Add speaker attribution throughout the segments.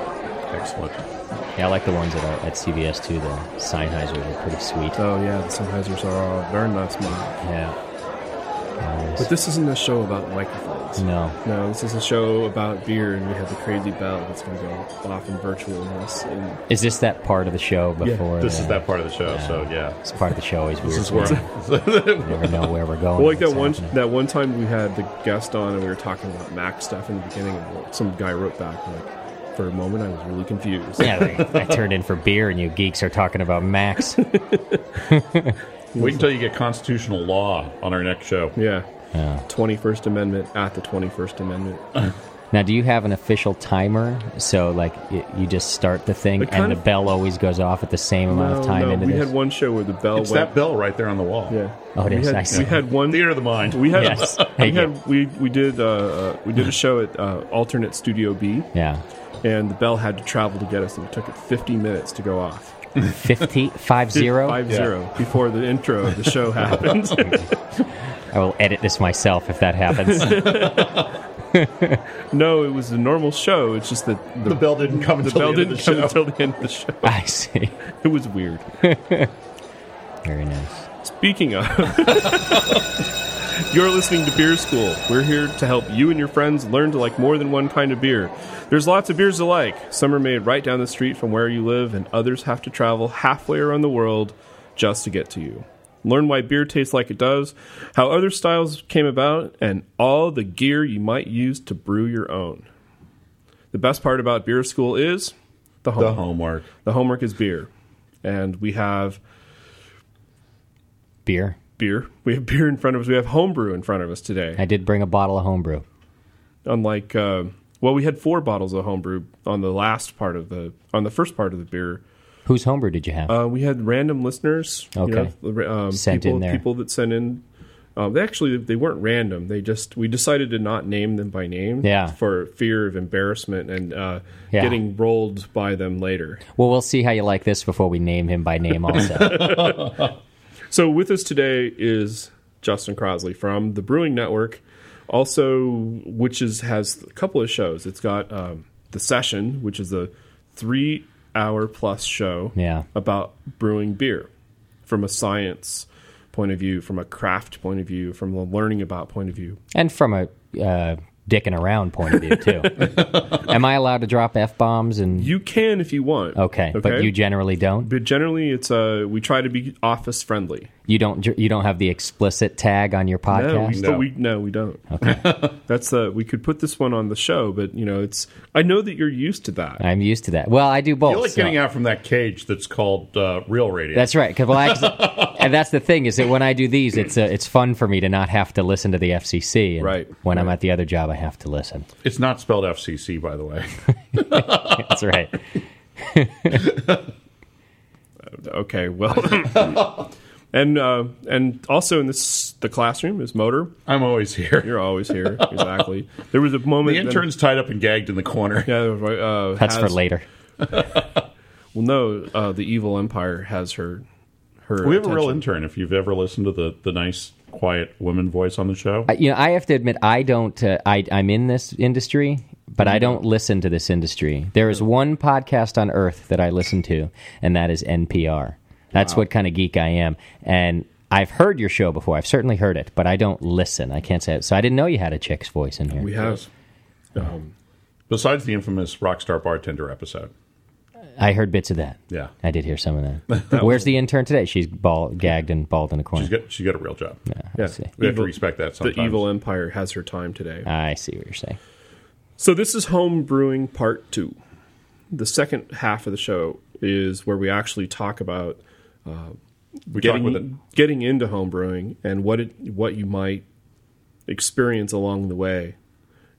Speaker 1: ones, but
Speaker 2: Yeah, I like the ones at, uh, at CVS too. The Sennheisers are pretty sweet.
Speaker 1: oh yeah, the Sennheisers are uh, very nice, man.
Speaker 2: Yeah. Nice.
Speaker 1: But this isn't a show about microphones.
Speaker 2: no.
Speaker 1: No, this is a show about beer, and we have a crazy ballot that's going to go off in virtualness. And
Speaker 2: Is this that part of the show before?
Speaker 3: This is
Speaker 2: the-
Speaker 3: that part of the show, so yeah.
Speaker 2: This part of the show is weird.
Speaker 3: This is where
Speaker 2: we never know where we're going.
Speaker 1: well, like that
Speaker 2: what's
Speaker 1: one
Speaker 2: happening.
Speaker 1: that one time we had the guest on, and we were talking about Mac stuff in the beginning, and some guy wrote back like, "For a moment, I was really confused."
Speaker 2: yeah, like, I turned in for beer, and you geeks are talking about Max.
Speaker 3: wait until you get constitutional law on our next show.
Speaker 1: Yeah. Twenty-first Amendment at the Twenty-first Amendment.
Speaker 2: now, do you have an official timer? So, like, y you just start the thing,
Speaker 1: It
Speaker 2: and
Speaker 1: kind
Speaker 2: the
Speaker 1: of-
Speaker 2: bell always goes off at the same amount of time into
Speaker 1: we
Speaker 2: this.
Speaker 1: had one show where the bell
Speaker 3: It's
Speaker 1: went.
Speaker 3: that bell right there on the wall.
Speaker 1: yeah.
Speaker 2: Oh, it
Speaker 1: we
Speaker 2: is.
Speaker 1: Had,
Speaker 2: I see.
Speaker 1: We had one.
Speaker 3: Theater of the mind.
Speaker 1: We had.
Speaker 2: Yes.
Speaker 1: We
Speaker 2: Thank you.
Speaker 1: had. We we did. Uh, uh, we did a show at uh, Alternate Studio B,
Speaker 2: Yeah,
Speaker 1: and the bell had to travel to get us, and it took it 50 minutes to go off.
Speaker 2: 50, five zero.
Speaker 1: Five zero before the intro of the show happened.
Speaker 2: I will edit this myself if that happens.
Speaker 1: no, it was a normal show. It's just that the,
Speaker 3: the bell didn't come
Speaker 1: the
Speaker 3: until
Speaker 1: bell
Speaker 3: the end
Speaker 1: didn't
Speaker 3: of the
Speaker 1: come
Speaker 3: show.
Speaker 1: until the end of the show.
Speaker 2: I see.
Speaker 1: It was weird.
Speaker 2: Very nice.
Speaker 1: Speaking of, you're listening to Beer School. We're here to help you and your friends learn to like more than one kind of beer. There's lots of beers to like. Some are made right down the street from where you live, and others have to travel halfway around the world just to get to you. Learn why beer tastes like it does, how other styles came about, and all the gear you might use to brew your own. The best part about Beer School is the home.
Speaker 3: The homework.
Speaker 1: The homework is beer. And we have
Speaker 2: Beer.
Speaker 1: beer. We have beer in front of us. We have homebrew in front of us
Speaker 2: I
Speaker 1: today.
Speaker 2: did bring a bottle of homebrew.
Speaker 1: Unlike, uh, well, we had four bottles of homebrew on the last part of the, on the first part of the beer.
Speaker 2: Whose homebrew did you have?
Speaker 1: Uh, we had random listeners,
Speaker 2: Okay.
Speaker 1: you know, um,
Speaker 2: Sent
Speaker 1: people,
Speaker 2: in there.
Speaker 1: people that sent in. Um, they actually they weren't random. They just we decided to not name them by name,
Speaker 2: Yeah.
Speaker 1: for fear of embarrassment and uh,
Speaker 2: Yeah.
Speaker 1: getting rolled by them later.
Speaker 2: well, we'll see how you like this before we name him by name. Also,
Speaker 1: So with us today is Justin Crosley from the Brewing Network, also which is has a couple of shows. It's got um, the Session, which is a three hour plus show
Speaker 2: Yeah.
Speaker 1: about brewing beer from a science point of view, from a craft point of view, from a learning about point of view.
Speaker 2: and from a uh, dicking around point of view too. Am I allowed to drop f bombs and?
Speaker 1: You can if you want.
Speaker 2: Okay, but you generally don't.
Speaker 1: But generally, it's uh, we try to be office friendly.
Speaker 2: You don't. You don't have the explicit tag on your
Speaker 1: No, we,
Speaker 2: podcast.
Speaker 1: still, we no, we don't. That's the we could put this one on the show, but you know, it's I know that you're used to that.
Speaker 2: I'm used to that. Well, I do both.
Speaker 3: You're like
Speaker 2: so-
Speaker 3: getting out from that cage that's called uh, real radio.
Speaker 2: That's right. 'cause- well, I- and that's the thing is that when I do these, it's uh, it's fun for me to not have to listen to the FCC. And
Speaker 1: Right,
Speaker 2: When I'm at the other job, I have to listen.
Speaker 3: it's not spelled FCC, by the way.
Speaker 2: That's right.
Speaker 1: Okay, well, and uh, and also in this the classroom is motor.
Speaker 3: I'm always here.
Speaker 1: You're always here, exactly. There was a moment.
Speaker 3: The intern's tied up and gagged in the corner.
Speaker 1: yeah, uh,
Speaker 2: That's for
Speaker 1: has-
Speaker 2: later.
Speaker 1: Well, no, uh, the evil empire has her. Her.
Speaker 3: We have a real
Speaker 1: attention.
Speaker 3: intern. If you've ever listened to the, the nice, quiet woman voice on the show,
Speaker 2: I- You know, I have to admit, I don't. Uh, I I'm in this industry, but I don't listen to this industry. There is one podcast on earth that I listen to, and that is NPR. That's what kind of geek I am, and. I've heard your show before. I've certainly heard it, but I don't listen. I can't say it. So I didn't know you had a chick's voice in here.
Speaker 1: We have. Um,
Speaker 3: besides the infamous Rockstar Bartender episode.
Speaker 2: I heard bits of that.
Speaker 3: Yeah.
Speaker 2: I did hear some of that. Where's the intern today? She's bald, gagged, and bald in a corner.
Speaker 3: She's got, she's got a real job.
Speaker 1: yeah,
Speaker 2: see.
Speaker 3: We have to
Speaker 1: evil-
Speaker 3: respect that
Speaker 1: the
Speaker 3: sometimes.
Speaker 1: evil empire has her time today.
Speaker 2: I see what you're saying.
Speaker 1: So this is home brewing part two. The second half of the show is where we actually talk about
Speaker 3: we talk
Speaker 1: getting
Speaker 3: with it.
Speaker 1: getting into home brewing and what it what you might experience along the way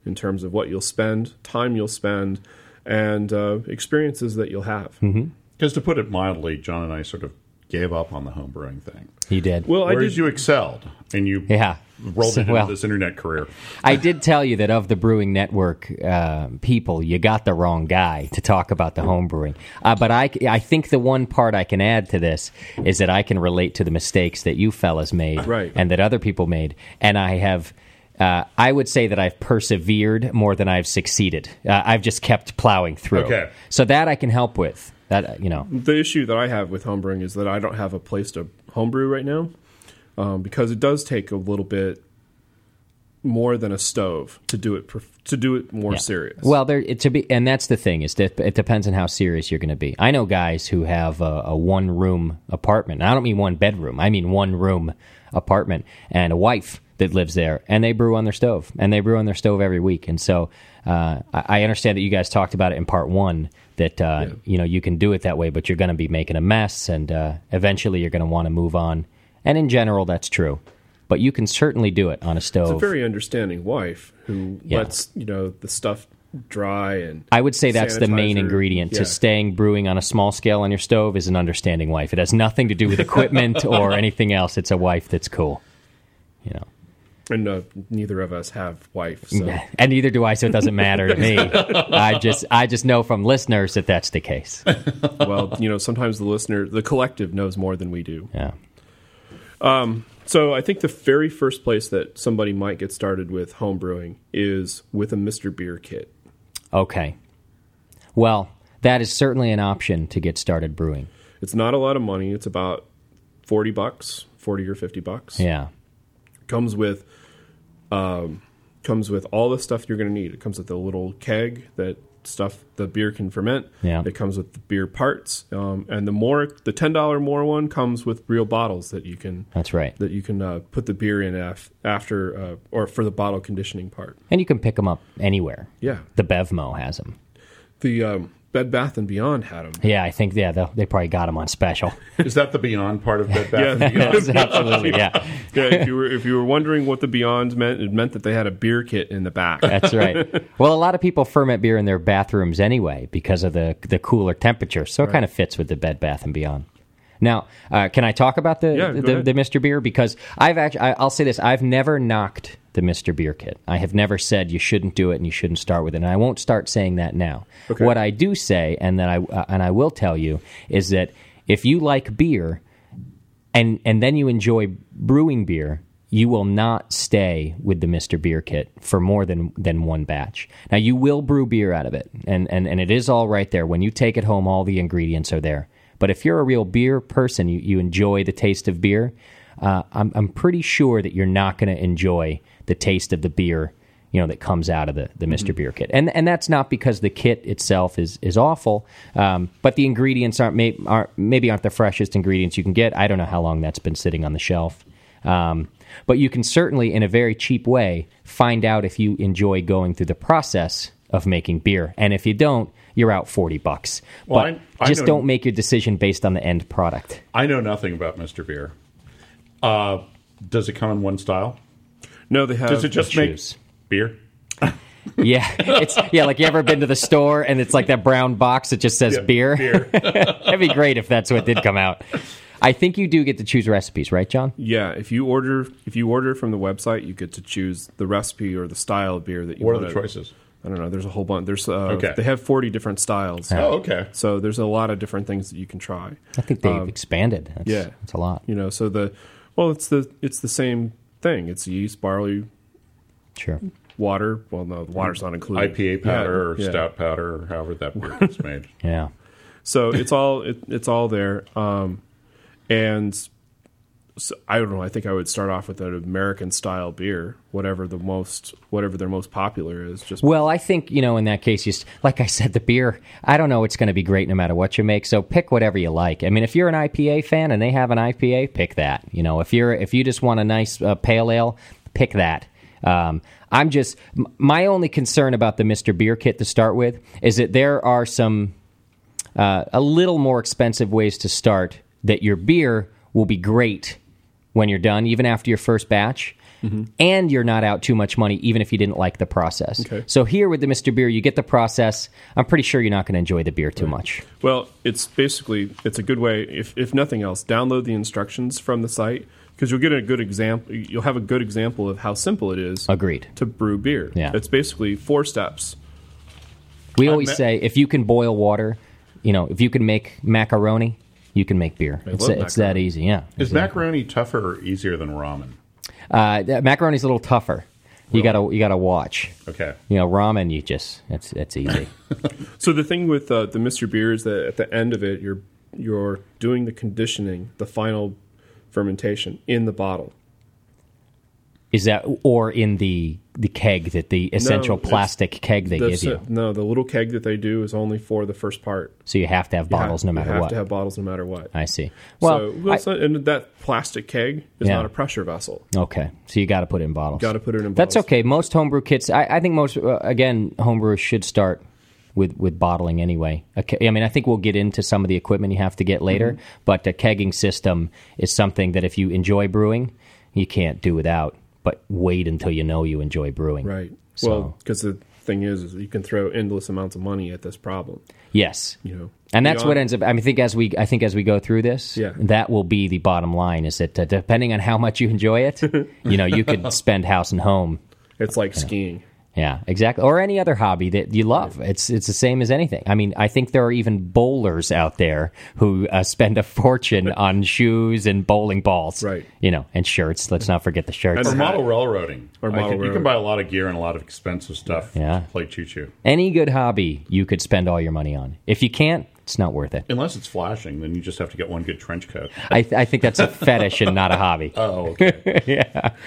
Speaker 1: in terms of what you'll spend, time you'll spend, and uh, experiences that you'll have.
Speaker 2: Mm-hmm.
Speaker 3: Because to put it mildly, John and I sort of gave up on the home brewing thing.
Speaker 2: You did.
Speaker 1: Well, I
Speaker 3: Whereas
Speaker 1: did.
Speaker 3: you excelled and you
Speaker 2: Yeah.
Speaker 3: rolled
Speaker 2: So-
Speaker 3: into
Speaker 2: well-
Speaker 3: this internet career.
Speaker 2: I did tell you that of the brewing network uh, people, you got the wrong guy to talk about the home brewing. Uh, but I, c- I think the one part I can add to this is that I can relate to the mistakes that you fellas made,
Speaker 1: Right.
Speaker 2: and that other people made, and I have. uh, I would say that I've persevered more than I've succeeded. Uh, I've just kept plowing through.
Speaker 3: Okay.
Speaker 2: So that I can help with. That uh, you know,
Speaker 1: The issue that I have with homebrewing is that I don't have a place to homebrew right now um, because it does take a little bit more than a stove to do it prof- to do it more
Speaker 2: Yeah.
Speaker 1: serious.
Speaker 2: Well, there it, to be, and that's the thing is that it depends on how serious you're going to be. I know guys who have a, a one room apartment. And I don't mean one bedroom. I mean one room apartment and a wife that lives there, and they brew on their stove, and they brew on their stove every week. And so uh, I, I understand that you guys talked about it in part one that uh, you know you can do it that way, but you're going to be making a mess, and uh, eventually you're going to want to move on. And in general, that's true. But you can certainly do it on a stove.
Speaker 1: a very understanding wife who
Speaker 2: Yeah.
Speaker 1: lets you know the stuff dry and
Speaker 2: I would say that's the main
Speaker 1: sanitizer.
Speaker 2: ingredient
Speaker 1: Yeah.
Speaker 2: to staying brewing on a small scale on your stove is an understanding wife. It has nothing to do with equipment or anything else. It's a wife that's cool. You know.
Speaker 1: and uh, neither of us have wife so
Speaker 2: And neither do I, so it doesn't matter to me. I just I just know from listeners that that's the case.
Speaker 1: well you know sometimes the listener the collective knows more than we do
Speaker 2: Yeah.
Speaker 1: so i think the very first place that somebody might get started with home brewing is with a mr beer kit
Speaker 2: Okay. Well, that is certainly an option to get started brewing.
Speaker 1: it's not a lot of money it's about 40 bucks 40 or 50 bucks
Speaker 2: Yeah.
Speaker 1: comes with um, comes with all the stuff you're going to need. It comes with a little keg that stuff the beer can ferment.
Speaker 2: Yeah.
Speaker 1: It comes with the beer parts, um, and the more the ten dollar more one comes with real bottles that you can
Speaker 2: That's right.
Speaker 1: that you can uh, put the beer in af- after uh, or for the bottle conditioning part.
Speaker 2: And you can pick them up anywhere.
Speaker 1: Yeah.
Speaker 2: The Bevmo has them.
Speaker 1: The um, Bed Bath and Beyond had them.
Speaker 2: Yeah, I think yeah, they- they probably got them on special.
Speaker 3: Is that the Beyond part of Bed Bath? and Beyond?
Speaker 2: Absolutely. Yeah.
Speaker 1: yeah, if you were if you were wondering what the Beyond meant, it meant that they had a beer kit in the back.
Speaker 2: That's right. well, a lot of people ferment beer in their bathrooms anyway because of the the cooler temperature, so it kind of fits with the Bed Bath and Beyond. Now, uh, can I talk about the
Speaker 1: Yeah, go
Speaker 2: the,
Speaker 1: ahead.
Speaker 2: the Mr. Beer because I've actually I, I'll say this: I've never knocked the Mr. Beer kit. I have never said you shouldn't do it and you shouldn't start with it, and I won't start saying that now.
Speaker 1: Okay.
Speaker 2: What I do say, and that I uh, and I will tell you, is that if you like beer, and and then you enjoy brewing beer, you will not stay with the Mister Beer Kit for more than than one batch. Now you will brew beer out of it, and and and it is all right there when you take it home. All the ingredients are there. But if you're a real beer person, you, you enjoy the taste of beer. Uh, I'm I'm pretty sure that you're not going to enjoy the taste of the beer you know that comes out of the
Speaker 3: Mm-hmm.
Speaker 2: the Mr. Beer kit, and and that's not because the kit itself is is awful, um, but the ingredients aren't, may, aren't maybe aren't the freshest ingredients you can get. I don't know how long that's been sitting on the shelf, um, but you can certainly, in a very cheap way, find out if you enjoy going through the process of making beer, and if you don't, you're out forty bucks.
Speaker 3: Well,
Speaker 2: but
Speaker 3: I- I
Speaker 2: just
Speaker 3: know-
Speaker 2: don't make your decision based on the end product.
Speaker 3: I know nothing about Mr. Beer. Uh, does it come in one style?
Speaker 1: No, they have.
Speaker 3: Does it just make
Speaker 2: choose.
Speaker 3: beer?
Speaker 2: Yeah, it's yeah. Like you ever been to the store and it's like that brown box that just says beer. That'd be great if that's what did come out. I think you do get to choose recipes, right, John?
Speaker 1: Yeah, if you order if you order from the website, you get to choose the recipe or the style of beer that you
Speaker 3: What are
Speaker 1: want.
Speaker 3: the choices?
Speaker 1: I don't know. There's a whole bunch. There's uh,
Speaker 3: Okay.
Speaker 1: they have 40 different styles.
Speaker 3: Oh, okay.
Speaker 1: So there's a lot of different things that you can try.
Speaker 2: I think they've expanded. That's,
Speaker 1: yeah.
Speaker 2: that's a lot.
Speaker 1: You know, so the well, it's the it's the same thing. It's yeast, barley,
Speaker 2: Sure.
Speaker 1: water. Well, no, the water's not included.
Speaker 3: IPA powder or
Speaker 1: Yeah, yeah.
Speaker 3: stout powder or however that beer is made.
Speaker 2: Yeah.
Speaker 1: So it's all it, it's all there. Um, and so, I don't know. I think I would start off with an American style beer, whatever the most whatever their most popular is. Just
Speaker 2: Well, I think you know in that case, you s like I said, the beer. I don't know. It's going to be great no matter what you make. So pick whatever you like. I mean, if you're an IPA fan and they have an IPA, pick that. You know, if you're if you just want a nice uh, pale ale, pick that. Um, I'm just m- my only concern about the Mister Beer Kit to start with is that there are some uh, a little more expensive ways to start that your beer will be great when you're done, even after your first batch.
Speaker 1: Mm-hmm.
Speaker 2: And you're not out too much money, even if you didn't like the process.
Speaker 1: Okay.
Speaker 2: So here with the Mister Beer, you get the process. I'm pretty sure you're not going to enjoy the beer too much.
Speaker 1: Well, it's basically it's a good way. If if nothing else, download the instructions from the site because you'll get a good example. You'll have a good example of how simple it is
Speaker 2: Agreed.
Speaker 1: to brew beer.
Speaker 2: Yeah.
Speaker 1: it's basically four steps.
Speaker 2: We always
Speaker 3: ma-
Speaker 2: say if you can boil water, you know, if you can make macaroni, you can make beer. It's,
Speaker 1: love
Speaker 2: it's that
Speaker 1: macaroni.
Speaker 2: easy. Yeah.
Speaker 3: Is macaroni tougher or easier than ramen?
Speaker 2: Uh, that macaroni's a little tougher. You gotta you gotta watch.
Speaker 3: Okay.
Speaker 2: You know, ramen. You just it's it's easy.
Speaker 1: So the thing with uh, the Mr. Beer is that at the end of it, you're you're doing the conditioning, the final fermentation in the bottle.
Speaker 2: Is that or in the the keg that the essential
Speaker 1: it's-
Speaker 2: plastic keg they
Speaker 1: The
Speaker 2: give
Speaker 1: se-
Speaker 2: you?
Speaker 1: No, the little keg that they do is only for the first part.
Speaker 2: So you have to have bottles
Speaker 1: You
Speaker 2: no matter
Speaker 1: have
Speaker 2: what.
Speaker 1: to have bottles no matter what.
Speaker 2: I see. Well,
Speaker 1: so, well,
Speaker 2: I-
Speaker 1: it's not- and that plastic keg is
Speaker 2: Yeah.
Speaker 1: not a pressure vessel.
Speaker 2: okay. So you got to put it in bottles.
Speaker 1: Got to put it in.
Speaker 2: That's
Speaker 1: bottles.
Speaker 2: okay. Most homebrew kits, I, I think most uh, again, homebrew should start with with bottling anyway. Okay, I mean, I think we'll get into some of the equipment you have to get later,
Speaker 1: Mm-hmm.
Speaker 2: but a kegging system is something that if you enjoy brewing, you can't do without. But wait until you know you enjoy brewing.
Speaker 1: Right.
Speaker 2: So-
Speaker 1: Well, because the thing is, is you can throw endless amounts of money at this problem.
Speaker 2: Yes.
Speaker 1: You know,
Speaker 2: And that's
Speaker 1: Beyond-
Speaker 2: what ends up. I mean, I think as we, I think as we go through this,
Speaker 1: Yeah.
Speaker 2: that will be the bottom line. Is that uh, depending on how much you enjoy it, you know, you could spend house and home
Speaker 1: It's like skiing.
Speaker 2: Yeah, exactly. Or any other hobby that you love. It's it's the same as anything. I mean, I think there are even bowlers out there who uh, spend a fortune on shoes and bowling balls,
Speaker 1: Right.
Speaker 2: You know, and shirts. Let's not forget the shirts.
Speaker 3: Or
Speaker 1: And-
Speaker 3: model railroading.
Speaker 1: Or
Speaker 3: I
Speaker 1: model
Speaker 3: can, you
Speaker 1: railroad.
Speaker 3: can buy a lot of gear and a lot of expensive stuff.
Speaker 2: Yeah.
Speaker 3: To play choo choo.
Speaker 2: any good hobby you could spend all your money on. If you can't, it's not worth it.
Speaker 3: Unless it's flashing, then you just have to get one good trench coat.
Speaker 2: I, I think that's a fetish and not a hobby.
Speaker 3: Oh, okay.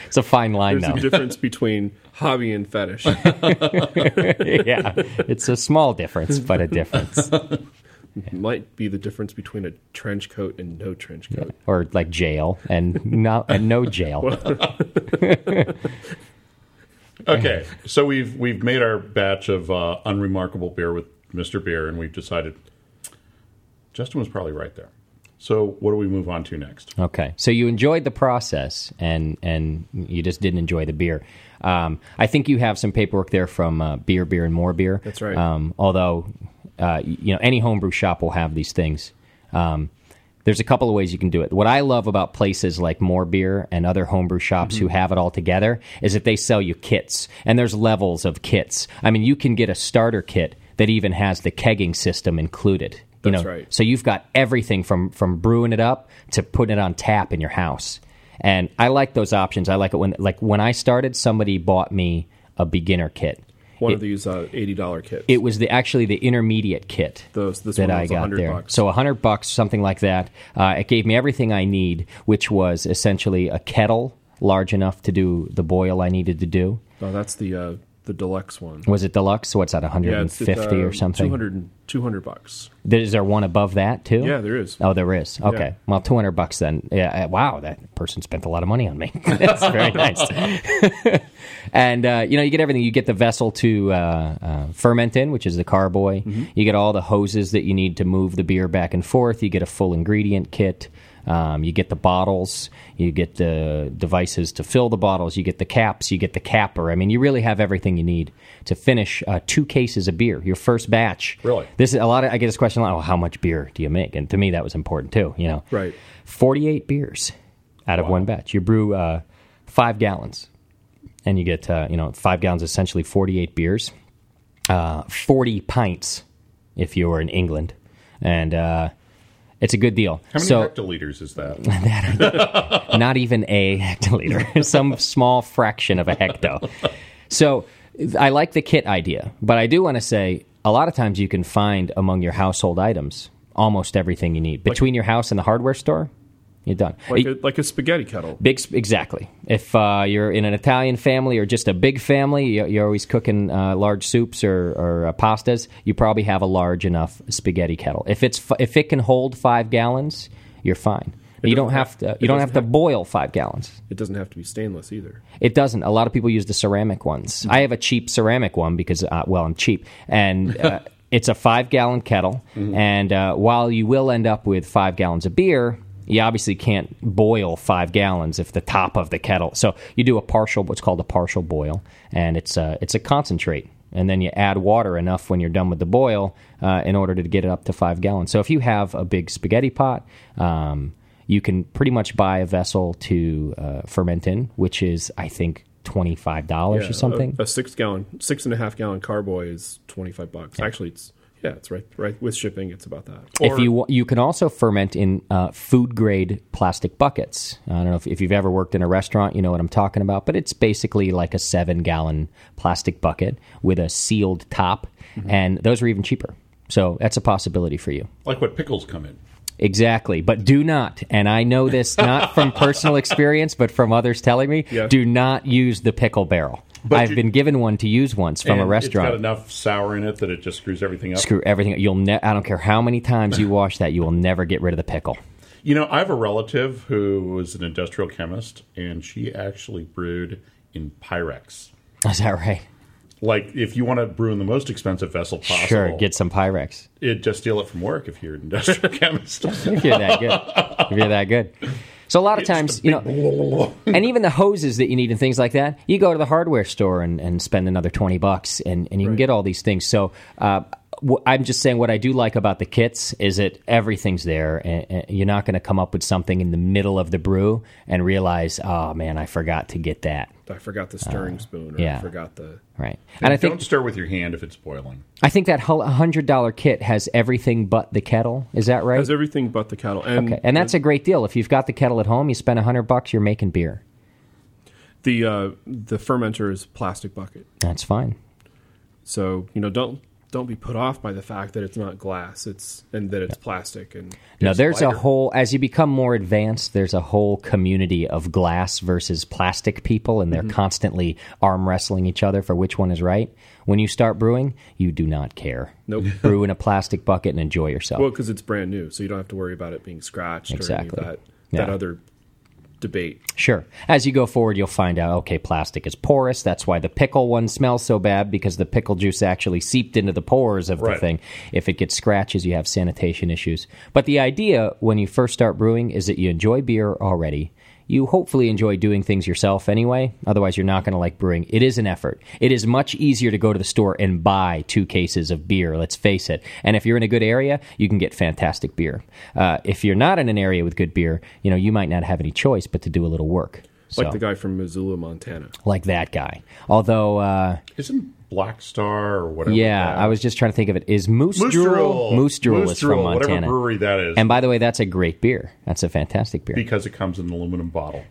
Speaker 2: It's a fine line,
Speaker 1: Uh, There's
Speaker 2: though.
Speaker 1: a difference between hobby and fetish.
Speaker 2: yeah, it's a small difference, but a difference.
Speaker 1: Might be the difference between a trench coat and no trench coat.
Speaker 2: Or like jail and no and no jail.
Speaker 3: okay. So we've we've made our batch of uh, unremarkable beer with Mr. Beer, and we've decided Justin was probably right there. So what do we move on to next?
Speaker 2: Okay, so you enjoyed the process, and and you just didn't enjoy the beer. Um, I think you have some paperwork there from uh, beer, beer, and more beer.
Speaker 1: That's right.
Speaker 2: Um, although, uh, you know, any homebrew shop will have these things. Um, there's a couple of ways you can do it. What I love about places like More Beer and other homebrew shops
Speaker 1: Mm-hmm.
Speaker 2: who have it all together is that they sell you kits, and there's levels of kits. I mean, you can get a starter kit that even has the kegging system included. You
Speaker 1: That's
Speaker 2: know,
Speaker 1: right.
Speaker 2: so you've got everything from from brewing it up to putting it on tap in your house. And I like those options. I like it when like when I started, somebody bought me a beginner kit.
Speaker 1: One of these uh, eighty dollar kits.
Speaker 2: It was the actually the intermediate kit
Speaker 1: Those- this
Speaker 2: that
Speaker 1: one
Speaker 2: I
Speaker 1: was
Speaker 2: got
Speaker 1: 100
Speaker 2: there.
Speaker 1: bucks.
Speaker 2: So a hundred bucks, something like that. Uh, it gave me everything I need, which was essentially a kettle large enough to do the boil I needed to do.
Speaker 1: oh, that's the uh, the deluxe one.
Speaker 2: Was it deluxe? So what's that,
Speaker 1: uh,
Speaker 2: 150 or something?
Speaker 1: 200, 200 bucks.
Speaker 2: There- Is there one above that too?
Speaker 1: Yeah, there is.
Speaker 2: Oh, there is. Okay.
Speaker 1: Yeah.
Speaker 2: Well, two hundred bucks then. Yeah. uh, Wow, that person spent a lot of money on me. That's very nice. and uh, you know, you get everything. You get the vessel to uh, uh, ferment in, which is the carboy.
Speaker 1: Mm-hmm.
Speaker 2: You get all the hoses that you need to move the beer back and forth. You get a full ingredient kit. Um, you get the bottles. You get the devices to fill the bottles. You get the caps. You get the capper. I mean, you really have everything you need to finish uh, two cases of beer. Your first batch.
Speaker 3: Really?
Speaker 2: This is a lot of. I get this question a lot. Oh, how much beer do you make? And to me, that was important too. You know,
Speaker 1: Right.
Speaker 2: Forty-eight beers out of one batch. You brew uh, five gallons, and you get uh, you know five gallons, essentially forty-eight beers, uh, forty pints if you were in England, and uh, it's a good deal.
Speaker 3: How many
Speaker 2: so
Speaker 3: hectoliters is that?
Speaker 2: not even a hectoliter, some small fraction of a hecto. So I like the kit idea, but I do want to say a lot of times you can find among your household items almost everything you need between your house and the hardware store. You're done.
Speaker 1: Like a, like a spaghetti kettle.
Speaker 2: Big, sp- exactly. If uh, you're in an Italian family or just a big family, you- you're always cooking uh, large soups or, or uh, pastas. You probably have a large enough spaghetti kettle. If it's f- if it can hold five gallons, you're fine. you don't
Speaker 1: doesn't
Speaker 2: have
Speaker 1: have-
Speaker 2: to.
Speaker 1: it
Speaker 2: You don't
Speaker 1: doesn't
Speaker 2: have to boil five gallons.
Speaker 1: It doesn't have to be stainless either.
Speaker 2: It doesn't. A lot of people use the ceramic ones. I have a cheap ceramic one because, uh, well, I'm cheap. And uh, it's a five gallon kettle. And uh, while you will end up with five gallons of beer, you obviously can't boil five gallons if the top of the kettle. So you do a partial, what's called a partial boil, and it's a, it's a concentrate. And then you add water enough when you're done with the boil uh, in order to get it up to five gallons. So if you have a big spaghetti pot, um, you can pretty much buy a vessel to uh, ferment in, which is I think twenty five dollars
Speaker 1: Yeah, uh,
Speaker 2: or something.
Speaker 1: A, a six gallon, six and a half gallon carboy is twenty five bucks. Actually, it's Yeah, it's right. Right with shipping, it's about that.
Speaker 2: if you wa- you can also ferment in uh, food grade plastic buckets. I don't know if, if you've ever worked in a restaurant, you know what I'm talking about, but it's basically like a seven gallon plastic bucket with a sealed top, and those are even cheaper. So that's a possibility for you.
Speaker 3: like what pickles come in.
Speaker 2: Exactly, but do not, and I know this not from personal experience, but from others telling me,
Speaker 1: Yeah.
Speaker 2: do not use the pickle barrel. I've
Speaker 3: you-
Speaker 2: been given one to use once from a
Speaker 3: And
Speaker 2: restaurant.
Speaker 3: It's got enough sour in it that it just screws everything up.
Speaker 2: Screw everything. You'll ne- I don't care how many times you wash that, you will never get rid of the pickle.
Speaker 3: You know, I have a relative who was an industrial chemist, and she actually brewed in Pyrex.
Speaker 2: Is that right?
Speaker 3: Like, if you want to brew in the most expensive vessel possible,
Speaker 2: Sure, get some Pyrex.
Speaker 3: it just steal it from work if you're an industrial chemist.
Speaker 2: If you're that good, if you're that good. So a lot of times, you know, and even the hoses that you need and things like that, you go to the hardware store and, and spend another twenty bucks, and, and you can get all these things. So uh, wh- I'm just saying, what I do like about the kits is that everything's there, and, and you're not going to come up with something in the middle of the brew and realize, oh man, I forgot to get that.
Speaker 1: I forgot the stirring spoon, or
Speaker 2: Uh, yeah.
Speaker 1: I forgot the.
Speaker 2: Right, and I think
Speaker 3: Don't stir with your hand if it's boiling.
Speaker 2: I think that hu- hundred dollar kit has everything but the kettle. Is that right?
Speaker 1: Has everything but the kettle, and
Speaker 2: Okay, and that's a great deal. If you've got the kettle at home, you spend a hundred bucks, you're making beer.
Speaker 1: the uh, the fermenter is plastic bucket.
Speaker 2: That's fine.
Speaker 1: So you know, don't don't be put off by the fact that it's not glass. It's and that it's plastic. And
Speaker 2: Now
Speaker 1: it's
Speaker 2: there's a
Speaker 1: lighter.
Speaker 2: whole as you become more advanced, there's a whole community of glass versus plastic people, and they're
Speaker 1: Mm-hmm.
Speaker 2: constantly arm wrestling each other for which one is right. When you start brewing, you do not care.
Speaker 1: Nope.
Speaker 2: Brew in a plastic bucket and enjoy yourself.
Speaker 1: well because it's brand new, so you don't have to worry about it being scratched
Speaker 2: Exactly.
Speaker 1: or any of that that
Speaker 2: Yeah.
Speaker 1: other debate.
Speaker 2: Sure. As you go forward, you'll find out okay, plastic is porous. That's why the pickle one smells so bad because the pickle juice actually seeped into the pores of the
Speaker 3: Right.
Speaker 2: thing. If it gets scratches, you have sanitation issues. But the idea when you first start brewing is that you enjoy beer already. You hopefully enjoy doing things yourself anyway. Otherwise, you're not going to like brewing. It is an effort. It is much easier to go to the store and buy two cases of beer, let's face it. And if you're in a good area, you can get fantastic beer. Uh, if you're not in an area with good beer, you know, you might not have any choice but to do a little work. So,
Speaker 1: Like the guy from Missoula, Montana.
Speaker 2: like that guy. Although, uh,
Speaker 3: Isn't Black Star or whatever?
Speaker 2: yeah,
Speaker 3: that-
Speaker 2: I was just trying to think of it. Is Moose,
Speaker 3: Moose
Speaker 2: Drool?
Speaker 3: Drool.
Speaker 2: Moose Drool is from
Speaker 3: Drool,
Speaker 2: Montana.
Speaker 3: Whatever brewery that is,
Speaker 2: And by the way, that's a great beer. That's a fantastic beer.
Speaker 3: because it comes in an aluminum bottle.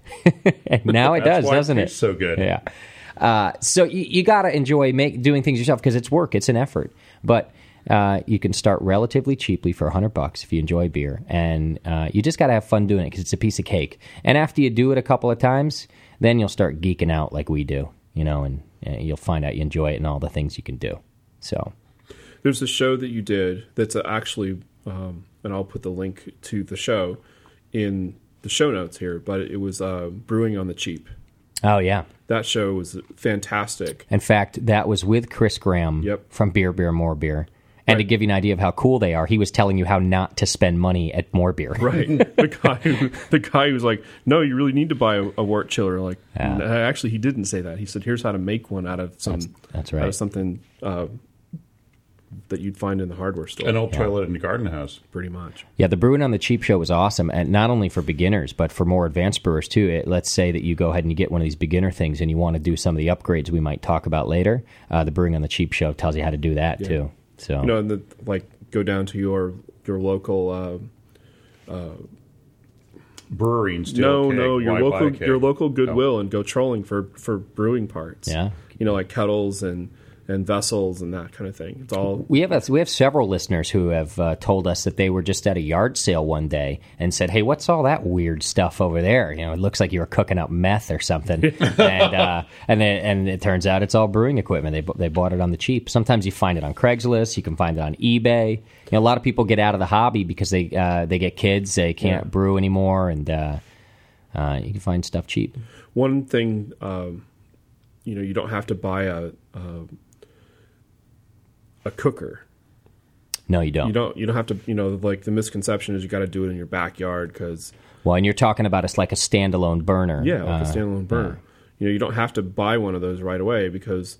Speaker 2: now it
Speaker 3: That's
Speaker 2: does,
Speaker 3: why
Speaker 2: doesn't it?
Speaker 3: tastes so good.
Speaker 2: Yeah. Uh, so you, you got to enjoy make, doing things yourself because it's work, it's an effort. But uh, you can start relatively cheaply for 100 bucks if you enjoy beer. And uh, you just got to have fun doing it because it's a piece of cake. And after you do it a couple of times, then you'll start geeking out like we do, you know, and, and you'll find out you enjoy it and all the things you can do. So,
Speaker 1: There's a show that you did that's actually, um, and I'll put the link to the show in the show notes here. But it was uh, brewing on the cheap.
Speaker 2: oh, yeah.
Speaker 1: That show was fantastic.
Speaker 2: In fact, that was with Chris Graham
Speaker 1: Yep.
Speaker 2: from Beer, Beer, More Beer. And to give you an idea of how cool they are, he was telling you how not to spend money at More Beer.
Speaker 1: Right, the guy, who, the guy who's like, "No, you really need to buy a, a wart chiller." Like, "N- actually, he didn't say that. He said, "Here's how to make one out of some,
Speaker 2: that's
Speaker 1: out
Speaker 2: right.
Speaker 1: of something uh, that you'd find in the hardware store."
Speaker 3: An old toilet in a garden house.
Speaker 1: pretty much.
Speaker 2: Yeah, the brewing on the cheap show was awesome, and not only for beginners but for more advanced brewers too. It, let's say that you go ahead and you get one of these beginner things, and you want to do some of the upgrades we might talk about later. Uh, the brewing on the cheap show tells you how to do that too. So
Speaker 1: You know, and the, like go down to your your local. Uh,
Speaker 3: Brewery and steel
Speaker 1: no,
Speaker 3: keg.
Speaker 1: no, your
Speaker 3: Why buy a
Speaker 1: local
Speaker 3: keg?
Speaker 1: your local Goodwill and go trolling for for brewing parts.
Speaker 2: Yeah.
Speaker 1: you know, like kettles and and vessels and that kind of thing. It's all
Speaker 2: we have we have several listeners who have uh, told us that they were just at a yard sale one day and said, "Hey, what's all that weird stuff over there? You know, it looks like you were cooking up meth or something." and uh, and then, and it turns out it's all brewing equipment. They bu- they bought it on the cheap. Sometimes you find it on Craigslist. You can find it on eBay. You know, a lot of people get out of the hobby because they uh, they get kids. They can't brew anymore, and uh, uh, you can find stuff cheap.
Speaker 1: one thing. Um, you know, you don't have to buy a a, a cooker.
Speaker 2: No, you don't.
Speaker 1: You don't you don't have to. You know, like the misconception is you got to do it in your backyard because
Speaker 2: Well, and you're talking about it's like a standalone burner.
Speaker 1: Yeah, like
Speaker 2: Uh,
Speaker 1: a standalone burner. You know, you don't have to buy one of those right away because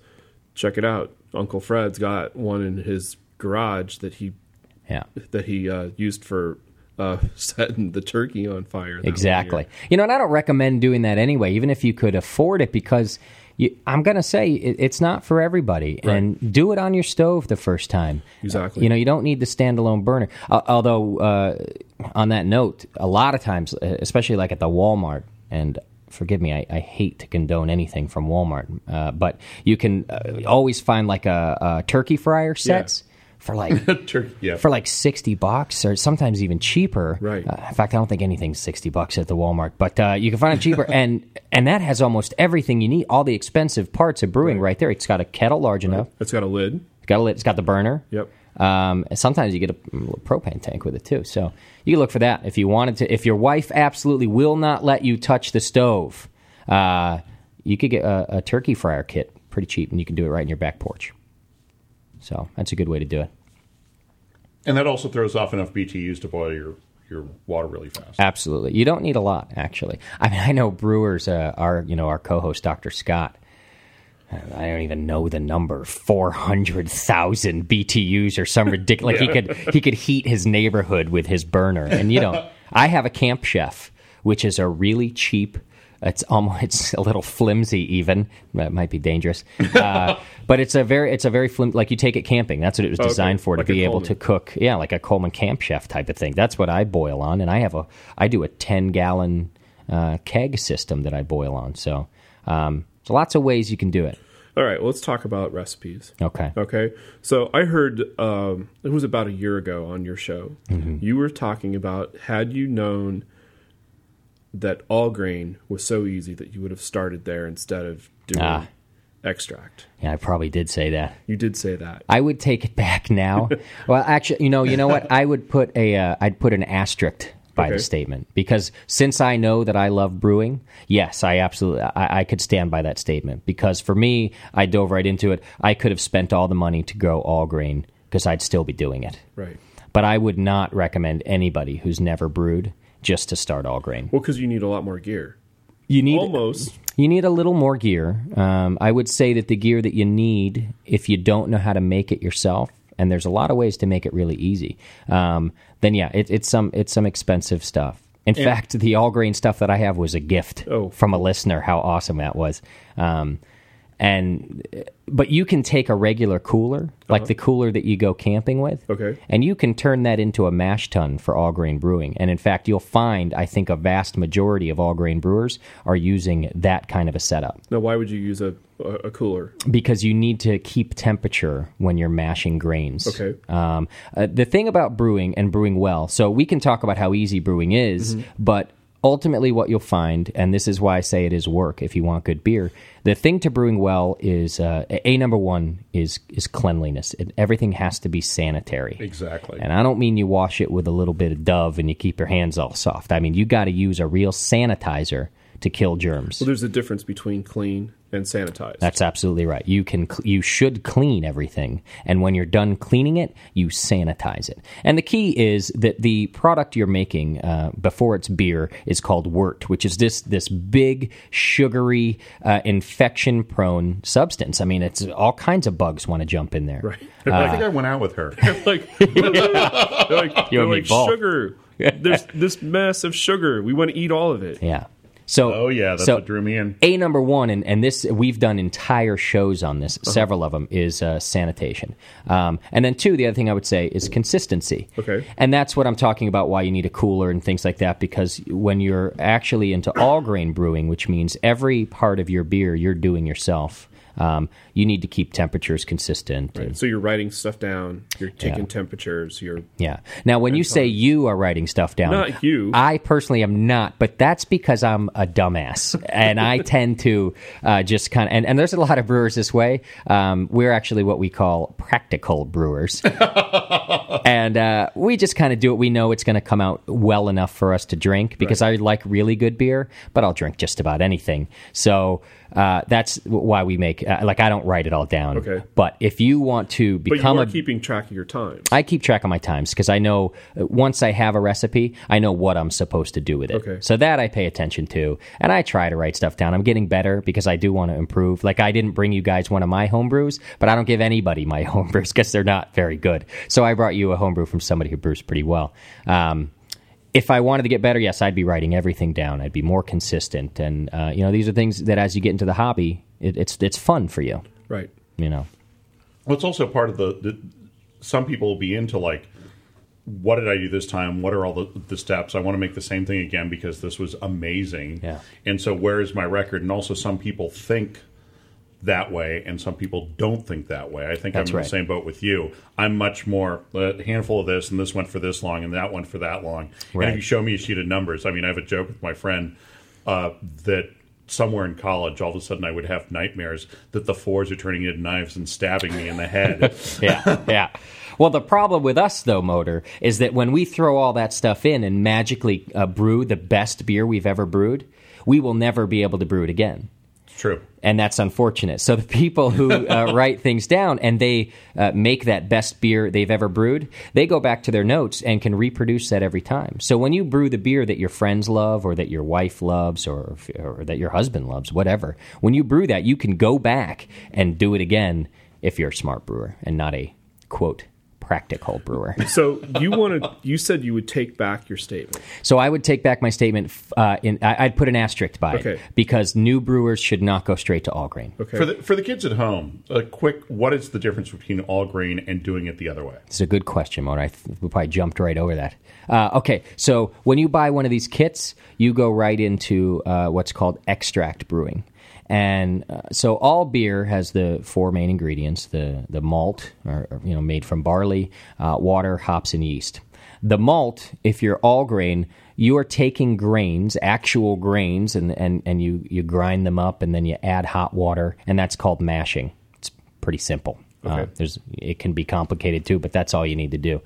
Speaker 1: check it out. Uncle Fred's got one in his garage that he
Speaker 2: yeah.
Speaker 1: that he uh, used for uh, setting the turkey on fire. that one year.
Speaker 2: Exactly. You know, and I don't recommend doing that anyway, even if you could afford it, because you, I'm gonna say it, it's not for everybody. And do it on your stove the first time.
Speaker 1: Exactly.
Speaker 2: You know, you don't need the standalone burner. Uh, although, uh, on that note, a lot of times, uh, especially like at the Walmart, and forgive me, I, I hate to condone anything from Walmart, uh, but you can uh, always find like a, a turkey fryer sets for like
Speaker 3: Turkey, yeah.
Speaker 2: for like 60 bucks or sometimes even cheaper
Speaker 1: Right.
Speaker 2: Uh, in fact i don't think anything's 60 bucks at the walmart but uh, you can find it cheaper and and that has almost everything you need all the expensive parts of brewing right, there it's got a kettle large enough
Speaker 1: It's got a lid.
Speaker 2: it's got a lid it's got the burner
Speaker 1: Yep.
Speaker 2: um, and sometimes you get a little propane tank with it too so you can look for that if you wanted to if your wife absolutely will not let you touch the stove uh, you could get a, a turkey fryer kit pretty cheap and you can do it right in your back porch so that's a good way to do it
Speaker 3: And that also throws off enough BTUs to boil your, your water really fast.
Speaker 2: Absolutely, you don't need a lot, actually. I mean, I know brewers uh, are, you know, our co-host Dr. Scott. I don't even know the number four hundred thousand BTUs or some ridiculous. Like he could he could heat his neighborhood with his burner, and you know, I have a camp chef, which is a really cheap. It's almost it's a little flimsy, even that might be dangerous, uh, but it's a very it's a very flim- like you take it camping. That's what it was designed for
Speaker 1: Like
Speaker 2: to be
Speaker 1: a
Speaker 2: able
Speaker 1: Coleman.
Speaker 2: to cook yeah like a coleman camp chef type of thing that's what i boil on and i have a i do a 10 gallon uh, keg system that i boil on so um, so lots of ways you can do it
Speaker 1: All right, well, let's talk about recipes.
Speaker 2: okay
Speaker 1: Okay. So I heard um, it was about a year ago on your show.
Speaker 2: Mm-hmm.
Speaker 1: You were talking about had you known that all grain was so easy that you would have started there instead of doing
Speaker 2: Ah.
Speaker 1: extract.
Speaker 2: yeah i probably did say that
Speaker 1: You did say that.
Speaker 2: i would take it back now well actually you know you know what i would put a uh, i'd put an asterisk by the
Speaker 1: Okay.
Speaker 2: statement because since i know that i love brewing yes i absolutely I, I could stand by that statement because for me i dove right into it i could have spent all the money to grow all grain because i'd still be doing it
Speaker 1: Right.
Speaker 2: but I would not recommend anybody who's never brewed just to start all grain.
Speaker 1: Well, because you need a lot more gear.
Speaker 2: You need
Speaker 1: Almost.
Speaker 2: you need a little more gear. Um, I would say that the gear that you need, if you don't know how to make it yourself, and there's a lot of ways to make it really easy, um, then yeah, it, it's some it's some expensive stuff. In fact, the all grain stuff that I have was a gift
Speaker 1: Oh.
Speaker 2: from a listener. How awesome that was! Um, and but you can take a regular cooler, like the cooler that you go camping with,
Speaker 1: Uh-huh. Okay.
Speaker 2: and you can turn that into a mash tun for all grain brewing. And in fact, you'll find, I think, a vast majority of all grain brewers are using that kind of a setup
Speaker 1: Now, why would you use a, a, a cooler?
Speaker 2: because you need to keep temperature when you're mashing grains.
Speaker 1: Okay.
Speaker 2: Um, uh, the thing about brewing and brewing well, so we can talk about how easy brewing is, but ultimately what you'll find, and this is why I say it is work if you want good beer, the thing to brewing well is uh, a number one is is cleanliness. It, everything has to be sanitary.
Speaker 3: Exactly.
Speaker 2: And I don't mean you wash it with a little bit of Dove and you keep your hands all soft. I mean you got to use a real sanitizer to kill germs.
Speaker 1: Well, there's a difference between clean and sanitized.
Speaker 2: That's absolutely right. You can cl- you should clean everything, and when you're done cleaning it, you sanitize it. And the key is that the product you're making uh, before it's beer is called wort, which is this this big sugary uh, infection prone substance. I mean, it's all kinds of bugs want to jump in there. Right.
Speaker 3: I think I went out with her.
Speaker 1: like, they're like,
Speaker 2: You
Speaker 1: they're
Speaker 2: and me
Speaker 1: like
Speaker 2: both.
Speaker 1: sugar. There's this mess of sugar. We want to eat all of it.
Speaker 2: Yeah. So
Speaker 3: Oh, yeah. That's
Speaker 2: so-
Speaker 3: what drew me in.
Speaker 2: A number one, and, and this we've done entire shows on this, several of them, is uh, sanitation. Um, and then two, the other thing I would say is consistency.
Speaker 1: Okay.
Speaker 2: And that's what I'm talking about why you need a cooler and things like that, because when you're actually into all grain brewing, which means every part of your beer you're doing yourself, um, you need to keep temperatures consistent. and-
Speaker 1: So you're writing stuff down. You're taking temperatures. You're
Speaker 2: yeah. Now, when you say you are writing stuff down,
Speaker 1: Not you.
Speaker 2: I personally am not, but that's because I'm a dumbass, and I tend to uh, just kind of. And, and there's a lot of brewers this way. Um, we're actually what we call practical brewers, and uh, we just kind of do it. We know it's going to come out well enough for us to drink because I like really good beer, but I'll drink just about anything. So. Uh, that's why we make uh, like I don't write it all down.
Speaker 1: Okay.
Speaker 2: But if you want to
Speaker 1: but
Speaker 2: become
Speaker 1: you
Speaker 2: a
Speaker 1: are keeping track of your time.
Speaker 2: I keep track of my times because I know uh, once I have a recipe, I know what I'm supposed to do with it.
Speaker 1: Okay.
Speaker 2: So that I pay attention to, and I try to write stuff down. I'm getting better because I do want to improve. Like I didn't bring you guys one of my homebrews, but I don't give anybody my homebrews because they're not very good. So I brought you a homebrew from somebody who brews pretty well. Um, if I wanted to get better, yes, I'd be writing everything down. I'd be more consistent, and uh, you know, these are things that as you get into the hobby, It, it's it's fun for you,
Speaker 1: Right.
Speaker 2: you know.
Speaker 3: Well, it's also part of the, the. Some people will be into like, what did I do this time? What are all the, the steps? I want to make the same thing again because this was amazing.
Speaker 2: Yeah.
Speaker 3: And so, where is my record? And also, some people think that way, and some people don't think that way. I think
Speaker 2: That's
Speaker 3: I'm in
Speaker 2: right.
Speaker 3: the same boat with you. I'm much more a handful of this, and this went for this long, and that went for that long. And
Speaker 2: Right.
Speaker 3: if you show me a sheet of numbers, I mean, I have a joke with my friend uh, that somewhere in college, all of a sudden, I would have nightmares that the fours are turning into knives and stabbing me in the head.
Speaker 2: yeah, yeah. Well, the problem with us, though, Motor, is that when we throw all that stuff in and magically uh, brew the best beer we've ever brewed, we will never be able to brew it again.
Speaker 3: It's true.
Speaker 2: And that's unfortunate. So the people who uh, write things down and they uh, make that best beer they've ever brewed, they go back to their notes and can reproduce that every time. So when you brew the beer that your friends love or that your wife loves or, or that your husband loves, whatever, when you brew that, you can go back and do it again if you're a smart brewer and not a quote practical brewer.
Speaker 1: So you wanted you said you would take back your statement.
Speaker 2: So I would take back my statement. f- Uh, in, I, I'd put an asterisk by
Speaker 1: Okay.
Speaker 2: it because new brewers should not go straight to all grain.
Speaker 1: Okay.
Speaker 3: For the, for the kids at home, a quick what is the difference between all grain and doing it the other way?
Speaker 2: It's a good question, Mona. I th- we probably jumped right over that. Uh, okay, so when you buy one of these kits, you go right into uh, what's called extract brewing. And uh, so all beer has the four main ingredients: the the malt, or, or, you know, made from barley, uh, water, hops, and yeast. The malt, if you're all grain, you are taking grains, actual grains, and, and, and you, you grind them up, and then you add hot water, and that's called mashing. It's pretty simple. Uh, there's it can be complicated too, but that's all you need to do.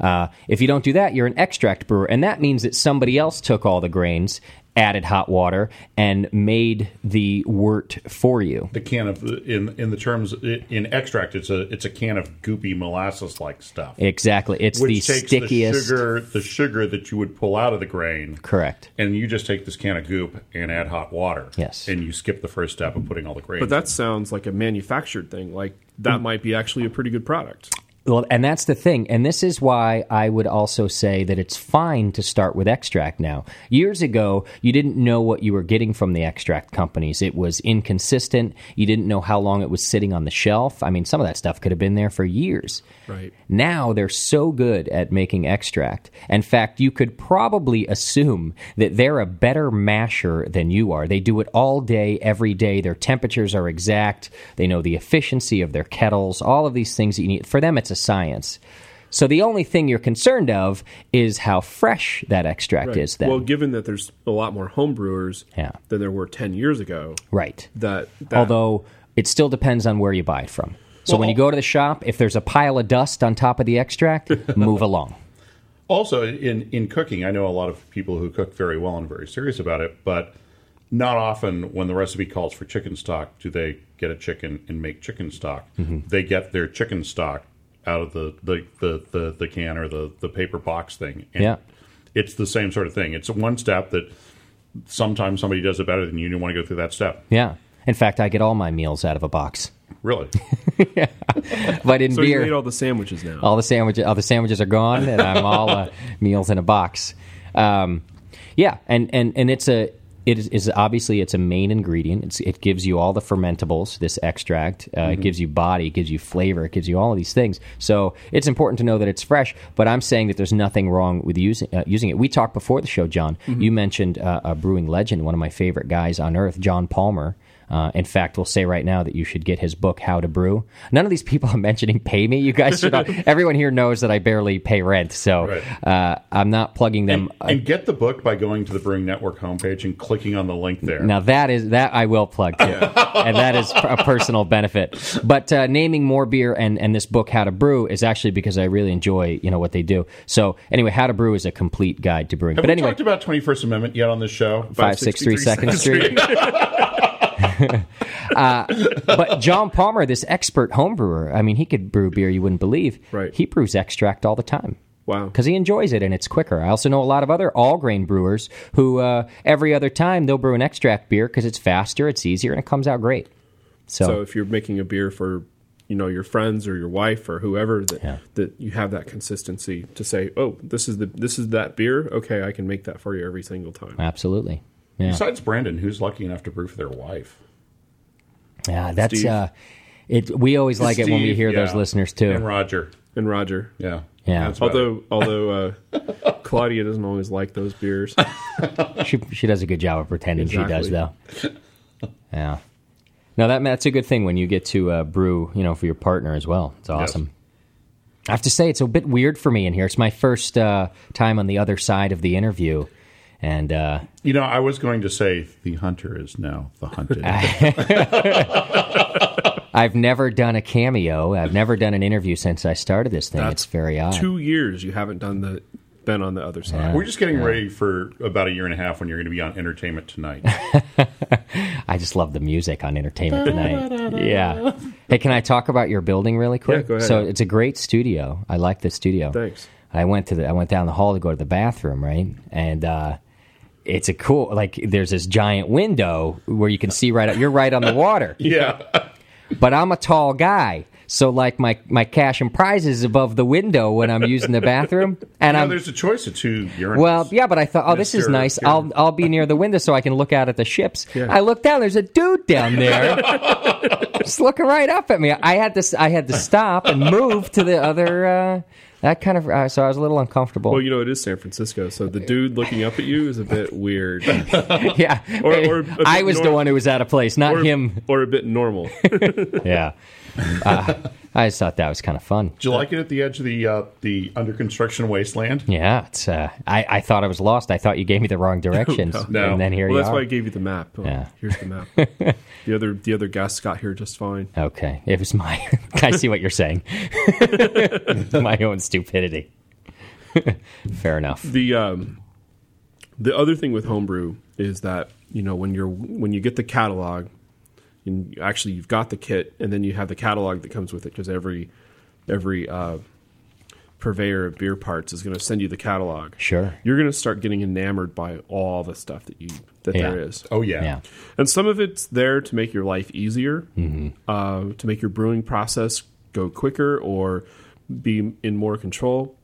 Speaker 2: Uh, if you don't do that, you're an extract brewer, and that means that somebody else took all the grains, added hot water, and made the wort for you.
Speaker 3: The can of in in the terms in extract, it's a it's a can of goopy molasses like stuff,
Speaker 2: Exactly, it's the
Speaker 3: which takes
Speaker 2: stickiest.
Speaker 3: the sugar the sugar that you would pull out of the grain.
Speaker 2: Correct.
Speaker 3: And you just take this can of goop and add hot water.
Speaker 2: Yes.
Speaker 3: And you skip the first step of putting all the grains.
Speaker 1: but that sounds like a manufactured thing. Like that
Speaker 2: Mm.
Speaker 1: might be actually a pretty good product.
Speaker 2: Well, and that's the thing. And this is why I would also say that it's fine to start with extract now. Years ago, you didn't know what you were getting from the extract companies. It was inconsistent. You didn't know how long it was sitting on the shelf. I mean, some of that stuff could have been there for years.
Speaker 1: Right.
Speaker 2: Now they're so good at making extract. In fact, you could probably assume that they're a better masher than you are. They do it all day, every day. Their temperatures are exact. They know the efficiency of their kettles, all of these things that you need. For them, it's a science. So the only thing you're concerned of is how fresh that extract is then.
Speaker 1: Well, given that there's a lot more home brewers
Speaker 2: Yeah.
Speaker 1: than there were ten years ago,
Speaker 2: right.
Speaker 1: that, that
Speaker 2: Although it still depends on where you buy it from. So when you go to the shop, if there's a pile of dust on top of the extract, move along.
Speaker 3: also in in cooking, I know a lot of people who cook very well and are very serious about it, but not often when the recipe calls for chicken stock do they get a chicken and make chicken stock.
Speaker 2: Mm-hmm.
Speaker 3: They get their chicken stock out of the the, the, the, the can or the, the paper box thing. And
Speaker 2: Yeah.
Speaker 3: It's the same sort of thing. It's one step that sometimes somebody does it better than you and you want to go through that step.
Speaker 2: Yeah. In fact, I get all my meals out of a box.
Speaker 3: Really.
Speaker 2: But in
Speaker 1: so you made
Speaker 2: beer, all-,
Speaker 1: all the sandwiches now.
Speaker 2: the sandwiches, all the sandwiches are gone, and I'm all uh, meals in a box. Um, yeah, and, and, and it's a it is, is obviously it's a main ingredient. It's, it gives you all the fermentables. This extract uh,
Speaker 1: Mm-hmm.
Speaker 2: it gives you body, it gives you flavor, it gives you all of these things. So it's important to know that it's fresh. But I'm saying that there's nothing wrong with using uh, using it. We talked before the show, John.
Speaker 1: Mm-hmm.
Speaker 2: You mentioned uh, a brewing legend, one of my favorite guys on earth, John Palmer. Uh, in fact, we'll say right now that you should get his book, How to Brew. None of these people I'm mentioning pay me. You guys should. all- everyone here knows that I barely pay rent, so
Speaker 3: Right.
Speaker 2: uh, I'm not plugging them.
Speaker 3: and get the book by going to the Brewing Network homepage and clicking on the link there.
Speaker 2: Now that is that I will plug too, and that is a personal benefit. But uh, naming more beer and and this book How to Brew is actually because I really enjoy you know what they do. So anyway, How to Brew is a complete guide to brewing.
Speaker 3: Have
Speaker 2: but
Speaker 3: we
Speaker 2: anyway,
Speaker 3: talked about 21st Amendment yet on this show?
Speaker 2: five six three second street. but John Palmer, this expert home brewer, I mean, he could brew beer you wouldn't believe.
Speaker 1: Right.
Speaker 2: He brews extract all the time.
Speaker 1: Wow.
Speaker 2: Because he enjoys it and it's quicker. I also know a lot of other all grain brewers who uh, every other time they'll brew an extract beer because it's faster, it's easier, and it comes out great. So,
Speaker 1: So if you're making a beer for you know your friends or your wife or whoever that that you have that consistency to say, oh, this is the this is that beer. Okay, I can make that for you every single time.
Speaker 2: absolutely. Yeah.
Speaker 3: Besides Brandon, who's lucky enough to brew for their wife?
Speaker 2: Yeah, that's
Speaker 1: Steve.
Speaker 2: uh, it. We always like it when we
Speaker 3: Steve,
Speaker 2: hear those
Speaker 3: yeah.
Speaker 2: listeners too.
Speaker 3: And Roger.
Speaker 1: and Roger.
Speaker 3: Yeah.
Speaker 2: Yeah.
Speaker 3: That's about it.
Speaker 1: Although although uh, Claudia doesn't always like those beers.
Speaker 2: She she does a good job of pretending she does
Speaker 1: Exactly.
Speaker 2: though. Yeah. No, that that's a good thing when you get to uh, brew, you know, for your partner as well. It's awesome. I have to say, it's a bit weird for me in here. It's my first uh, time on the other side of the interview, and uh,
Speaker 3: You know, I was going to say the hunter is now the hunted.
Speaker 2: I've never done a cameo. I've never done an interview since I started this thing. it's very odd.
Speaker 1: Two years you haven't done the been on the other side.
Speaker 3: We're just getting ready for about a year and a half when you're going to be on Entertainment Tonight.
Speaker 2: I just love the music on Entertainment Tonight. yeah. Hey, can I talk about your building really quick?
Speaker 1: go ahead.
Speaker 2: So it's a great studio. I like the studio.
Speaker 1: Thanks.
Speaker 2: I went to the I went down the hall to go to the bathroom, right? And uh it's a cool like there's this giant window where you can see right out you're right on the water.
Speaker 3: yeah.
Speaker 2: But I'm a tall guy. So like my my cash and prizes is above the window when I'm using the bathroom and
Speaker 3: Now,
Speaker 2: I'm
Speaker 3: there's a choice of two urinals.
Speaker 2: well, yeah, but I thought, oh, this is
Speaker 3: Mr.
Speaker 2: nice.
Speaker 3: Karen.
Speaker 2: I'll I'll be near the window so I can look out at the ships. I look down. There's a dude down there, just looking right up at me. I had to s- I had to stop and move to the other. Uh, that kind of uh, so I was a little uncomfortable.
Speaker 1: Well, you know it is San Francisco, so the dude looking up at you is a bit weird,
Speaker 2: yeah,
Speaker 1: or- or a
Speaker 2: I
Speaker 1: bit
Speaker 2: was the
Speaker 1: nor-
Speaker 2: one who was out of place, not
Speaker 1: or,
Speaker 2: him.
Speaker 1: or a bit normal.
Speaker 2: Yeah, uh, I just thought that was kind of fun.
Speaker 3: Did you like it at the edge of the uh, the under construction wasteland?
Speaker 2: Yeah, it's. Uh, I I thought I was lost. I thought you gave me the wrong directions,
Speaker 3: No.
Speaker 2: and then here
Speaker 1: well,
Speaker 2: you
Speaker 1: that's why I
Speaker 2: are.
Speaker 1: gave you the map. Oh,
Speaker 2: Yeah.
Speaker 1: Here's the map. the other the other guests got here just fine.
Speaker 2: Okay, it was my. I see what you're saying. my own stupidity. Fair enough.
Speaker 1: The um, the other thing with homebrew is that you know when you're when you get the catalog, and you- actually you've got the kit, and then you have the catalog that comes with it because every every uh, purveyor of beer parts is going to send you the catalog.
Speaker 2: Sure.
Speaker 1: you're going to start getting enamored by all the stuff that you that
Speaker 2: Yeah.
Speaker 1: there is.
Speaker 3: Oh yeah.
Speaker 2: Yeah.
Speaker 1: And some of it's there to make your life easier,
Speaker 2: Mm-hmm.
Speaker 1: uh, to make your brewing process go quicker or be in more control.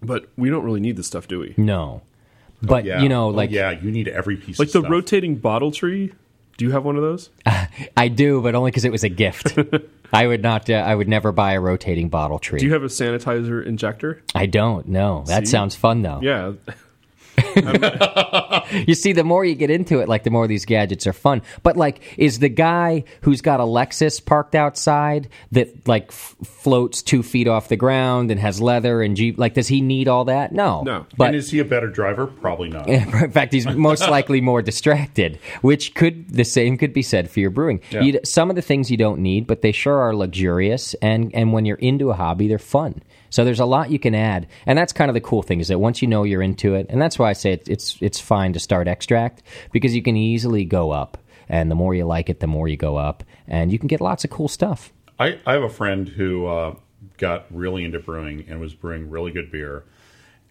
Speaker 1: But we don't really need this stuff, do we?
Speaker 2: No. But
Speaker 3: Yeah.
Speaker 2: you know,
Speaker 3: Oh,
Speaker 2: like
Speaker 3: yeah, you need every piece.
Speaker 1: Like
Speaker 3: of
Speaker 1: the
Speaker 3: stuff.
Speaker 1: rotating bottle tree. Do you have one of those?
Speaker 2: I do, but only because it was a gift. I would not. Uh, I would never buy a rotating bottle tree.
Speaker 1: Do you have a sanitizer injector?
Speaker 2: I don't. No, that
Speaker 1: See?
Speaker 2: sounds fun though.
Speaker 1: Yeah.
Speaker 2: You see, the more you get into it, like the more these gadgets are fun. But like, is the guy who's got a Lexus parked outside that like f- floats two feet off the ground and has leather and Jeep? Like, does he need all that? No.
Speaker 1: No.
Speaker 2: But
Speaker 3: and is he a better driver? Probably not.
Speaker 2: In fact, he's most likely more distracted, which could the same could be said for your brewing. You, some of the things you don't need, but they sure are luxurious, and and when you're into a hobby, they're fun. So there's a lot you can add, and that's kind of the cool thing is that once you know you're into it, and that's why I say it's it's, it's fine to start extract because you can easily go up, and the more you like it, the more you go up, and you can get lots of cool stuff.
Speaker 3: I, I have a friend who uh, got really into brewing and was brewing really good beer,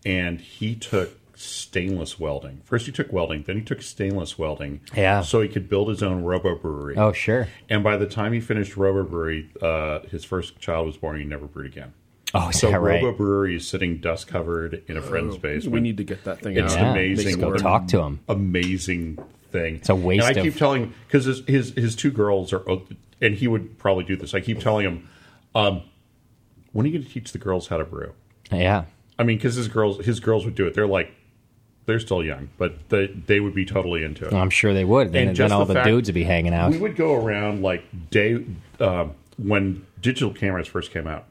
Speaker 3: and he took stainless welding. First, he took welding, then he took stainless welding.
Speaker 2: Yeah.
Speaker 3: So he could build his own robo brewery.
Speaker 2: Oh sure.
Speaker 3: And by the time he finished robo brewery, uh, his first child was born. He never brewed again.
Speaker 2: Oh, is
Speaker 3: So
Speaker 2: that right?
Speaker 3: robo brewery is sitting dust covered in a friend's basement.
Speaker 1: We need to get that thing
Speaker 3: It's
Speaker 1: out.
Speaker 2: yeah,
Speaker 3: amazing
Speaker 2: Just go
Speaker 3: work.
Speaker 2: talk to him.
Speaker 3: amazing thing. It's
Speaker 2: a waste
Speaker 3: And I
Speaker 2: of-
Speaker 3: keep telling him because his, his his two girls are, oh, and he would probably do this. I keep telling him, um, when are you going to teach the girls how to brew?
Speaker 2: Yeah.
Speaker 3: I mean, because his girls his girls would do it. They're like, they're still young, but they they would be totally into it.
Speaker 2: I'm sure they would. Then,
Speaker 3: And just
Speaker 2: then all
Speaker 3: the
Speaker 2: the,
Speaker 3: fact-
Speaker 2: dudes would be hanging out.
Speaker 3: We would go around like day uh, when digital cameras first came out.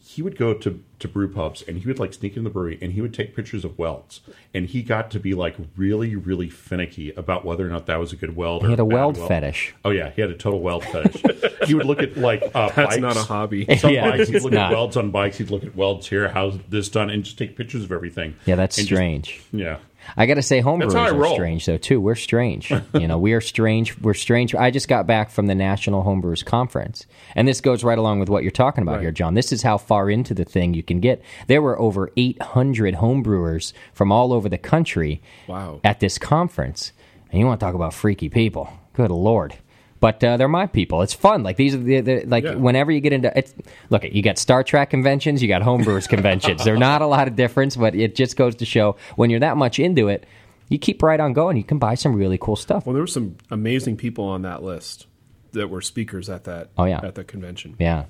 Speaker 3: He would go to to brew pubs and he would like sneak in the brewery and he would take pictures of welds and he got to be like really really finicky about whether or not that was a good weld. He
Speaker 2: had a weld fetish.
Speaker 3: Oh yeah, he had a total weld fetish. he would look at like uh,
Speaker 1: That's
Speaker 3: bikes.
Speaker 1: not a hobby.
Speaker 3: Some
Speaker 2: Yeah,
Speaker 3: bikes, he'd
Speaker 2: it's
Speaker 3: look
Speaker 2: not.
Speaker 3: at welds on bikes. He'd look at welds here. How's this done? And just take pictures of everything.
Speaker 2: Yeah, that's
Speaker 3: And just-
Speaker 2: strange.
Speaker 3: yeah,
Speaker 2: I gotta say, homebrewers
Speaker 3: That's how I
Speaker 2: are
Speaker 3: roll.
Speaker 2: strange though too. We're strange. you know, we are strange. We're strange. I just got back from the National Homebrewers Conference, and this goes right along with what you're talking about here, John. This is how far into the thing you can get. There were over 800 homebrewers from all over the country
Speaker 1: Wow.
Speaker 2: at this conference, and you want to talk about freaky people? Good lord. But uh, they're my people. It's fun. Like these are the, the like
Speaker 1: Yeah.
Speaker 2: whenever you get into it's look you got Star Trek conventions, you got homebrewers conventions. They're not a lot of difference, but it just goes to show when you're that much into it, you keep right on going. You can buy some really cool stuff.
Speaker 1: Well, there were some amazing people on that list. that were speakers at that
Speaker 2: Oh, yeah.
Speaker 1: at the convention.
Speaker 2: Yeah.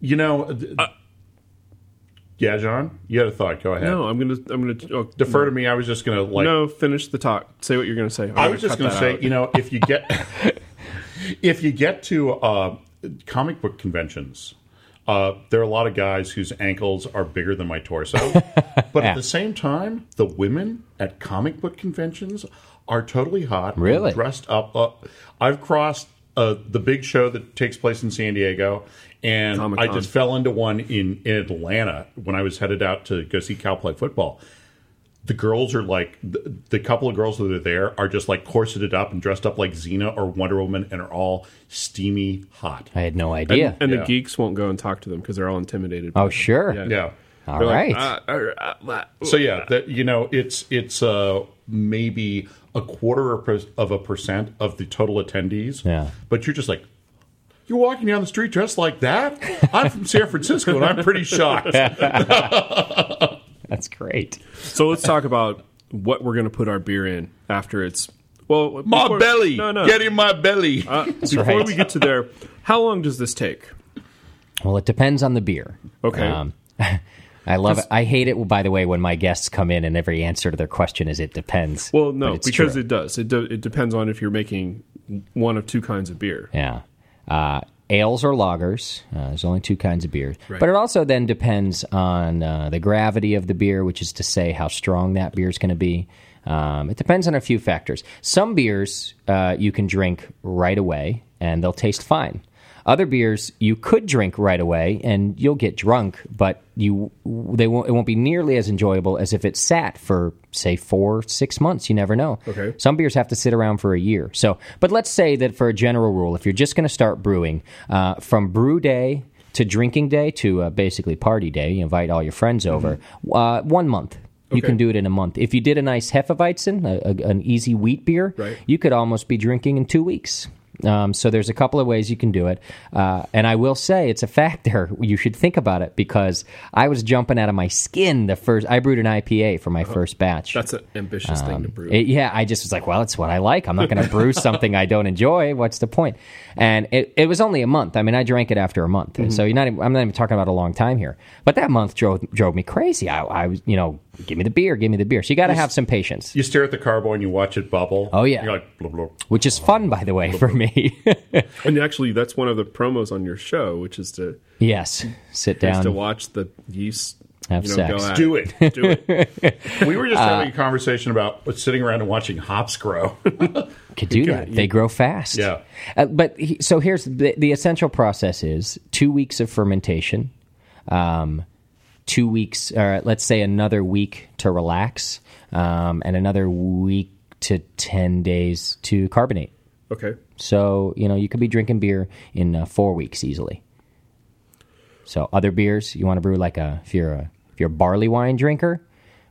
Speaker 3: You know, th- yeah, John, you had a thought. Go ahead.
Speaker 1: No, I'm gonna I'm gonna oh,
Speaker 3: Defer to me. I was just going to like.
Speaker 1: no finish the talk. Say what you're gonna say. I'm
Speaker 3: I was just
Speaker 1: cut
Speaker 3: going to
Speaker 1: that
Speaker 3: say,
Speaker 1: out.
Speaker 3: you know, if you get if you get to uh, comic book conventions, uh, there are a lot of guys whose ankles are bigger than my torso. but at the same time, the women at comic book conventions are totally hot. and
Speaker 2: Really?
Speaker 3: dressed up. Uh, I've crossed uh, the big show that takes place in San Diego. And I
Speaker 1: Comic-Con.
Speaker 3: just fell into one in, in Atlanta when I was headed out to go see Cal play football the girls are like the, the couple of girls that are there are just like corseted up and dressed up like Xena or Wonder Woman and are all steamy hot.
Speaker 2: I had no
Speaker 1: and,
Speaker 2: idea.
Speaker 1: and
Speaker 3: Yeah.
Speaker 1: the geeks won't go and talk to them because they're all intimidated. by
Speaker 2: oh,
Speaker 1: them.
Speaker 2: sure.
Speaker 1: Yeah.
Speaker 3: Yeah.
Speaker 2: All
Speaker 1: They're
Speaker 2: right.
Speaker 1: like, "Ah, er, ah, blah."
Speaker 3: So yeah, that you know, it's it's uh maybe a quarter of per- of a percent of the total attendees.
Speaker 2: Yeah.
Speaker 3: But you're just like you're walking down the street dressed like that? I'm from San Francisco and I'm pretty shocked.
Speaker 2: That's great.
Speaker 1: So let's talk about what we're gonna put our beer in after it's well
Speaker 3: My
Speaker 1: before-
Speaker 3: belly.
Speaker 1: No, no.
Speaker 3: Get in my belly.
Speaker 1: Uh, before
Speaker 2: right.
Speaker 1: we get to there, how long does this take?
Speaker 2: Well, it depends on the beer. Um,
Speaker 1: Okay.
Speaker 2: I love it. I hate it, by the way, when my guests come in and every answer to their question is it depends.
Speaker 1: Well, no,
Speaker 2: But it's
Speaker 1: because
Speaker 2: true.
Speaker 1: it does. It do, it depends on if you're making one of two kinds of beer.
Speaker 2: Yeah. Uh, ales or lagers. Uh, there's only two kinds of beers. But it also then depends on uh, the gravity of the beer, which is to say how strong that beer is going to be. Um, it depends on a few factors. Some beers uh, you can drink right away and they'll taste fine. Other beers you could drink right away and you'll get drunk, but you they won't, it won't be nearly as enjoyable as if it sat for say four six months. You never know.
Speaker 1: Okay.
Speaker 2: Some beers have to sit around for a year. So, but let's say that for a general rule, if you're just going to start brewing, uh, from brew day to drinking day to uh, basically party day, you invite all your friends over, uh, one month. You
Speaker 1: Mm-hmm. Okay.
Speaker 2: can do it in a month. If you did a nice Hefeweizen, a, a, an easy wheat beer,
Speaker 1: Right.
Speaker 2: you could almost be drinking in two weeks. Um, so there's a couple of ways you can do it, uh, and I will say it's a factor. You should think about it because I was jumping out of my skin the first. I brewed an IPA for my
Speaker 1: Uh-huh.
Speaker 2: first batch.
Speaker 1: That's an ambitious thing to brew.
Speaker 2: Um, It- yeah, I just was like, well, it's what I like. I'm not going to brew something I don't enjoy. What's the point? And it, it was only a month. I mean, I drank it after a month, and so you're not. Even, I'm not even talking about a long time here. But that month drove drove me crazy. I, I was, you know, give me the beer, give me the beer. So you got to have some patience,
Speaker 3: You stare at the carbo and you watch it bubble.
Speaker 2: Oh, yeah.
Speaker 3: You're like blah, blah.
Speaker 2: which is fun, by the way, for me.
Speaker 1: and actually, that's one of the promos on your show, which is to
Speaker 2: yes, sit
Speaker 1: is to
Speaker 2: down.
Speaker 1: watch the yeast.
Speaker 2: Um, Have
Speaker 1: you know,
Speaker 2: sex.
Speaker 1: Go at
Speaker 3: Do it.
Speaker 1: Do it.
Speaker 3: we were
Speaker 2: Uh,
Speaker 3: just having a conversation about sitting around and watching hops grow.
Speaker 2: could do that. They grow fast.
Speaker 3: Yeah.
Speaker 2: Uh, but he, so here's the, the essential process is two weeks of fermentation, um, two weeks, or let's say another week to relax, um, and another week to 10 days to carbonate.
Speaker 1: Okay.
Speaker 2: So, you know, you could be drinking beer in uh, four weeks easily. So, other beers, you want to brew like a, if you're a, if you're a barley wine drinker,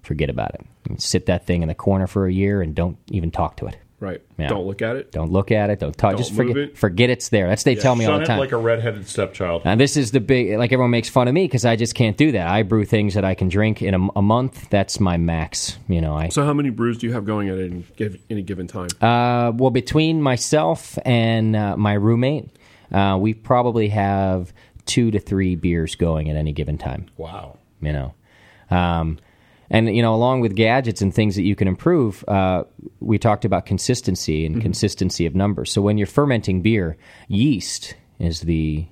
Speaker 2: forget about it. Sit that thing in the corner for a year and don't even talk to it.
Speaker 1: Right.
Speaker 2: Yeah.
Speaker 1: Don't look at it.
Speaker 2: Don't look at it. Don't talk. just
Speaker 1: move
Speaker 2: forget.
Speaker 1: it.
Speaker 2: Forget it's there. That's they tell me all
Speaker 3: Shun
Speaker 2: the
Speaker 3: it
Speaker 2: time. Uh,
Speaker 3: like a redheaded stepchild.
Speaker 2: Now, this is the big like everyone makes fun of me because I just can't do that. I brew things that I can drink in a, a month. That's my max. You know, I
Speaker 1: So, how many brews do you have going at any, giv- any given time?
Speaker 2: uh, well between myself and uh, my roommate, uh, we probably have two to three beers going at any given time.
Speaker 3: Wow.
Speaker 2: you know um, and you know along with gadgets and things that you can improve uh, we talked about consistency and consistency of numbers so when you're fermenting beer yeast is the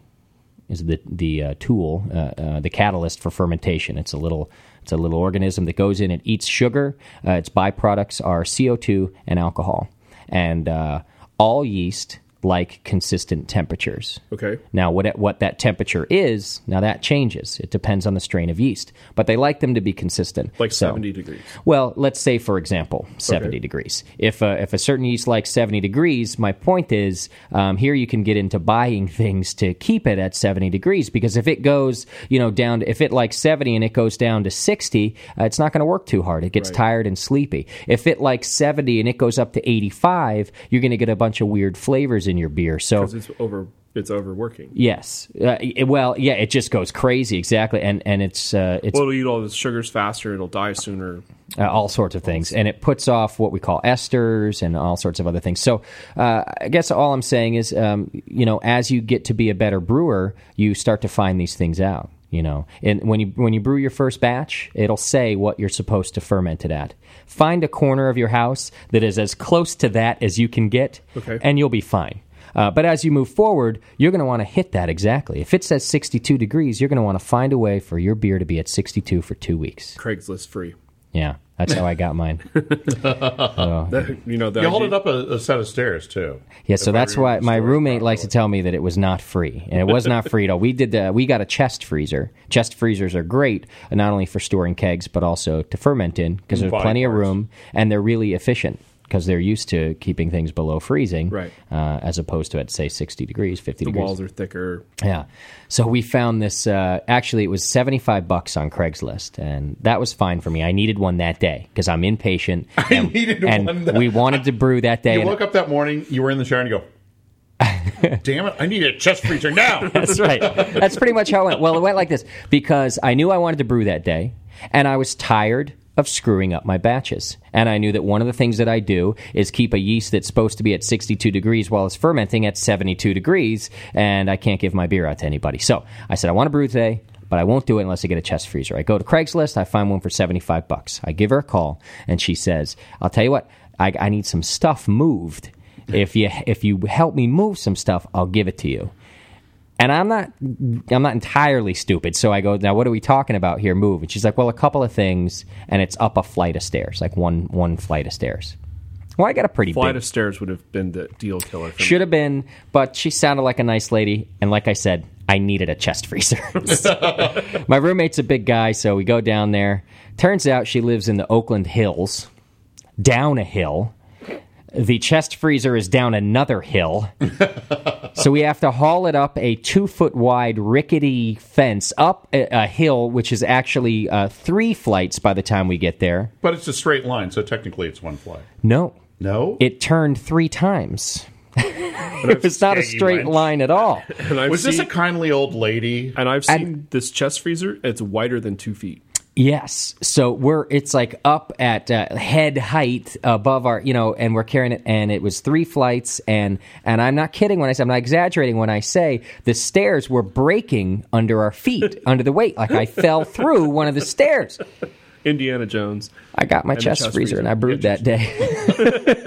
Speaker 2: is the the uh, tool uh, uh, the catalyst for fermentation it's a little it's a little organism that goes in and eats sugar uh, its byproducts are co2 and alcohol and uh, all yeast like consistent temperatures
Speaker 1: Okay.
Speaker 2: now, what it- what that temperature is, now that changes. It depends on the strain of yeast, but they like them to be consistent.
Speaker 1: Like
Speaker 2: So-
Speaker 1: 70 degrees.
Speaker 2: Well, let's say for example, seventy degrees. If a, if a certain yeast likes seventy degrees, my point is um, here you can get into buying things to keep it at seventy degrees because if it goes you know down to, if it likes seventy and it goes down to sixty, uh, it's not going to work too hard. It gets tired and sleepy. If it likes seventy and it goes up to eighty five, you're going to get a bunch of weird flavors in in your beer. So
Speaker 1: Because it's over. It's overworking.
Speaker 2: yes, uh, it- well, yeah, it just goes crazy exactly, and and it's uh, it's
Speaker 1: Well, it'll eat all the sugars faster. It'll die sooner.
Speaker 2: uh, all sorts of things, and it puts off what we call esters and all sorts of other things. So, uh, I guess all I'm saying is, um, you know, as you get to be a better brewer, you start to find these things out. You know, and when you when you brew your first batch, it'll say what you're supposed to ferment it at. Find a corner of your house that is as close to that as you can get,
Speaker 1: Okay.
Speaker 2: and you'll be fine. Uh, but as you move forward, you're going to want to hit that exactly. If it says 62 degrees, you're going to want to find a way for your beer to be at 62 for two weeks.
Speaker 1: Craigslist free.
Speaker 2: Yeah, that's how I got mine. Oh,
Speaker 1: That- you know that.
Speaker 3: You hold it up a, a set of stairs too.
Speaker 2: Yeah, so
Speaker 3: If I
Speaker 2: that's why
Speaker 3: remember the
Speaker 2: my
Speaker 3: story
Speaker 2: roommate
Speaker 3: properly.
Speaker 2: likes to tell me that it was not free, and it was not free at all. We did the, we got a chest freezer. Chest freezers are great, uh, not only for storing kegs but also to ferment in because there's
Speaker 3: Body
Speaker 2: plenty of
Speaker 3: parts.
Speaker 2: room and they're really efficient because they're used to keeping things below freezing,
Speaker 1: Right.
Speaker 2: Uh, as opposed to at say 60 degrees, 50
Speaker 1: The
Speaker 2: degrees.
Speaker 1: walls are thicker.
Speaker 2: Yeah. So we found this. Uh, actually, it was 75 bucks on Craigslist, and that was fine for me. I needed one that day because I'm impatient. I and,
Speaker 3: needed
Speaker 2: and
Speaker 3: one that-
Speaker 2: we wanted to brew that day.
Speaker 3: You
Speaker 2: and-
Speaker 3: woke up that morning, you were in the shower, and you go, "Damn it! I need a chest freezer now."
Speaker 2: That's right. That's pretty much how it went. Well, it went like this because I knew I wanted to brew that day, and I was tired of screwing up my batches. And I knew that one of the things that I do is keep a yeast that's supposed to be at 62 degrees while it's fermenting at 72 degrees, and I can't give my beer out to anybody. So I said, I want to brew today. But I won't do it unless I get a chest freezer. I go to Craigslist, I find one for 75 bucks. I give her a call, and she says, I'll tell you what, I, I need some stuff moved. If you, if you help me move some stuff, I'll give it to you and I'm not I'm not entirely stupid. So I go, now what are we talking about here? Move. And she's like, well, a couple of things, and it's up a flight of stairs, like one one flight of stairs. Well, I got a pretty
Speaker 1: Flight
Speaker 2: big
Speaker 1: of stairs would have been the deal killer. For me.
Speaker 2: should have been, but she sounded like a nice lady, and like I said, I needed a chest freezer. So- my roommate's a big guy, so we go down there. Turns out she lives in the Oakland Hills, down a hill. The chest freezer is down another hill. So we have to haul it up a two foot wide rickety fence up a, a hill, which is actually uh, three flights by the time we get there.
Speaker 3: but it's a straight line, so technically it's one fly.
Speaker 2: No,
Speaker 3: No,
Speaker 2: it turned three times. it was not a
Speaker 3: Shaggy
Speaker 2: straight
Speaker 3: Munch.
Speaker 2: line at all.
Speaker 1: And I've
Speaker 3: was this a
Speaker 1: seen-
Speaker 3: kindly old lady?
Speaker 1: and I've seen this chest freezer. It's wider than two feet.
Speaker 2: Yes. So we're it's like up at uh, head height above our, you know, and we're carrying it and it was three flights and and I'm not kidding when I say I'm not exaggerating when I say the stairs were breaking under our feet under the weight like I fell through one of the stairs.
Speaker 1: Indiana Jones.
Speaker 2: I got my
Speaker 1: the
Speaker 2: chest,
Speaker 1: chest
Speaker 2: freezer,
Speaker 1: freezer.
Speaker 2: and I brewed that day.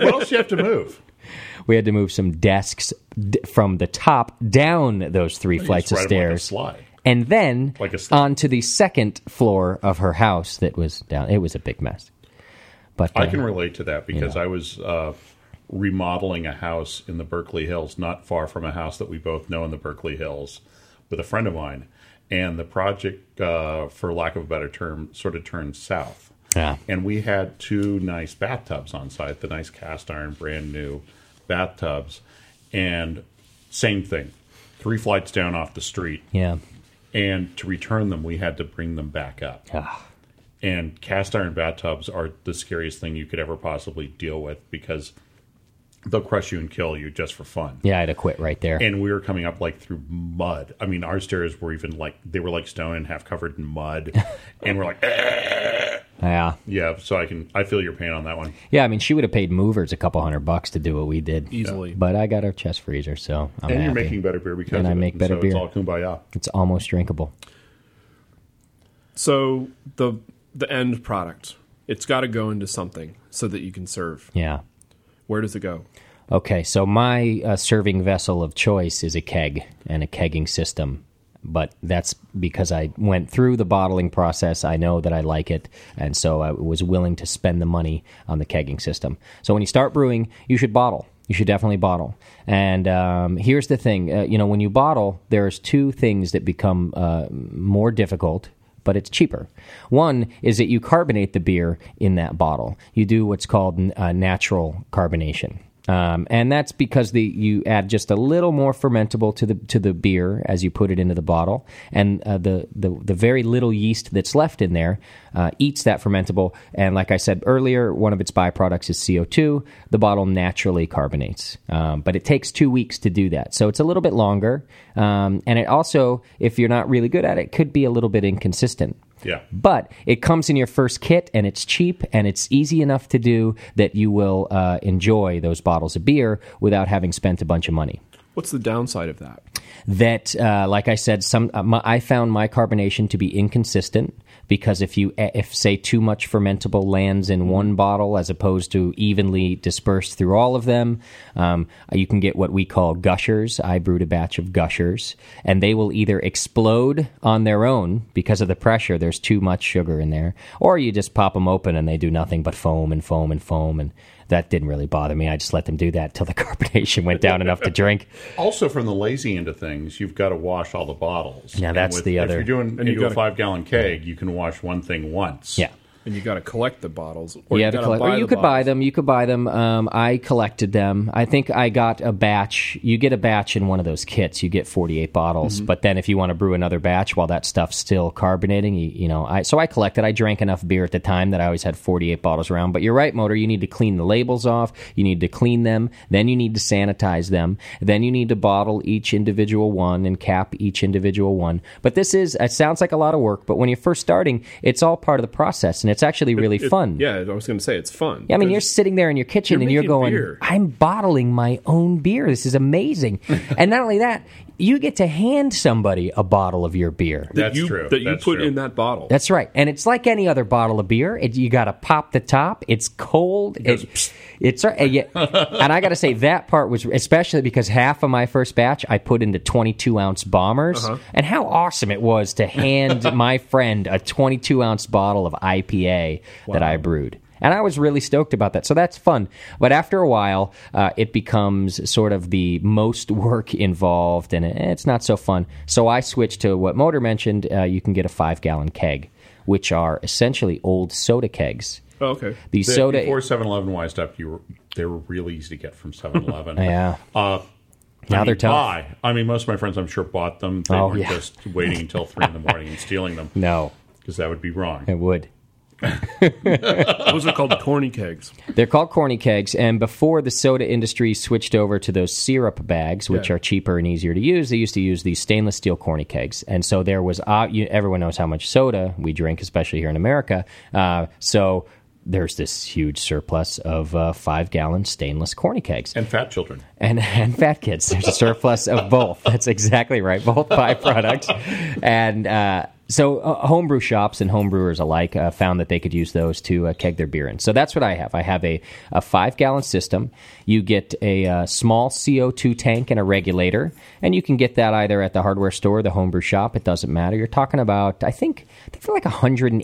Speaker 3: what else do you have to move?
Speaker 2: we had to move some desks d- from the top down those three flights of
Speaker 3: Just ride 'em like a
Speaker 2: stairs.
Speaker 3: slide.
Speaker 2: and then
Speaker 3: Like a slide.
Speaker 2: onto the second floor of her house that was down. It was a big mess. But
Speaker 3: I
Speaker 2: uh,
Speaker 3: can relate to that because I was uh, remodeling a house in the Berkeley Hills, not far from a house that we both know in the Berkeley Hills, with a friend of mine. And the project, uh, for lack of a better term, sort of turned south.
Speaker 2: Yeah.
Speaker 3: And we had two nice bathtubs on site, the nice cast iron, brand new bathtubs. And same thing, three flights down off the street.
Speaker 2: yeah.
Speaker 3: And to return them, we had to bring them back up
Speaker 2: Ah.
Speaker 3: and cast iron bathtubs are the scariest thing you could ever possibly deal with because they'll crush you and kill you just for fun.
Speaker 2: Yeah, I'd have quit right there.
Speaker 3: And we were coming up like through mud. I mean, our stairs were even like they were like stone and half covered in mud, and we're like, "Eh."
Speaker 2: yeah.
Speaker 3: yeah. So I can I feel your pain on that one.
Speaker 2: Yeah, I mean, she would have paid movers a couple hundred bucks to do what we did.
Speaker 1: Easily.
Speaker 2: But I got our chest freezer, so
Speaker 3: and
Speaker 2: I'm happy.
Speaker 3: you're making better beer because
Speaker 2: And
Speaker 3: of
Speaker 2: I
Speaker 3: it.
Speaker 2: make better
Speaker 3: so
Speaker 2: beer.
Speaker 3: It's all kumbaya.
Speaker 2: it's almost drinkable.
Speaker 1: So the the end product, it's got to go into something so that you can serve.
Speaker 2: Yeah.
Speaker 1: Where does it go?
Speaker 2: Okay, so my uh, serving vessel of choice is a keg and a kegging system. But that's because I went through the bottling process. I know that I like it. And so I was willing to spend the money on the kegging system. So when you start brewing, you should bottle. You should definitely bottle. And um, here's the thing uh, you know, when you bottle, there's two things that become uh, more difficult but it's cheaper. One is that you carbonate the beer in that bottle. You do what's called uh, natural carbonation. Um, and that's because the you add just a little more fermentable to the to the beer as you put it into the bottle, and uh, the, the the very little yeast that's left in there uh, eats that fermentable. And like I said earlier, one of its byproducts is CO two. The bottle naturally carbonates, um, but it takes two weeks to do that, so it's a little bit longer. Um, and it also, if you're not really good at it, could be a little bit inconsistent.
Speaker 3: Yeah.
Speaker 2: But it comes in your first kit, and it's cheap, and it's easy enough to do that you will uh, enjoy those bottles of beer without having spent a bunch of money.
Speaker 1: What's the downside of that?
Speaker 2: That, uh, like I said, some uh, my, I found my carbonation to be inconsistent because if you if say too much fermentable lands in one bottle as opposed to evenly dispersed through all of them, um, you can get what we call gushers. I brewed a batch of gushers, and they will either explode on their own because of the pressure. There's too much sugar in there, or you just pop them open and they do nothing but foam and foam and foam and. That didn't really bother me. I just let them do that till the carbonation went down enough to drink.
Speaker 3: Also, from the lazy end of things, you've got to wash all the bottles.
Speaker 2: Now,
Speaker 3: And
Speaker 2: that's
Speaker 3: with-
Speaker 2: the
Speaker 3: If
Speaker 2: other-
Speaker 3: you're doing
Speaker 1: you
Speaker 3: into a
Speaker 1: gotta-
Speaker 3: five gallon keg, you can wash one thing once.
Speaker 2: Yeah.
Speaker 1: And you got to collect the bottles. Or
Speaker 2: yeah,
Speaker 1: you
Speaker 2: to
Speaker 1: gotta
Speaker 2: collect-
Speaker 1: buy
Speaker 2: or you
Speaker 1: the
Speaker 2: could buy
Speaker 1: bottles.
Speaker 2: them. You could buy them. Um, I collected them. I think I got a batch. You get a batch in one of those kits. You get forty-eight bottles.
Speaker 1: Mm-hmm.
Speaker 2: But then if you want to brew another batch while that stuff's still carbonating, you, you know. I so I collected. I drank enough beer at the time that I always had forty-eight bottles around. But you're right, motor. You need to clean the labels off. You need to clean them. Then you need to sanitize them. Then you need to bottle each individual one and cap each individual one. But this is. It sounds like a lot of work. But when you're first starting, it's all part of the process, and it's actually really fun.
Speaker 1: Yeah, I was going to say it's fun.
Speaker 2: Yeah, I mean, you're
Speaker 1: There's-
Speaker 2: sitting there in your kitchen
Speaker 1: You're
Speaker 2: and you're
Speaker 1: making
Speaker 2: going,
Speaker 1: beer.
Speaker 2: I'm bottling my own beer. This is amazing. and not only that, you get to hand somebody a bottle of your beer.
Speaker 3: That's
Speaker 1: you-
Speaker 3: true.
Speaker 1: That you
Speaker 3: That's
Speaker 1: put
Speaker 3: true.
Speaker 1: in that bottle.
Speaker 2: That's right. And it's like any other bottle of beer. It, you got to pop the top. It's cold. It- it's and, yet- and I got to say that part was especially because half of my first batch I put into 22 ounce bombers.
Speaker 1: Uh-huh.
Speaker 2: And how awesome it was to hand my friend a 22 ounce bottle of IPA that I brewed. And I was really stoked about that. So that's fun. But after a while, uh, it becomes sort of the most work involved, and eh, it's not so fun. So I switched to what Motor mentioned. Uh, you can get a five gallon keg, which are essentially old soda kegs.
Speaker 1: oh, okay.
Speaker 3: The-
Speaker 2: The soda.
Speaker 3: before 7-Eleven wised up, you were they were real easy to get from 7-Eleven.
Speaker 2: yeah.
Speaker 3: Uh, I
Speaker 2: now
Speaker 3: mean,
Speaker 2: they're tough.
Speaker 3: buy. I mean, most of my friends, I'm sure, bought them. They
Speaker 2: Oh,
Speaker 3: weren't
Speaker 2: yeah.
Speaker 3: just waiting until three in the morning and stealing them.
Speaker 2: No,
Speaker 3: because that would be wrong.
Speaker 2: it would.
Speaker 1: Those are called corny kegs.
Speaker 2: They're called corny kegs, and before the soda industry switched over to those syrup bags, which
Speaker 1: Yeah.
Speaker 2: are cheaper and easier to use, they used to use these stainless steel corny kegs. And so there was uh, you, everyone knows how much soda we drink, especially here in America. Uh, so there's this huge surplus of uh, five gallon stainless corny kegs
Speaker 3: And fat children.
Speaker 2: and, and fat kids. There's a surplus of both. That's exactly right. Both byproducts. And uh, so uh, homebrew shops and homebrewers alike uh, found that they could use those to uh, keg their beer in. So that's what I have. I have a, a five gallon system. You get a uh, small CO2 tank and a regulator. And you can get that either at the hardware store, the homebrew shop. It doesn't matter. You're talking about, I think, I think they're like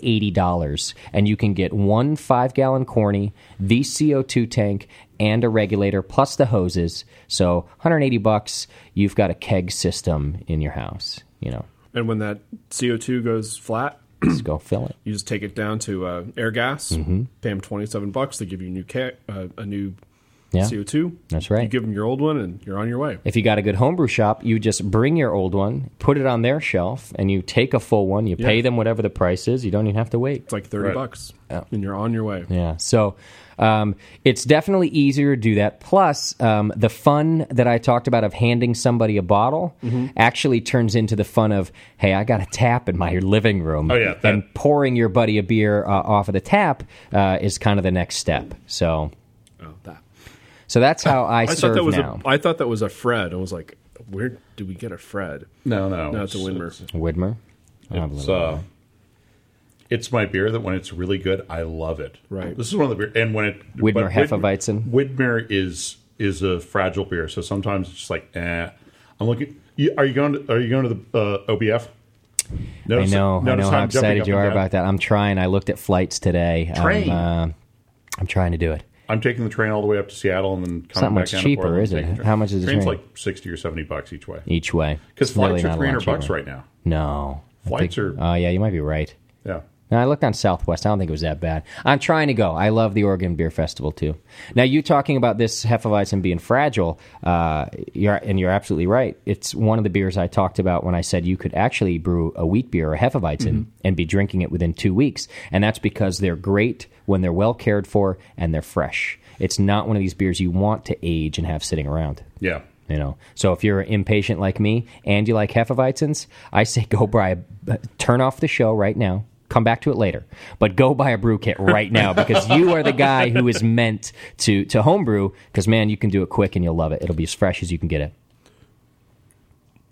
Speaker 2: $180. And you can get one five gallon corny, the CO2 tank, and a regulator plus the hoses. So 180 bucks, you've got a keg system in your house. You know,
Speaker 1: And when that CO2 goes flat,
Speaker 2: just go fill it.
Speaker 1: you just take it down to uh, air gas,
Speaker 2: Mm-hmm.
Speaker 1: pay them 27 bucks. They give you a new, keg, uh, a new
Speaker 2: Yeah.
Speaker 1: CO2.
Speaker 2: That's right.
Speaker 1: You give them your old one and you're on your way.
Speaker 2: If you got a good homebrew shop, you just bring your old one, put it on their shelf, and you take a full one. You pay them whatever the price is. You don't even have to wait.
Speaker 1: It's like 30
Speaker 3: Right.
Speaker 1: bucks and you're on your way.
Speaker 2: Yeah. So um, it's definitely easier to do that. Plus, um, the fun that I talked about of handing somebody a bottle
Speaker 3: Mm-hmm.
Speaker 2: actually turns into the fun of, hey, I got a tap in my living room.
Speaker 3: Oh, yeah, that-
Speaker 2: And pouring your buddy a beer uh, off of the tap uh, is kind of the next step. So.
Speaker 1: Oh, that.
Speaker 2: So that's how I,
Speaker 1: I thought
Speaker 2: serve
Speaker 1: that was
Speaker 2: now.
Speaker 1: a. I thought that was a Fred. I was like, where do we get a Fred?
Speaker 3: No, no.
Speaker 1: No, it's a Windmer.
Speaker 3: It's, uh,
Speaker 2: Widmer. I'll have a
Speaker 3: it's,
Speaker 2: little-
Speaker 3: uh, it's my beer that when it's really good, I love it.
Speaker 1: Right.
Speaker 3: This is one of the beer, and when it
Speaker 2: Widmer
Speaker 3: but
Speaker 2: Hefeweizen.
Speaker 3: Widmer is is a fragile beer, so sometimes it's just like, eh. I'm looking. You, are you going? To, are you going to the uh, OBF?
Speaker 2: I
Speaker 3: Notice,
Speaker 2: know. I
Speaker 3: notice
Speaker 2: know how
Speaker 3: I'm jumping
Speaker 2: excited
Speaker 3: up
Speaker 2: you
Speaker 3: and
Speaker 2: are
Speaker 3: down.
Speaker 2: about that. I'm trying. I looked at flights today.
Speaker 3: Train.
Speaker 2: I'm, uh, I'm trying to do it.
Speaker 3: I'm taking the train all the way up to Seattle and then
Speaker 2: not
Speaker 3: coming back
Speaker 2: much
Speaker 3: down
Speaker 2: cheaper,
Speaker 3: to Portland
Speaker 2: is
Speaker 3: and
Speaker 2: it?
Speaker 3: taking
Speaker 2: How much is the
Speaker 3: Train's
Speaker 2: train?
Speaker 3: like sixty or seventy bucks each way.
Speaker 2: each way.
Speaker 3: Because
Speaker 2: It's really
Speaker 3: flights
Speaker 2: not
Speaker 3: are
Speaker 2: a
Speaker 3: three
Speaker 2: lot
Speaker 3: hundred bucks
Speaker 2: cheaper.
Speaker 3: right now.
Speaker 2: No, I
Speaker 3: Flights
Speaker 2: think- uh,
Speaker 3: are-
Speaker 2: Oh yeah, you might be right.
Speaker 3: Yeah.
Speaker 2: Now, I looked on Southwest. I don't think it was that bad. I'm trying to go. I love the Oregon Beer Festival too. Now, you talking about this Hefeweizen being fragile, uh, you're, and you're absolutely right. It's one of the beers I talked about when I said you could actually brew a wheat beer or a Hefeweizen and be drinking it within two weeks. And that's because they're great when they're well cared for and they're fresh. It's not one of these beers you want to age and have sitting around.
Speaker 3: Yeah.
Speaker 2: You know, so if you're impatient like me and you like Hefeweizens, I say go buy. A, turn off the show right now. Come back to it later, but go buy a brew kit right now because you are the guy who is meant to to homebrew. Because man, you can do it quick and you'll love it. It'll be as fresh as you can get it.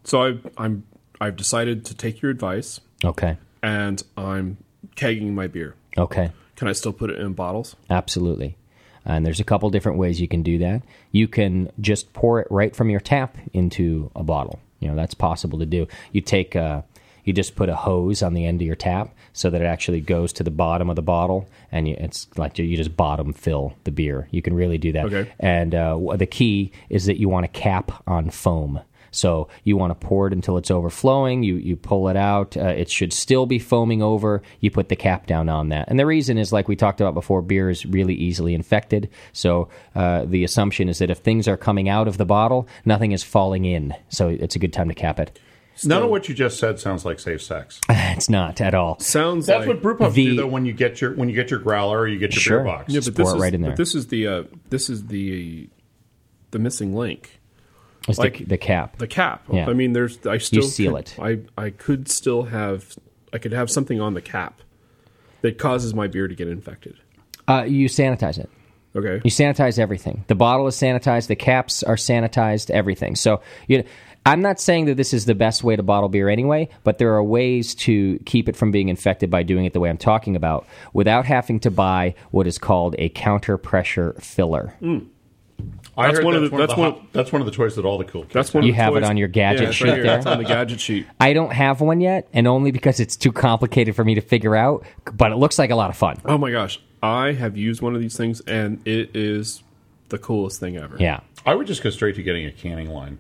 Speaker 1: So I, I'm I've decided to take your advice,
Speaker 2: Okay,
Speaker 1: and I'm kegging my beer.
Speaker 2: okay,
Speaker 1: Can I still put it in bottles?
Speaker 2: absolutely. And there's a couple different ways you can do that. You can just pour it right from your tap into a bottle. You know that's possible to do. You take a, you just put a hose on the end of your tap so that it actually goes to the bottom of the bottle, and you, it's like you just bottom fill the beer. You can really do that.
Speaker 1: Okay.
Speaker 2: And uh, wh- the key is that you want to cap on foam. So you want to pour it until it's overflowing. You you pull it out. Uh, it should still be foaming over. You put the cap down on that. And the reason is, like we talked about before, beer is really easily infected. So uh, the assumption is that if things are coming out of the bottle, nothing is falling in. So it's a good time to cap it.
Speaker 3: None of what you just said sounds like safe sex.
Speaker 2: It's not at all.
Speaker 1: Sounds
Speaker 3: That's
Speaker 1: like
Speaker 3: what brew pubs do
Speaker 2: the-
Speaker 3: though. When you get your when you get your growler or you get your
Speaker 2: Sure.
Speaker 3: beer box,
Speaker 2: Yeah,
Speaker 1: but
Speaker 2: pour
Speaker 1: this
Speaker 2: it
Speaker 1: is,
Speaker 2: right in there.
Speaker 1: But this is the uh, this is the the missing link.
Speaker 2: It's the,
Speaker 1: Like-
Speaker 2: the cap.
Speaker 1: The cap.
Speaker 2: Yeah.
Speaker 1: I mean, there's. I still
Speaker 2: seal
Speaker 1: could-
Speaker 2: it.
Speaker 1: I I could still have. I could have something on the cap that causes my beer to get infected.
Speaker 2: Uh, you sanitize it.
Speaker 1: Okay.
Speaker 2: You sanitize everything. The bottle is sanitized. The caps are sanitized. Everything. So you know, I'm not saying that this is the best way to bottle beer anyway, but there are ways to keep it from being infected by doing it the way I'm talking about, without having to buy what is called a counter pressure filler.
Speaker 3: I
Speaker 1: That's
Speaker 3: heard
Speaker 1: one of the-
Speaker 3: that's
Speaker 1: that's
Speaker 3: one
Speaker 1: one-
Speaker 3: that's one of the toys that all the cool kids.
Speaker 1: That's one. of
Speaker 2: You
Speaker 1: the
Speaker 2: have it
Speaker 1: toys-
Speaker 2: on your gadget
Speaker 1: yeah, it's
Speaker 2: sheet
Speaker 1: right here.
Speaker 2: there?
Speaker 1: It's on the gadget sheet.
Speaker 2: I don't have one yet, and only because it's too complicated for me to figure out. But it looks like a lot of fun.
Speaker 1: Oh my gosh, I have used one of these things, and it is the coolest thing ever.
Speaker 2: Yeah,
Speaker 3: I would just go straight to getting a canning line.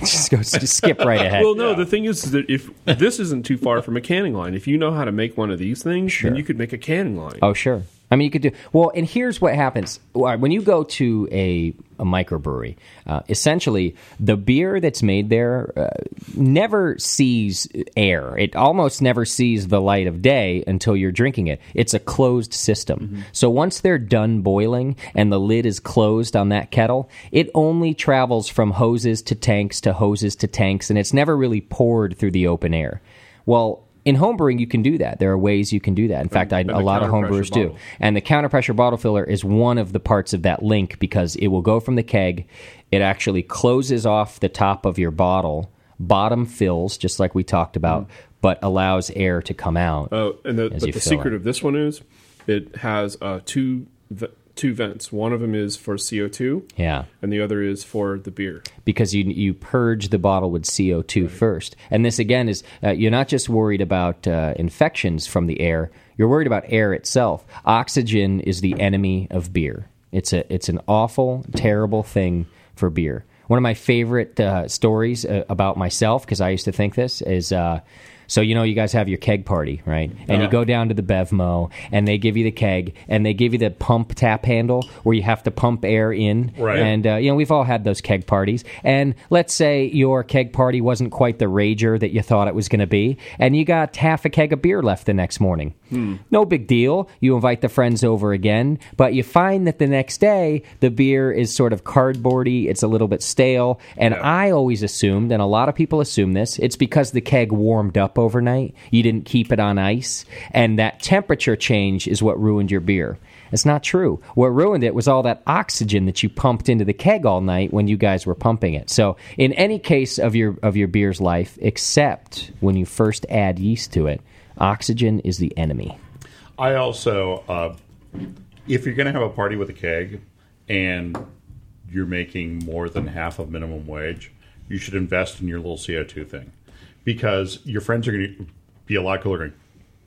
Speaker 2: just go just skip right ahead.
Speaker 1: Well, no, the thing is that if this isn't too far from a canning line, if you know how to make one of these things, then you could make a canning line.
Speaker 2: Oh, sure. I mean, you could do well. And here's what happens Why- when you go to a, a microbrewery. Uh, essentially, the beer that's made there uh, never sees air. It almost never sees the light of day until you're drinking it. It's a closed system. So once they're done boiling and the lid is closed on that kettle, it only travels from hoses to tanks to hoses to tanks, and it's never really poured through the open air. Well. In homebrewing, you can do that. There are ways you can do that. In fact, I, a
Speaker 1: the
Speaker 2: lot of
Speaker 1: counter pressure
Speaker 2: homebrewers do.
Speaker 1: bottle.
Speaker 2: And the counter pressure bottle filler is one of the parts of that link because it will go from the keg, it actually closes off the top of your bottle, bottom fills, just like we talked about,
Speaker 1: Mm.
Speaker 2: but allows air to come out.
Speaker 1: Oh, and the,
Speaker 2: you
Speaker 1: but the
Speaker 2: fill
Speaker 1: secret of this one is it has uh, two v- two vents. One of them is for CO two,
Speaker 2: yeah.
Speaker 1: and the other is for the beer.
Speaker 2: because you you purge the bottle with CO2 first. And this again is uh, you're not just worried about uh, infections from the air. You're worried about air itself. Oxygen is the enemy of beer. It's a it's an awful, terrible thing for beer. One of my favorite uh, stories uh, about myself because I used to think this is. Uh, so you know you guys have your keg party, right? And you go down to the Bevmo, and they give you the keg, and they give you the pump tap handle where you have to pump air in,
Speaker 3: Right.
Speaker 2: and and uh, you know we've all had those keg parties and let's say your keg party wasn't quite the rager that you thought it was going to be and you got half a keg of beer left the next morning no big deal you invite the friends over again but you find that the next day the beer is sort of cardboardy it's a little bit stale and i always assumed and a lot of people assume this it's because the keg warmed up overnight you didn't keep it on ice and that temperature change is what ruined your beer it's not true. What ruined it was all that oxygen that you pumped into the keg all night when you guys were pumping it. So, in any case of your of your beer's life, except when you first add yeast to it, oxygen is the enemy.
Speaker 3: I also, uh, if you're going to have a party with a keg and you're making more than half of minimum wage, you should invest in your little CO2 thing because your friends are going to be a lot cooler. Going,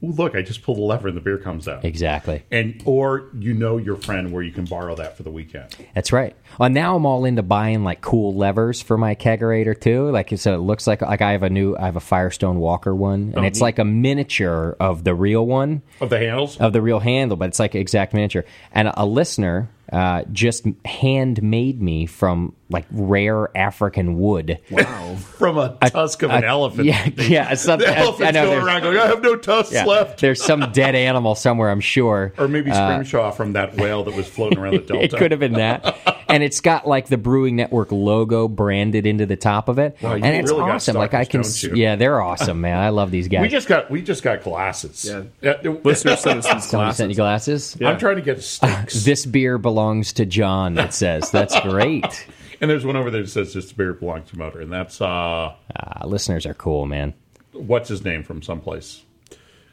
Speaker 3: "Ooh, look, I just pulled a lever and the beer comes out.
Speaker 2: Exactly.
Speaker 3: And or you know your friend where you can borrow that for the weekend.
Speaker 2: That's right. Well, now I'm all into buying like cool levers for my kegerator too. Like so, it looks like like I have a new I have a Firestone Walker one, and it's like a miniature of the real one
Speaker 3: Of the handles,
Speaker 2: of the real handle, but it's like an exact miniature. And a listener uh, just handmade me from like rare African wood.
Speaker 4: Wow.
Speaker 3: from a tusk of an elephant.
Speaker 2: Yeah, yeah. Some,
Speaker 3: The elephants
Speaker 2: I know
Speaker 3: go
Speaker 2: there's-
Speaker 3: around going, "I have no tusks
Speaker 2: yeah,
Speaker 3: left,"
Speaker 2: there's some dead animal somewhere, I'm sure. Uh,
Speaker 3: or maybe scrimshaw from that whale that was floating around the delta.
Speaker 2: It could have been that. and it's got like the Brewing Network logo branded into the top of it.
Speaker 3: Wow, you
Speaker 2: and it's
Speaker 3: really got
Speaker 2: awesome. Like I can
Speaker 3: stalkers, don't you?
Speaker 2: Yeah, they're awesome, man. I love these guys.
Speaker 3: We just got we just got glasses.
Speaker 1: Yeah.
Speaker 3: Uh,
Speaker 1: Listener sent us some
Speaker 2: Somebody sent
Speaker 1: glasses.
Speaker 2: you glasses.
Speaker 1: Yeah.
Speaker 3: I'm trying to
Speaker 2: Uh,
Speaker 3: get sticks.
Speaker 2: This beer belongs to John, it says. That's great.
Speaker 3: and there's one over there that says this beer belongs to motor, and that's uh
Speaker 2: Ah, listeners are cool, man.
Speaker 3: what's his name from someplace.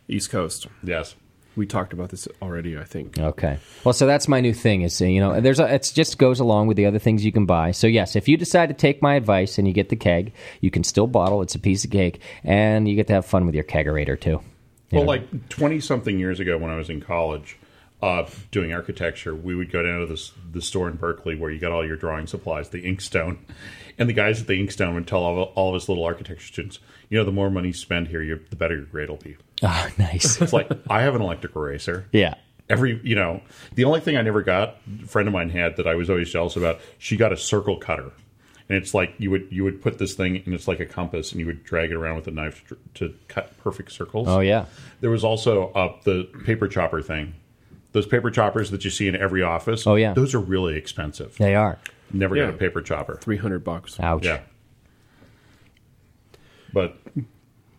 Speaker 1: East Coast.
Speaker 3: Yes.
Speaker 1: We talked about this already, I think.
Speaker 2: Okay. Well, so that's my new thing is, you know, there's a, it's just goes along with the other things you can buy. So yes, if you decide to take my advice and you get the keg, you can still bottle. It's a piece of cake and you get to have fun with your kegerator too.
Speaker 3: Well, like twenty something years ago, when I was in college, uh, doing architecture, we would go down to this the store in Berkeley where you got all your drawing supplies, the inkstone, and the guys at the inkstone would tell all, all of us little architecture students, you know, the more money you spend here, you the better your grade will be.
Speaker 2: Ah, nice.
Speaker 3: It's like I have an electric eraser.
Speaker 2: Yeah.
Speaker 3: Every you know, the only thing I never got, a friend of mine had that I was always jealous about. She got a circle cutter, and it's like you would you would put this thing, and it's like a compass, and you would drag it around with a knife to, to cut perfect circles.
Speaker 2: Oh yeah.
Speaker 3: There was also uh, the paper chopper thing. Those paper choppers that you see in every office.
Speaker 2: Oh, yeah.
Speaker 3: those are really expensive.
Speaker 2: They are.
Speaker 3: Never
Speaker 1: Yeah.
Speaker 3: got a paper chopper.
Speaker 1: 300 bucks.
Speaker 2: Ouch.
Speaker 3: Yeah, but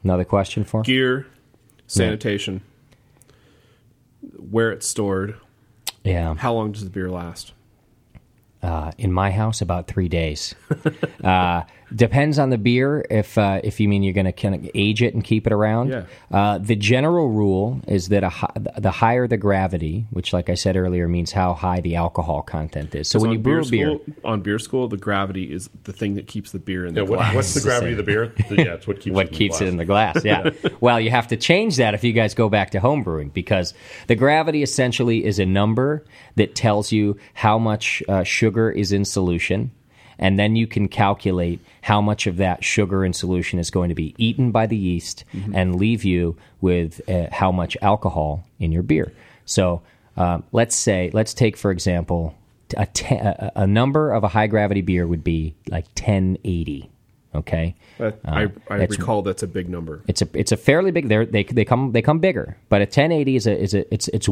Speaker 2: Another question for him?
Speaker 1: Gear, sanitation, where it's stored,
Speaker 2: Yeah.
Speaker 1: how long does the beer last?
Speaker 2: Uh, in my house, about three days. uh, depends on the beer. If uh, if you mean you're going to kind of age it and keep it around.
Speaker 1: Yeah.
Speaker 2: Uh, the general rule is that a hi- the higher the gravity, which, like I said earlier, means how high the alcohol content is. So when you
Speaker 1: on
Speaker 2: brew a beer,
Speaker 1: school, on beer school, the gravity is the thing that keeps the beer in the
Speaker 3: yeah, what,
Speaker 1: glass.
Speaker 3: what's the gravity of the beer? yeah, it's what keeps
Speaker 2: what
Speaker 3: it in the
Speaker 2: keeps
Speaker 3: glass.
Speaker 2: it in the glass. Yeah. well, you have to change that if you guys go back to home brewing because the gravity essentially is a number that tells you how much uh, sugar is in solution. And then you can calculate how much of that sugar in solution is going to be eaten by the yeast and leave you with uh, how much alcohol in your beer. So uh, let's say, let's take, for example, a, te- a a number of a high gravity beer would be like 1080. Okay.
Speaker 1: That- Uh, I, I
Speaker 2: that's-
Speaker 1: recall that's a big number.
Speaker 2: It's a it's a fairly big. they're- They they come they come bigger, but a 1080 is a is a it's it's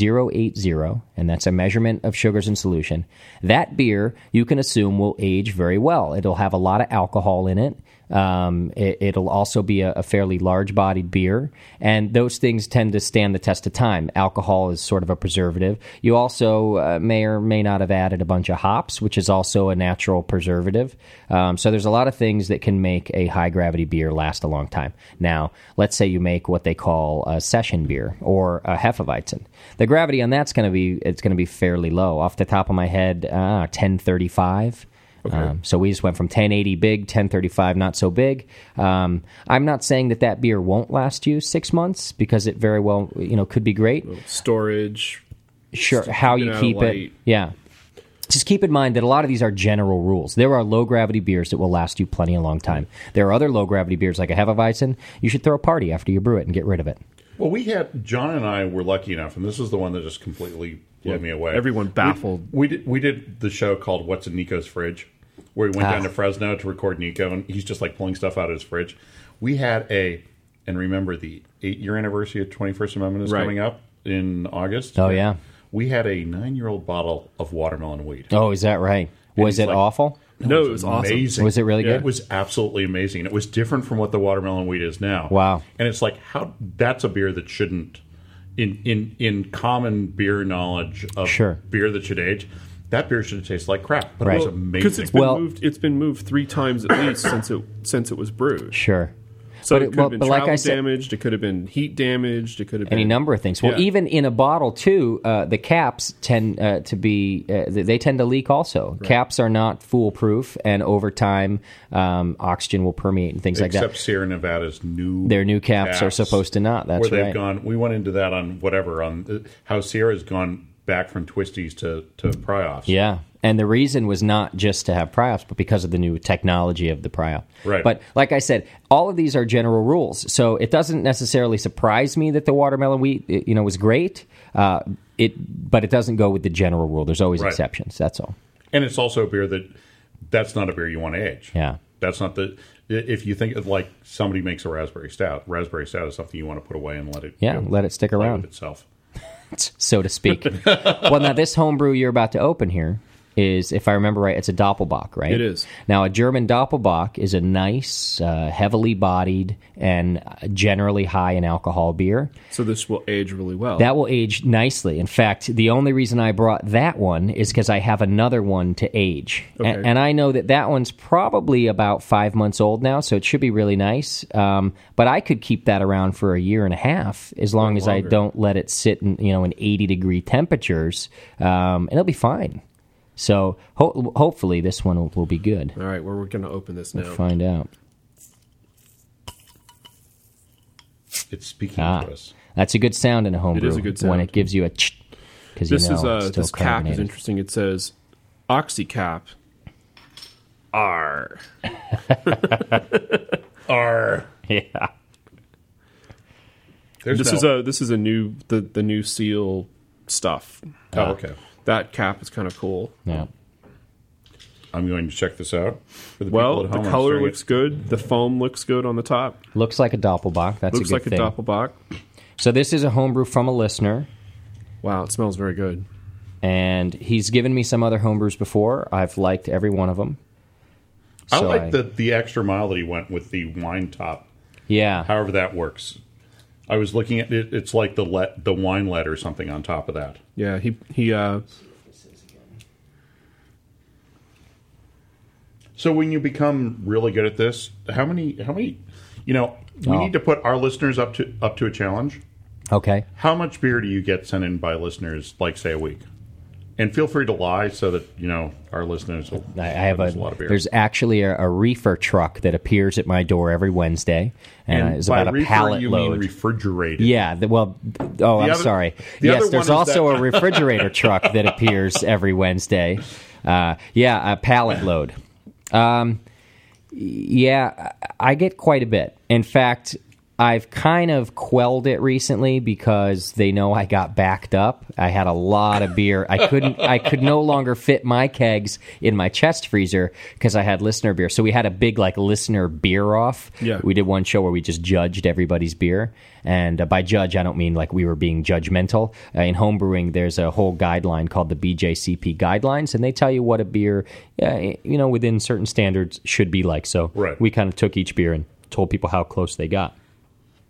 Speaker 2: 1.080, and that's a measurement of sugars in solution. That beer you can assume will age very well. It'll have a lot of alcohol in it. Um, it will also be a, a fairly large bodied beer, and those things tend to stand the test of time. Alcohol is sort of a preservative. You also uh, may or may not have added a bunch of hops, which is also a natural preservative. Um, so there's a lot of things that can make a high gravity beer last a long time. Now, let's say you make what they call a session beer or a hefeweizen. The gravity on that's going to be it's going to be fairly low. Off the top of my head, uh, 1035. Um, so we just went from 1080 big, 1035 not so big. Um, I'm not saying that that beer won't last you six months because it very well, you know, could be great
Speaker 1: Storage,
Speaker 2: sure how
Speaker 1: keep it
Speaker 2: you
Speaker 1: out of
Speaker 2: keep it
Speaker 1: light.
Speaker 2: yeah just keep in mind that a lot of these are general rules. There are low gravity beers that will last you plenty a long time. There are other low gravity beers like a Hefeweizen. You should throw a party after you brew it and get rid of it.
Speaker 3: Well, we had John and I were lucky enough, and this is the one that just completely blew me away.
Speaker 1: everyone baffled.
Speaker 3: We did we did the show called "What's in Nico's Fridge," where we went
Speaker 2: Ah.
Speaker 3: down to Fresno to record Nico, and he's just like pulling stuff out of his fridge. We had a, and remember the eight-year anniversary of Twenty First Amendment is
Speaker 1: Right.
Speaker 3: coming up in August.
Speaker 2: Oh, yeah.
Speaker 3: we had a nine-year-old bottle of watermelon weed.
Speaker 2: Oh, is that right? Was
Speaker 3: he's
Speaker 2: it
Speaker 3: like-
Speaker 2: awful?
Speaker 1: No, it was awesome.
Speaker 3: Amazing.
Speaker 2: Was it really
Speaker 3: Yeah,
Speaker 2: good?
Speaker 3: It was absolutely amazing. and It was different from what the watermelon wheat is now.
Speaker 2: Wow.
Speaker 3: And it's like how that's a beer that shouldn't in in in common beer knowledge of
Speaker 2: Sure.
Speaker 3: beer that should age. That beer should taste like crap, but
Speaker 2: Right.
Speaker 3: it was
Speaker 2: Well,
Speaker 1: Because
Speaker 3: amazing.
Speaker 1: it's been
Speaker 2: Well-
Speaker 1: moved. It's been moved three times at least since it since it was brewed.
Speaker 2: Sure.
Speaker 1: So
Speaker 2: But
Speaker 1: it,
Speaker 2: it-
Speaker 1: could
Speaker 2: well,
Speaker 1: have been
Speaker 2: but like
Speaker 1: travel
Speaker 2: I said-
Speaker 1: damaged. It could have been heat damaged. It could have been
Speaker 2: any number of things. Well,
Speaker 1: Yeah.
Speaker 2: even in a bottle too, uh, the caps tend uh, to be uh, th- they tend to leak. Also, caps are not foolproof, and over time, um, oxygen will permeate and things like
Speaker 3: Except
Speaker 2: that.
Speaker 3: Sierra Nevada's new
Speaker 2: Their new caps, are supposed to not.
Speaker 3: where
Speaker 2: That's
Speaker 3: they've
Speaker 2: right.
Speaker 3: gone. We went into that on whatever on uh, how Sierra's gone back from twisties to to pry offs.
Speaker 2: Yeah. And the reason was not just to have priops, but because of the new technology of the priop.
Speaker 3: Right.
Speaker 2: But like I said, all of these are general rules, so it doesn't necessarily surprise me that the watermelon wheat, i- you know, was great. Uh, it, but it doesn't go with the general rule. There's always
Speaker 3: Right.
Speaker 2: exceptions. That's all.
Speaker 3: and it's also a beer that that's not a beer you want to age.
Speaker 2: Yeah.
Speaker 3: that's not the if you think of like somebody makes a raspberry stout. Raspberry stout is something you want to put away and let it
Speaker 2: Yeah,
Speaker 3: go
Speaker 2: let it stick
Speaker 3: play
Speaker 2: around.
Speaker 3: with itself.
Speaker 2: so to speak. well, now this homebrew you're about to open here is, if I remember right, it's a Doppelbock, right?
Speaker 1: It is.
Speaker 2: Now, a German Doppelbock is a nice, uh, heavily bodied, and generally high in alcohol beer.
Speaker 1: So this will age really well.
Speaker 2: That will age nicely. In fact, the only reason I brought that one is because I have another one to age. A-
Speaker 1: Okay.
Speaker 2: And, I know that that one's probably about five months old now, so it should be really nice. Um, but I could keep that around for a year and a half as long as I don't let it sit in, you know, in 80 degree temperatures, um, and it'll be fine. So ho- hopefully this one will, will be good.
Speaker 1: All right, well, we're going to open this now.
Speaker 2: Find out.
Speaker 3: It's speaking
Speaker 2: Ah,
Speaker 3: to us.
Speaker 2: that's a good sound in a homebrew.
Speaker 1: is a good
Speaker 2: When
Speaker 1: sound.
Speaker 2: it gives you a ch- because you
Speaker 1: This
Speaker 2: know
Speaker 1: is uh,
Speaker 2: it's still
Speaker 1: this cap is
Speaker 2: carbonated.
Speaker 1: interesting. It says OxyCap R.
Speaker 3: R.
Speaker 2: Yeah.
Speaker 3: There's
Speaker 1: This
Speaker 3: no-
Speaker 1: is a this is a new the the new seal stuff.
Speaker 3: Oh, okay.
Speaker 1: That cap is kind of cool.
Speaker 2: Yeah.
Speaker 3: I'm going to check this out for the
Speaker 1: Well,
Speaker 3: people at
Speaker 1: the
Speaker 3: home. I'm
Speaker 1: color
Speaker 3: staring at-
Speaker 1: looks good. The foam looks good on the top.
Speaker 2: Looks like a doppelbock. That's
Speaker 1: looks
Speaker 2: a good
Speaker 1: like
Speaker 2: thing.
Speaker 1: a doppelbock.
Speaker 2: so this is a homebrew from a listener,
Speaker 1: Wow, it smells very good.
Speaker 2: and he's given me some other homebrews before. I've liked every one of them.
Speaker 3: I
Speaker 2: So
Speaker 3: like the the extra mile that he went with the wine top.
Speaker 2: Yeah.
Speaker 3: However, that works. I was looking at it. It's like the let the wine let or something on top of that.
Speaker 1: Yeah, he he uh
Speaker 3: So when you become really good at this, how many how many you know, we
Speaker 2: Oh.
Speaker 3: need to put our listeners up to up to a challenge.
Speaker 2: Okay.
Speaker 3: How much beer do you get sent in by listeners like say a week? And feel free to lie so that, you know, our listeners will
Speaker 2: I, I have a,
Speaker 3: there's lot of beer.
Speaker 2: there's actually a, a reefer truck that appears at my door every Wednesday, and,
Speaker 3: and
Speaker 2: it's
Speaker 3: by
Speaker 2: about a
Speaker 3: reefer,
Speaker 2: pallet
Speaker 3: you
Speaker 2: load.
Speaker 3: mean refrigerated.
Speaker 2: yeah, the, well, oh, I'm
Speaker 3: other-
Speaker 2: sorry.
Speaker 3: the other
Speaker 2: yes,
Speaker 3: one
Speaker 2: there's
Speaker 3: is
Speaker 2: also a refrigerator truck that appears every Wednesday. Uh, yeah, a pallet load. Um, yeah, I I get quite a bit. In fact, I've kind of quelled it recently because they know I got backed up. I had a lot of beer. I couldn't. I could no longer fit my kegs in my chest freezer because I had listener beer. So we had a big like listener beer off.
Speaker 1: Yeah.
Speaker 2: We did one show where we just judged everybody's beer, and uh, by judge I don't mean like we were being judgmental. Uh, in homebrewing, there's a whole guideline called the BJCP guidelines, and they tell you what a beer, uh, you know, within certain standards should be like. So
Speaker 3: Right.
Speaker 2: we kind of took each beer and told people how close they got.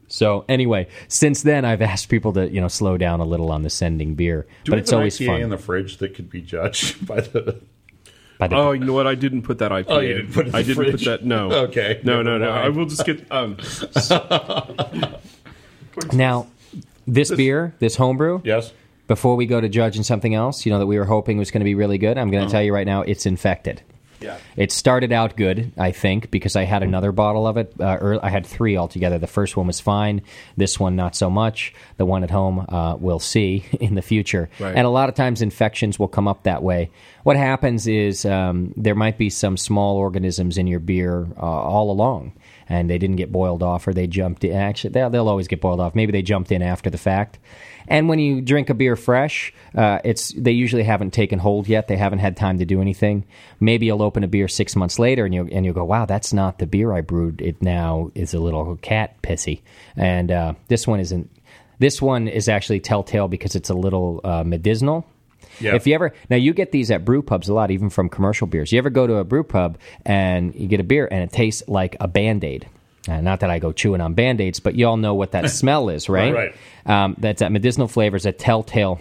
Speaker 2: So anyway, since then I've asked people to you know slow down a little on the sending beer,
Speaker 3: Do we
Speaker 2: but
Speaker 3: have
Speaker 2: it's
Speaker 3: an
Speaker 2: always
Speaker 3: IPA
Speaker 2: fun.
Speaker 3: in the fridge that could be judged by the
Speaker 2: by the
Speaker 1: Oh, you know what? I didn't put that IPA.
Speaker 3: Oh, you didn't put it in
Speaker 1: I
Speaker 3: the
Speaker 1: didn't put
Speaker 3: fridge.
Speaker 1: that. No.
Speaker 3: Okay,
Speaker 1: No, no,
Speaker 3: never
Speaker 1: no.
Speaker 3: mind.
Speaker 1: I will just get. Um,
Speaker 2: now, this beer, this homebrew,
Speaker 3: Yes?
Speaker 2: before we go to judging something else, you know, that we were hoping was going to be really good, I'm
Speaker 3: Uh-huh.
Speaker 2: going to tell you right now, it's infected.
Speaker 3: Yeah.
Speaker 2: It started out good, I think, because I had
Speaker 3: Mm-hmm.
Speaker 2: another bottle of it. Uh, or I had three altogether. The first one was fine. This one, not so much. The one at home, uh, we'll see in the future.
Speaker 1: Right.
Speaker 2: And a lot of times, infections will come up that way. What happens is um, there might be some small organisms in your beer uh, all along, and they didn't get boiled off, or they jumped in. Actually, they'll, they'll always get boiled off. Maybe they jumped in after the fact. And when you drink a beer fresh, uh, it's they usually haven't taken hold yet. They haven't had time to do anything. Maybe you'll open a beer six months later and you and you'll go, "Wow, that's not the beer I brewed. It now is a little cat pissy." And uh, this one isn't. This one is actually telltale because it's a little uh, medicinal.
Speaker 3: Yeah.
Speaker 2: If you ever now you get these at brew pubs a lot, even from commercial beers. You ever go to a brew pub and you get a beer and it tastes like a band aid. Uh, not that I go chewing on band aids, but y'all know what that smell is, right?
Speaker 3: Right.
Speaker 2: Um, that's that medicinal flavor is a telltale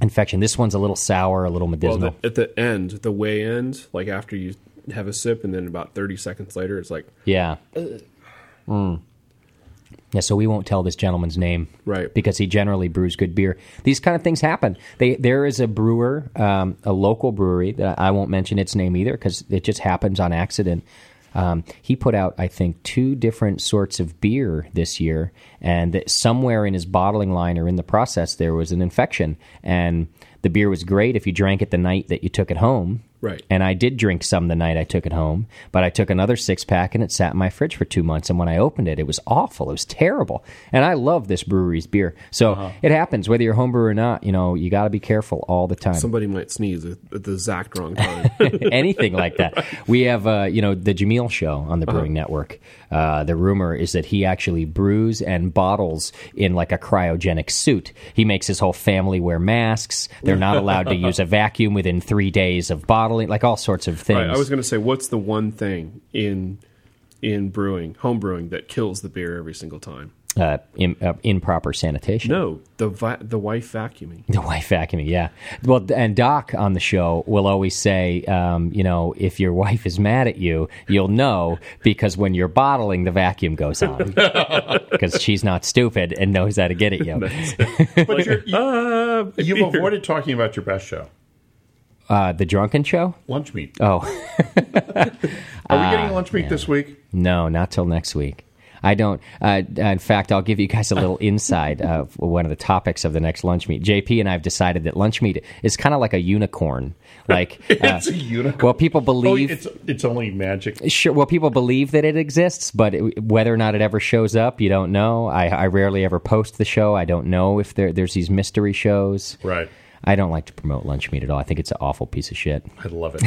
Speaker 2: infection. This one's a little sour, a little
Speaker 1: well,
Speaker 2: medicinal.
Speaker 1: the, at the end, the way end, like after you have a sip, and then about thirty seconds later, it's like
Speaker 2: yeah. Yeah, so we won't tell this gentleman's name,
Speaker 1: Right.
Speaker 2: Because he generally brews good beer. These kind of things happen. They there is a brewer, um, a local brewery that I won't mention its name either because it just happens on accident. Um, he put out, I think, two different sorts of beer this year, and that somewhere in his bottling line or in the process, there was an infection, and the beer was great if you drank it the night that you took it home,
Speaker 1: Right.
Speaker 2: and I did drink some the night I took it home, but I took another six pack and it sat in my fridge for two months. And when I opened it, it was awful. It was terrible. And I love this brewery's beer. So
Speaker 1: Uh-huh.
Speaker 2: it happens, whether you're home brewer or not, you know, you got to be careful all the time.
Speaker 1: Somebody might sneeze at at the exact wrong time.
Speaker 2: anything like that. We have, uh, you know, the Jameel show on the
Speaker 1: Uh-huh.
Speaker 2: Brewing Network. Uh, the rumor is that he actually brews and bottles in like a cryogenic suit. He makes his whole family wear masks. They're not allowed to use a vacuum within three days of bottling, like all sorts of things.
Speaker 1: Right, I was going to say, what's the one thing in in brewing, home brewing, that kills the beer every single time?
Speaker 2: uh, im uh, improper sanitation.
Speaker 1: No, the vi- the wife vacuuming.
Speaker 2: The wife vacuuming, yeah. Well, and Doc on the show will always say, um, you know, if your wife is mad at you, you'll know because when you're bottling, the vacuum goes on because she's not stupid and knows how to get at you.
Speaker 3: But you're, you,
Speaker 1: Ah, my
Speaker 3: you've
Speaker 1: beer.
Speaker 3: avoided talking about your best show,
Speaker 2: Uh, the drunken show?
Speaker 3: lunch meat.
Speaker 2: Oh,
Speaker 3: Are we
Speaker 2: Ah,
Speaker 3: getting a lunch meat this week?
Speaker 2: no, not till next week. I don't. Uh, in fact, I'll give you guys a little inside of one of the topics of the next lunch meet. JP and I have decided that lunch meet is kind of like a unicorn. Like, uh,
Speaker 3: It's a unicorn.
Speaker 2: well, people
Speaker 3: Oh,
Speaker 2: believe
Speaker 3: it's it's only magic.
Speaker 2: sure well people believe that it exists but it, whether or not it ever shows up you don't know I, I rarely ever post the show i don't know if there, there's these mystery shows
Speaker 3: Right.
Speaker 2: i don't like to promote lunch meat at all i think it's an awful piece of shit
Speaker 3: I love it.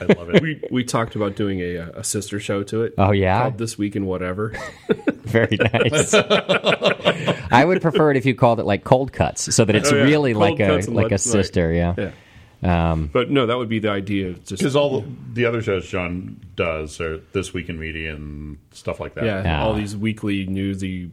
Speaker 3: I love it.
Speaker 1: We we talked about doing a uh, a sister show to it.
Speaker 2: Oh, yeah?
Speaker 1: called this week in whatever.
Speaker 2: very nice i would prefer it if you called it like cold cuts so that it's
Speaker 1: Oh, yeah.
Speaker 2: really
Speaker 1: Cold
Speaker 2: like a
Speaker 1: cuts and
Speaker 2: like a
Speaker 1: lunch- right.
Speaker 2: sister yeah
Speaker 1: Yeah. but no, that would be the idea. of Um, Just
Speaker 3: Because all the, the other shows Sean does are this week in media and stuff like that.
Speaker 1: yeah,
Speaker 2: Ah.
Speaker 1: all these weekly newsy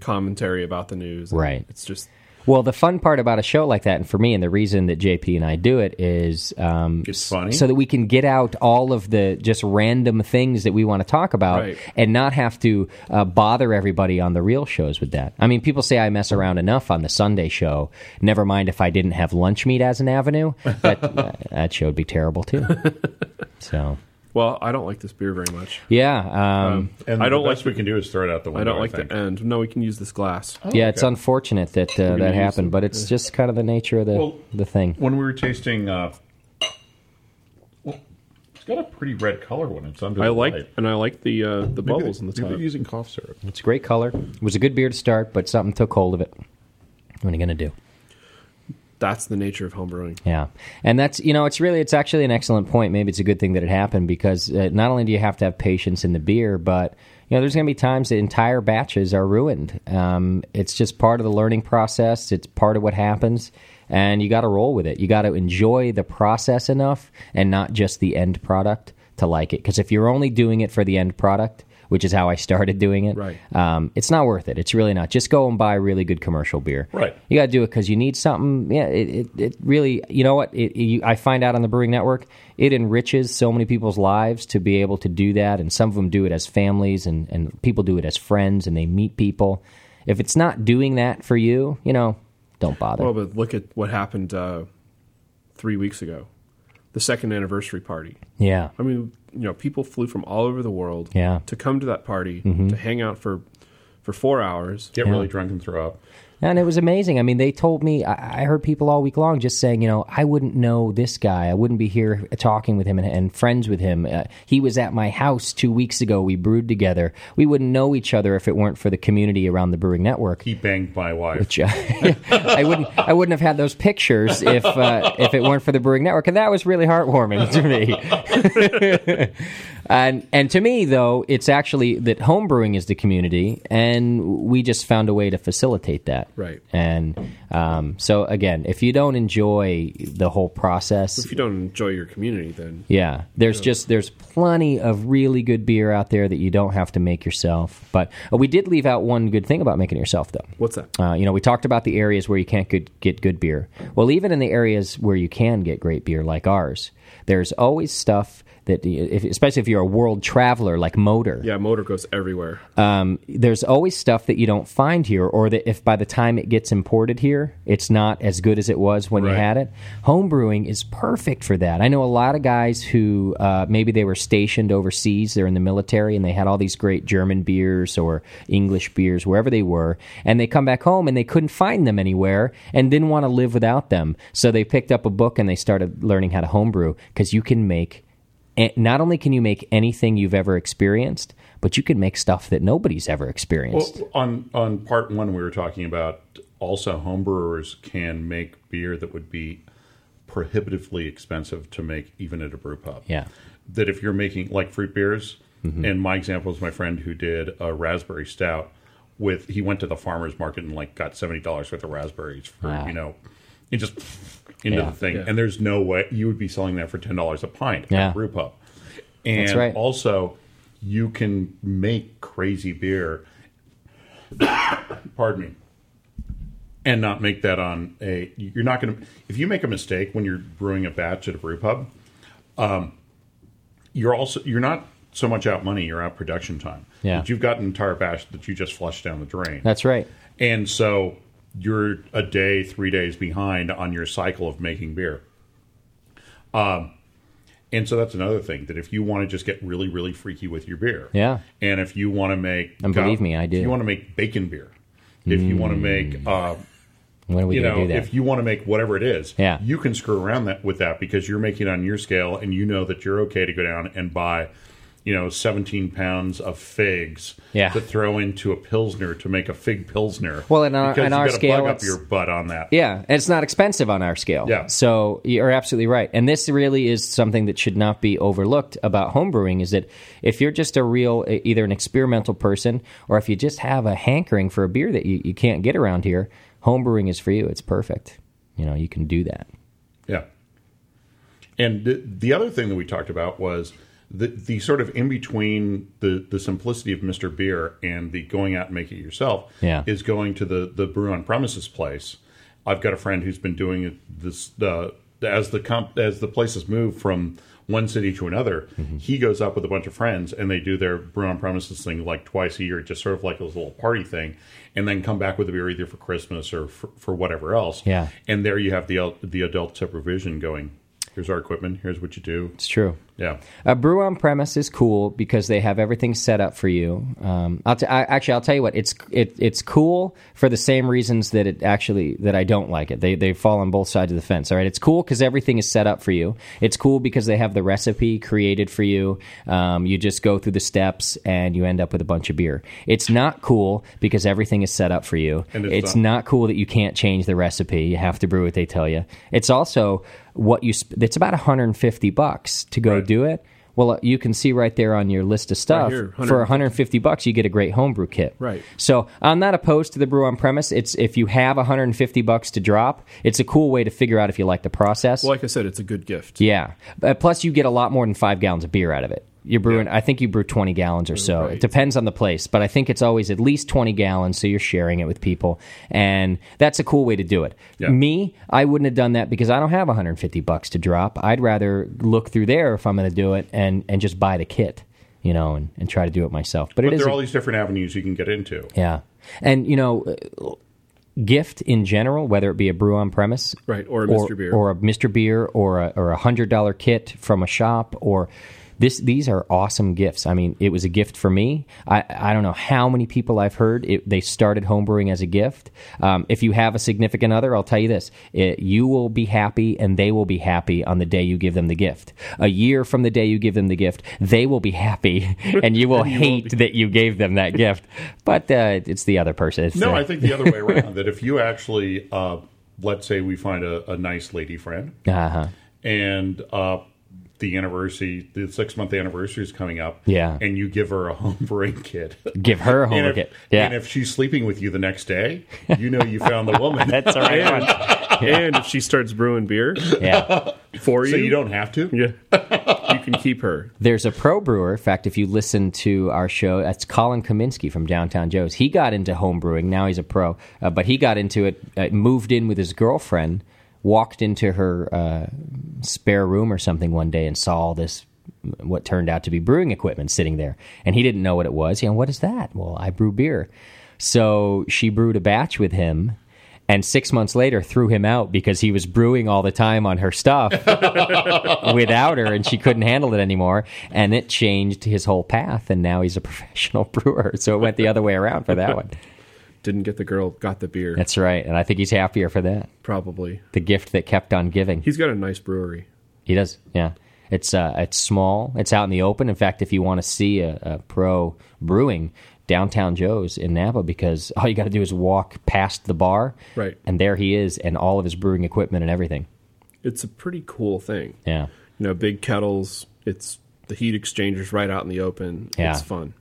Speaker 1: commentary about the news.
Speaker 2: Right.
Speaker 1: It's just
Speaker 2: Well, the fun part about a show like that, and for me, and the reason that JP and I do it is um,
Speaker 3: It's funny.
Speaker 2: so that we can get out all of the just random things that we want to talk about
Speaker 1: Right.
Speaker 2: and not have to uh, bother everybody on the real shows with that. I mean, people say I mess around enough on the Sunday show. Never mind if I didn't have lunch meat as an avenue. That, that show would be terrible too. So,
Speaker 1: well, I don't like this beer very much.
Speaker 2: yeah. Um,
Speaker 3: And
Speaker 1: I don't
Speaker 3: the best
Speaker 1: like-
Speaker 3: we can do is throw it out the window.
Speaker 1: I don't like
Speaker 3: think.
Speaker 1: the end. No, we can use this glass.
Speaker 2: yeah, it's unfortunate that uh, that happened, but it's just kind of the nature of the
Speaker 3: Well-
Speaker 2: the thing.
Speaker 3: When we were tasting, uh, well, it's got a pretty red color when it's under.
Speaker 1: I
Speaker 3: the
Speaker 1: like
Speaker 3: light.
Speaker 1: and I like the uh,
Speaker 3: Maybe
Speaker 1: the bubbles
Speaker 3: they-
Speaker 1: on the
Speaker 3: maybe
Speaker 1: top.
Speaker 3: they're using cough syrup.
Speaker 2: It's a great color. It was a good beer to start, but something took hold of it. What are you gonna do?
Speaker 1: That's the nature of homebrewing.
Speaker 2: Yeah, and that's you know it's really it's actually an excellent point. Maybe it's a good thing that it happened because uh, not only do you have to have patience in the beer, but you know there's going to be times that entire batches are ruined. Um, it's just part of the learning process. It's part of what happens, and you got to roll with it. You got to enjoy the process enough and not just the end product to like it. Because if you're only doing it for the end product, which is how I started doing it,
Speaker 1: Right.
Speaker 2: um, it's not worth it. It's really not. Just go and buy really good commercial beer.
Speaker 3: Right.
Speaker 2: You got to do it because you need something. Yeah. It, it, it really. You know what? It, you, I find out on the Brewing Network, it enriches so many people's lives to be able to do that, and some of them do it as families, and and people do it as friends, and they meet people. If it's not doing that for you, you know, don't bother.
Speaker 1: Well, Oh, but look at what happened uh, three weeks ago, the second anniversary party.
Speaker 2: yeah.
Speaker 1: I mean, you know, people flew from all over the world
Speaker 2: Yeah. Mm-hmm.
Speaker 1: to come to that party to hang out for for four hours.
Speaker 3: Get really drunk and throw up.
Speaker 2: And it was amazing. I mean, they told me, I, I heard people all week long just saying, you know, I wouldn't know this guy. I wouldn't be here talking with him and, and friends with him. Uh, he was at my house two weeks ago. We brewed together. We wouldn't know each other if it weren't for the community around the Brewing Network.
Speaker 3: He banged my wife.
Speaker 2: Which, uh, I wouldn't. I wouldn't have had those pictures if uh, if it weren't for the Brewing Network, and that was really heartwarming to me. and and to me, though, it's actually that home brewing is the community, and we just found a way to facilitate that.
Speaker 1: Right.
Speaker 2: And um, so again, if you don't enjoy the whole process,
Speaker 1: If you don't enjoy your community, then
Speaker 2: yeah, there's just there's plenty of really good beer out there that you don't have to make yourself. But uh, we did leave out one good thing about making it yourself, though.
Speaker 1: what's that?
Speaker 2: Uh, you know, we talked about the areas where you can't good, get good beer. Well, even in the areas where you can get great beer, like ours, There's always stuff that, if, especially if you're a world traveler like Motor,
Speaker 1: Yeah, motor goes everywhere.
Speaker 2: um, there's always stuff that you don't find here, or that if by the time it gets imported here, it's not as good as it was when you
Speaker 1: Right.
Speaker 2: had it. Home brewing is perfect for that. I know a lot of guys who uh, maybe they were stationed overseas, they're in the military, and they had all these great German beers or English beers, wherever they were, and they come back home and they couldn't find them anywhere and didn't want to live without them. So they picked up a book and they started learning how to homebrew because you can make and not only can you make anything you've ever experienced, but you can make stuff that nobody's ever experienced.
Speaker 3: Well, on on part one, we were talking about also homebrewers can make beer that would be prohibitively expensive to make even at a brew pub.
Speaker 2: Yeah.
Speaker 3: That if you're making like fruit beers,
Speaker 2: Mm-hmm.
Speaker 3: and my example is my friend who did a raspberry stout with he went to the farmers market and like got seventy dollars worth of raspberries for
Speaker 2: Wow.
Speaker 3: you know, it just into
Speaker 2: Yeah.
Speaker 3: the thing. And there's no way you would be selling that for ten dollars a pint at
Speaker 2: Yeah.
Speaker 3: a brew pub. And
Speaker 2: right.
Speaker 3: also, you can make crazy beer. pardon me. And not make that on a. You're not going to. If you make a mistake when you're brewing a batch at a brew pub, um, you're also you're not so much out money. You're out production time.
Speaker 2: Yeah.
Speaker 3: But you've got an entire batch that you just flushed down the drain.
Speaker 2: That's right.
Speaker 3: And so you're a day, three days behind on your cycle of making beer. Um, and so that's another thing that if you want to just get really, really freaky with your beer,
Speaker 2: Yeah.
Speaker 3: and if you want to make,
Speaker 2: And believe me, I do. Mm.
Speaker 3: If you want to make bacon beer, if you want to make, uh,
Speaker 2: When are we
Speaker 3: you
Speaker 2: going to
Speaker 3: know,
Speaker 2: do that?
Speaker 3: if you want to make whatever it is,
Speaker 2: Yeah.
Speaker 3: you can screw around that with that because you're making it on your scale, and you know that you're okay to go down and buy, you know, 17 pounds of figs
Speaker 2: Yeah.
Speaker 3: to throw into a pilsner to make a fig pilsner.
Speaker 2: Well, in our-
Speaker 3: because
Speaker 2: in
Speaker 3: you
Speaker 2: our
Speaker 3: gotta
Speaker 2: scale,
Speaker 3: bug up
Speaker 2: it's-
Speaker 3: your butt on that.
Speaker 2: Yeah, and it's not expensive on our scale.
Speaker 3: Yeah.
Speaker 2: So you're absolutely right. And this really is something that should not be overlooked about homebrewing is that if you're just a real, e, either an experimental person or if you just have a hankering for a beer that you, you can't get around here, homebrewing is for you. It's perfect. You know, you can do that.
Speaker 3: Yeah. And the, the other thing that we talked about was the the sort of in between the the simplicity of Mr. Beer and the going out and make it yourself
Speaker 2: Yeah.
Speaker 3: is going to the the brew on premises place. I've got a friend who's been doing it this uh, as the comp, as the places move from one city to another. He goes up with a bunch of friends and they do their brew on premises thing like twice a year, just sort of like a little party thing, and then come back with a beer either for Christmas or for, for whatever else.
Speaker 2: Yeah.
Speaker 3: And there you have the el- the adult supervision going. Here's our equipment. Here's what you do.
Speaker 2: It's true.
Speaker 3: Yeah.
Speaker 2: A brew on premise is cool because they have everything set up for you. Um, I'll t- I, actually, I'll tell you what it's it, it's cool for the same reasons that it actually that I don't like it. They they fall on both sides of the fence. All right, it's cool because everything is set up for you. It's cool because they have the recipe created for you. Um, you just go through the steps and you end up with a bunch of beer. It's not cool because everything is set up for you.
Speaker 3: And
Speaker 2: it's
Speaker 3: it's
Speaker 2: not
Speaker 3: not-
Speaker 2: not cool that you can't change the recipe. You have to brew what they tell you. It's also what you. Sp- it's about 150 bucks to go do it. Well, uh, you can see right there on your list of stuff
Speaker 1: here,
Speaker 2: for 150 bucks, you get a great homebrew kit.
Speaker 1: Right.
Speaker 2: So I'm not opposed to the brew on premise. It's if you have 150 bucks to drop, it's a cool way to figure out if you like the process.
Speaker 1: Well, like I said, it's a good gift.
Speaker 2: Yeah. But plus, you get a lot more than five gallons of beer out of it. You're brewing, I think you brew 20 gallons or so. It depends on the place, but I think it's always at least 20 gallons, so you're sharing it with people. And that's a cool way to do it.
Speaker 3: Yeah.
Speaker 2: Me, I wouldn't have done that because I don't have 150 bucks to drop. I'd rather look through there if I'm going to do it and, and just buy the kit, you know, and, and try to do it myself.
Speaker 3: But
Speaker 2: But, it is.
Speaker 3: there are
Speaker 2: a-
Speaker 3: all these different avenues you can get into.
Speaker 2: yeah. And, you know, uh, gift in general, whether it be a brew on premise
Speaker 1: Right, or a Mr. Beer.
Speaker 2: or a Mr. Beer or a, or a hundred dollar kit from a shop or this these are awesome gifts. I mean, it was a gift for me. I, I don't know how many people I've heard it, they started homebrewing as a gift. Um, if you have a significant other, I'll tell you this: it, you will be happy and they will be happy on the day you give them the gift. A year from the day you give them the gift, they will be happy and you will hate that you gave them that gift. But uh, it's the other person. It's
Speaker 3: No,
Speaker 2: the-
Speaker 3: I think the other way around. that if you actually, uh, let's say, we find a, a nice lady friend,
Speaker 2: uh-huh.
Speaker 3: and uh, the anniversary, the six month anniversary is coming up.
Speaker 2: Yeah.
Speaker 3: And you give her a home brewing kit.
Speaker 2: give her a
Speaker 3: And
Speaker 2: homework
Speaker 3: if,
Speaker 2: kit. Yeah.
Speaker 3: and if she's sleeping with you the next day, you know you found the woman.
Speaker 2: that's all right.
Speaker 1: And, and if she starts brewing beer
Speaker 2: Yeah.
Speaker 1: for you,
Speaker 3: so you don't have to.
Speaker 1: Yeah, you can keep her.
Speaker 2: There's a pro brewer. In fact, if you listen to our show, that's Colin Kaminsky from Downtown Joe's. He got into home brewing. Now he's a pro, uh, but he got into it, uh, moved in with his girlfriend walked into her uh, spare room or something one day and saw all this what turned out to be brewing equipment sitting there, and he didn't know what it was. You know, what is that? Well, I brew beer. So she brewed a batch with him. And six months later, threw him out because he was brewing all the time on her stuff without her, and she couldn't handle it anymore. And it changed his whole path, and now he's a professional brewer. So it went the other way around for that one.
Speaker 1: Didn't get the girl, got the beer.
Speaker 2: That's right, and I think he's happier for that.
Speaker 1: probably.
Speaker 2: The gift that kept on giving.
Speaker 1: He's got a nice brewery.
Speaker 2: He does. Yeah. It's uh, it's small. It's out in the open. In fact, if you want to see a, a pro brewing, downtown Joe's in Napa, because all you got to do is walk past the bar,
Speaker 1: Right.
Speaker 2: And there he is, and all of his brewing equipment and everything.
Speaker 1: It's a pretty cool thing.
Speaker 2: Yeah.
Speaker 1: You know, big kettles. It's the heat exchangers right out in the open.
Speaker 2: Yeah.
Speaker 1: It's fun.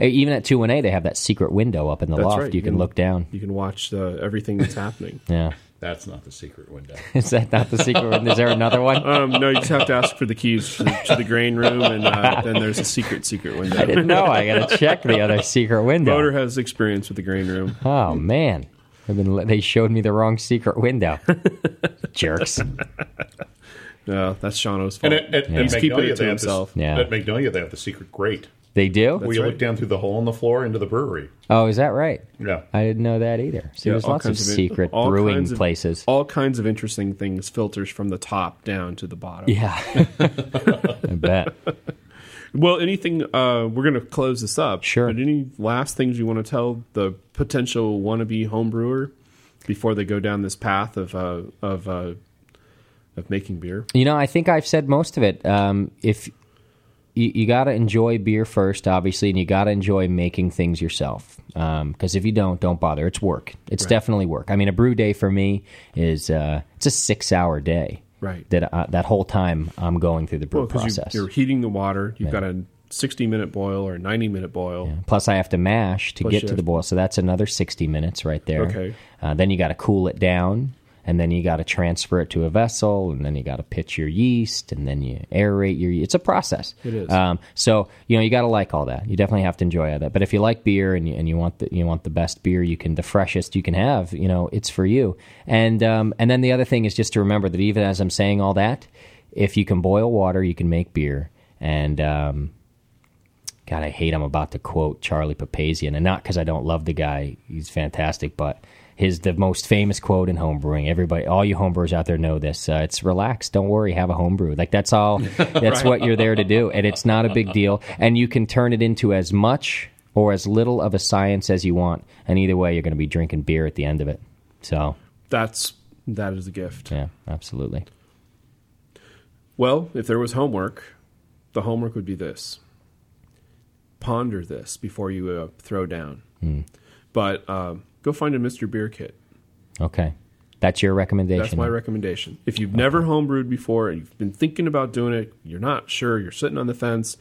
Speaker 2: Even at two one a, they have that secret window up in the
Speaker 1: That's
Speaker 2: loft.
Speaker 1: right.
Speaker 2: You can look down.
Speaker 1: You can watch uh, everything that's happening.
Speaker 2: Yeah.
Speaker 3: That's not the secret window.
Speaker 2: Is that not the secret? window? Is there another one?
Speaker 1: Um, no, you just have to ask for the keys to, to the grain room, and uh, then there's a secret, secret
Speaker 2: I
Speaker 1: window.
Speaker 2: didn't know. I got to check the other secret window.
Speaker 1: Boater has experience with the grain room.
Speaker 2: Oh man, I've been, they showed me the wrong secret window. Jerks.
Speaker 1: No, Uh, that's Shano's fault.
Speaker 3: And at, at, at
Speaker 1: He's keeping
Speaker 3: Magnolia,
Speaker 1: it
Speaker 3: they
Speaker 1: to
Speaker 3: have this,
Speaker 1: himself.
Speaker 2: Yeah.
Speaker 3: at Magnolia, they have the secret grate
Speaker 2: They do.
Speaker 3: where you
Speaker 1: right.
Speaker 3: look down through the hole in the floor into the brewery.
Speaker 2: Oh, is that right?
Speaker 3: Yeah.
Speaker 2: I didn't know that either. So
Speaker 1: Yeah,
Speaker 2: there's
Speaker 1: all
Speaker 2: lots of
Speaker 1: kinds of it-
Speaker 2: secret
Speaker 1: all
Speaker 2: brewing
Speaker 1: kinds of-
Speaker 2: places.
Speaker 1: All kinds of interesting things filters from the top down to the bottom.
Speaker 2: yeah, I bet.
Speaker 1: Well, anything, uh, we're going to close this up.
Speaker 2: Sure.
Speaker 1: But any last things you want to tell the potential wannabe home brewer before they go down this path of, uh, of, uh, of making beer?
Speaker 2: You know, I think I've said most of it. Um, if you, you got to enjoy beer first, obviously, and you got to enjoy making things yourself. Because if you don't, don't bother. It's work. It's definitely work. I mean, a brew day for me is uh, it's a six hour day.
Speaker 1: Right.
Speaker 2: That uh, that whole time I'm going through the brew process.
Speaker 1: you, you're heating the water. You've got a 60 minute boil or a 90 minute boil.
Speaker 2: Plus, I have to mash to
Speaker 1: Plus
Speaker 2: get
Speaker 1: you
Speaker 2: to
Speaker 1: have
Speaker 2: the boil. So that's another 60 minutes right there.
Speaker 1: Okay.
Speaker 2: Uh, then you got to cool it down, and then you got to transfer it to a vessel, and then you got to pitch your yeast, and then you aerate your yeast. It's a process. It
Speaker 1: is.
Speaker 2: Um, so, you know, you got to like all that. You definitely have to enjoy all that. But if you like beer and you, and you want the, you want the best beer you can, the freshest you can have, you know, it's for you. And, um, and then the other thing is just to remember that even as I'm saying all that, if you can boil water, you can make beer. And, um, God, I hate I'm about to quote Charlie Papazian, and not because I don't love the guy; he's fantastic. But his the most famous quote in homebrewing. Everybody, all you homebrewers out there know this. Uh, it's relax, don't worry, have a homebrew. Like that's all. That's what you're there to do, and it's not a big deal. And you can turn it into as much or as little of a science as you want. And either way, you're going to be drinking beer at the end of it. So
Speaker 1: That's, that is a gift.
Speaker 2: yeah, absolutely.
Speaker 1: Well, if there was homework, the homework would be this: ponder this before you uh, throw down.
Speaker 2: Hmm.
Speaker 1: But um, go find a Mister Beer Kit.
Speaker 2: Okay, that's your recommendation.
Speaker 1: That's my recommendation. If you've never homebrewed before and you've been thinking about doing it, you're not sure, you're sitting on the fence.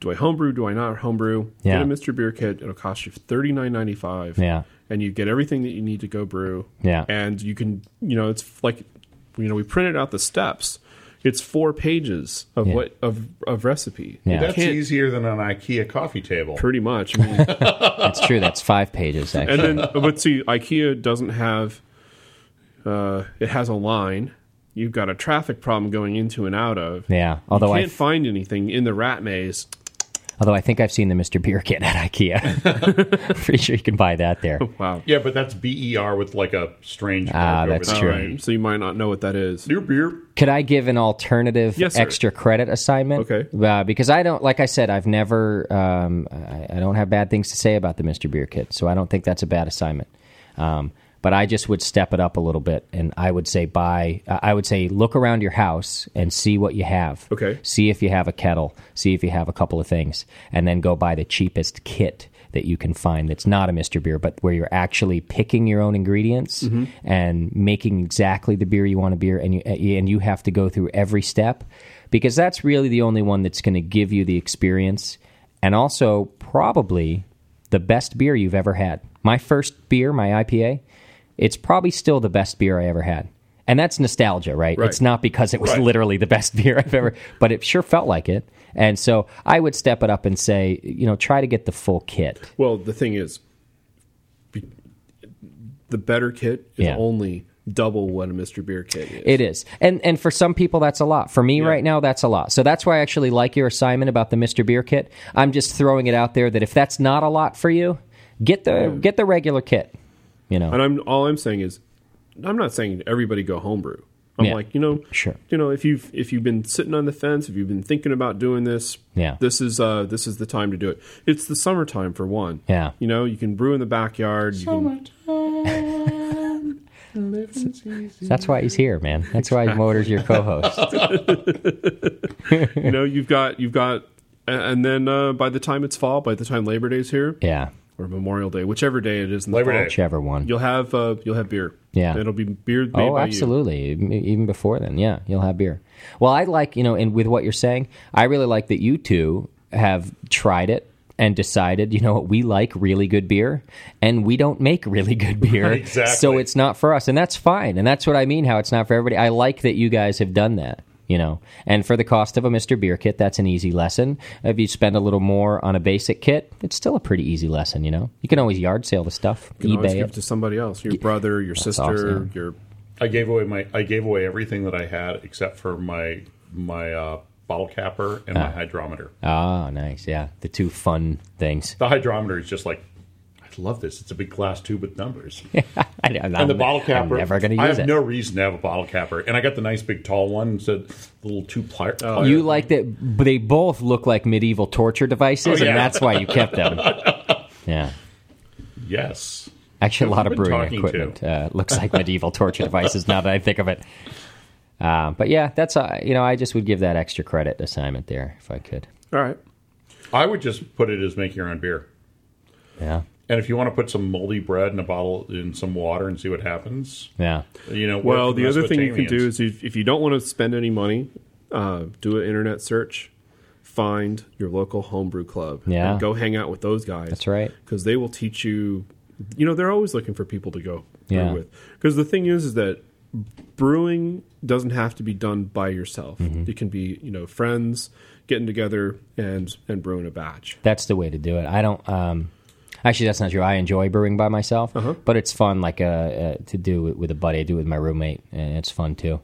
Speaker 1: Do I homebrew? Do I not homebrew?
Speaker 2: Yeah.
Speaker 1: Get a Mister Beer Kit. It'll cost you thirty nine ninety five.
Speaker 2: Yeah.
Speaker 1: and you get everything that you need to go brew.
Speaker 2: Yeah.
Speaker 1: and you can, you know, it's like, you know, we printed out the steps. It's four pages of
Speaker 2: Yeah.
Speaker 1: what of of recipe.
Speaker 2: Yeah.
Speaker 3: That's
Speaker 1: can't-
Speaker 3: easier than an IKEA coffee table.
Speaker 1: pretty much. I mean,
Speaker 2: That's true. That's five pages actually.
Speaker 1: and then, but see, IKEA doesn't have. Uh, it has a line. You've got a traffic problem going into and out of.
Speaker 2: yeah,
Speaker 1: you
Speaker 2: although I
Speaker 1: can't find anything in the rat maze.
Speaker 2: Although I think I've seen the Mr. Beer kit at IKEA. Pretty sure you can buy that there.
Speaker 1: Wow.
Speaker 3: yeah, but that's B E R with like a strange.
Speaker 2: Ah,
Speaker 3: mark over
Speaker 2: that's
Speaker 3: the
Speaker 2: true.
Speaker 3: line.
Speaker 1: So you might not know what that is.
Speaker 3: Dear beer.
Speaker 2: Could I give an alternative
Speaker 1: Yes, sir.
Speaker 2: extra credit assignment?
Speaker 1: Okay.
Speaker 2: Uh, because I don't, like I said, I've never, um, I, I don't have bad things to say about the Mr. Beer kit, so I don't think that's a bad assignment. Um, but I just would step it up a little bit, and I would say buy. uh, I would say look around your house and see what you have.
Speaker 1: Okay.
Speaker 2: See if you have a kettle. See if you have a couple of things, and then go buy the cheapest kit that you can find that's not a Mr. Beer, but where you're actually picking your own ingredients and making exactly the beer you want to beer, and you eh, and you have to go through every step because that's really the only one that's going to give you the experience and also probably the best beer you've ever had. My first beer, my IPA, it's probably still the best beer I ever had. And that's nostalgia, right?
Speaker 1: Right.
Speaker 2: It's not because it was
Speaker 3: Right.
Speaker 2: literally the best beer I've ever, but it sure felt like it. And so I would step it up and say, you know, try to get the full kit.
Speaker 1: Well, the thing is, be, the better kit is
Speaker 2: Yeah.
Speaker 1: only double what a Mr. Beer keg is.
Speaker 2: It is. And and for some people that's a lot. For me right now that's a lot. So that's why I actually like your assignment about the Mr. Beer kit. I'm just throwing it out there that if that's not a lot for you, get the get the regular kit. You know.
Speaker 1: And I'm all I'm saying is, I'm not saying everybody go homebrew. I'm
Speaker 2: Yeah.
Speaker 1: like, you know,
Speaker 2: Sure.
Speaker 1: you know, if you've if you've been sitting on the fence, if you've been thinking about doing this,
Speaker 2: Yeah.
Speaker 1: this is uh this is the time to do it. It's the summertime for one.
Speaker 2: Yeah.
Speaker 1: you know, you can brew in the backyard. You can,
Speaker 2: That's why he's here, man. That's why Motor's your co-host.
Speaker 1: you know, you've got you've got, a- and then uh, by the time it's fall, by the time Labor Day's here
Speaker 2: Yeah.
Speaker 1: or Memorial Day, whichever day it is in the
Speaker 3: Labor
Speaker 1: fall,
Speaker 3: Day.
Speaker 2: Whichever one.
Speaker 1: you'll have uh, you'll have beer.
Speaker 2: Yeah.
Speaker 1: it'll be beer made
Speaker 2: Oh,
Speaker 1: by
Speaker 2: absolutely. M- Even before then, yeah, you'll have beer. Well, I like you know, and with what you're saying, I really like that you two have tried it and decided, you know what, we like really good beer, and we don't make really good beer,
Speaker 3: Exactly.
Speaker 2: so it's not for us, and that's fine, and that's what I mean. How it's not for everybody. I like that you guys have done that. You know, and for the cost of a Mr. Beer kit, that's an easy lesson. If you spend a little more on a basic kit, it's still a pretty easy lesson. You know, you can always yard sale the stuff,
Speaker 1: you. You can always
Speaker 2: eBay
Speaker 1: give it
Speaker 2: it.
Speaker 1: to somebody else, your brother, your sister,
Speaker 2: awesome.
Speaker 1: your
Speaker 3: I gave away my I gave away everything that I had except for my my uh, bottle capper and my hydrometer.
Speaker 2: Ah, nice. Yeah, the two fun things.
Speaker 3: The hydrometer is just like I love this. It's a big glass tube with numbers.
Speaker 2: I know,
Speaker 3: and the bottle capper.
Speaker 2: I'm never going to
Speaker 3: I
Speaker 2: use
Speaker 3: have
Speaker 2: it.
Speaker 3: no reason to have a bottle capper, and I got the nice big tall one. It's a little two plier.
Speaker 2: you like that? but They both look like medieval torture devices,
Speaker 3: Oh, yeah.
Speaker 2: and that's why you kept them. yeah.
Speaker 3: yes.
Speaker 2: Actually, a lot of
Speaker 3: Who have we been
Speaker 2: brewing
Speaker 3: talking
Speaker 2: equipment uh, looks like medieval torture devices. Now that I think of it, uh, but yeah, that's uh, you know I just would give that extra credit assignment there if I could.
Speaker 1: all right.
Speaker 3: I would just put it as make your own beer.
Speaker 2: Yeah,
Speaker 3: And if you want to put some moldy bread in a bottle in some water and see what happens,
Speaker 2: yeah,
Speaker 3: you know. work
Speaker 1: Well,
Speaker 3: with
Speaker 1: the other thing you can do
Speaker 3: Mesopotamians.
Speaker 1: is if, if you don't want to spend any money, uh, do an internet search, find your local homebrew club,
Speaker 2: Yeah.
Speaker 1: and go hang out with those guys.
Speaker 2: That's right.
Speaker 1: because they will teach you. You know, they're always looking for people to go brew
Speaker 2: Yeah.
Speaker 1: with. Because the thing is, is that brewing doesn't have to be done by yourself.
Speaker 2: Mm-hmm.
Speaker 1: It can be you know friends getting together and and brewing a batch.
Speaker 2: that's the way to do it. I don't. Um, actually, that's not true. I enjoy brewing by myself,
Speaker 3: Uh-huh.
Speaker 2: but it's fun like uh, uh, to do it with a buddy. I do it with my roommate, and it's fun too.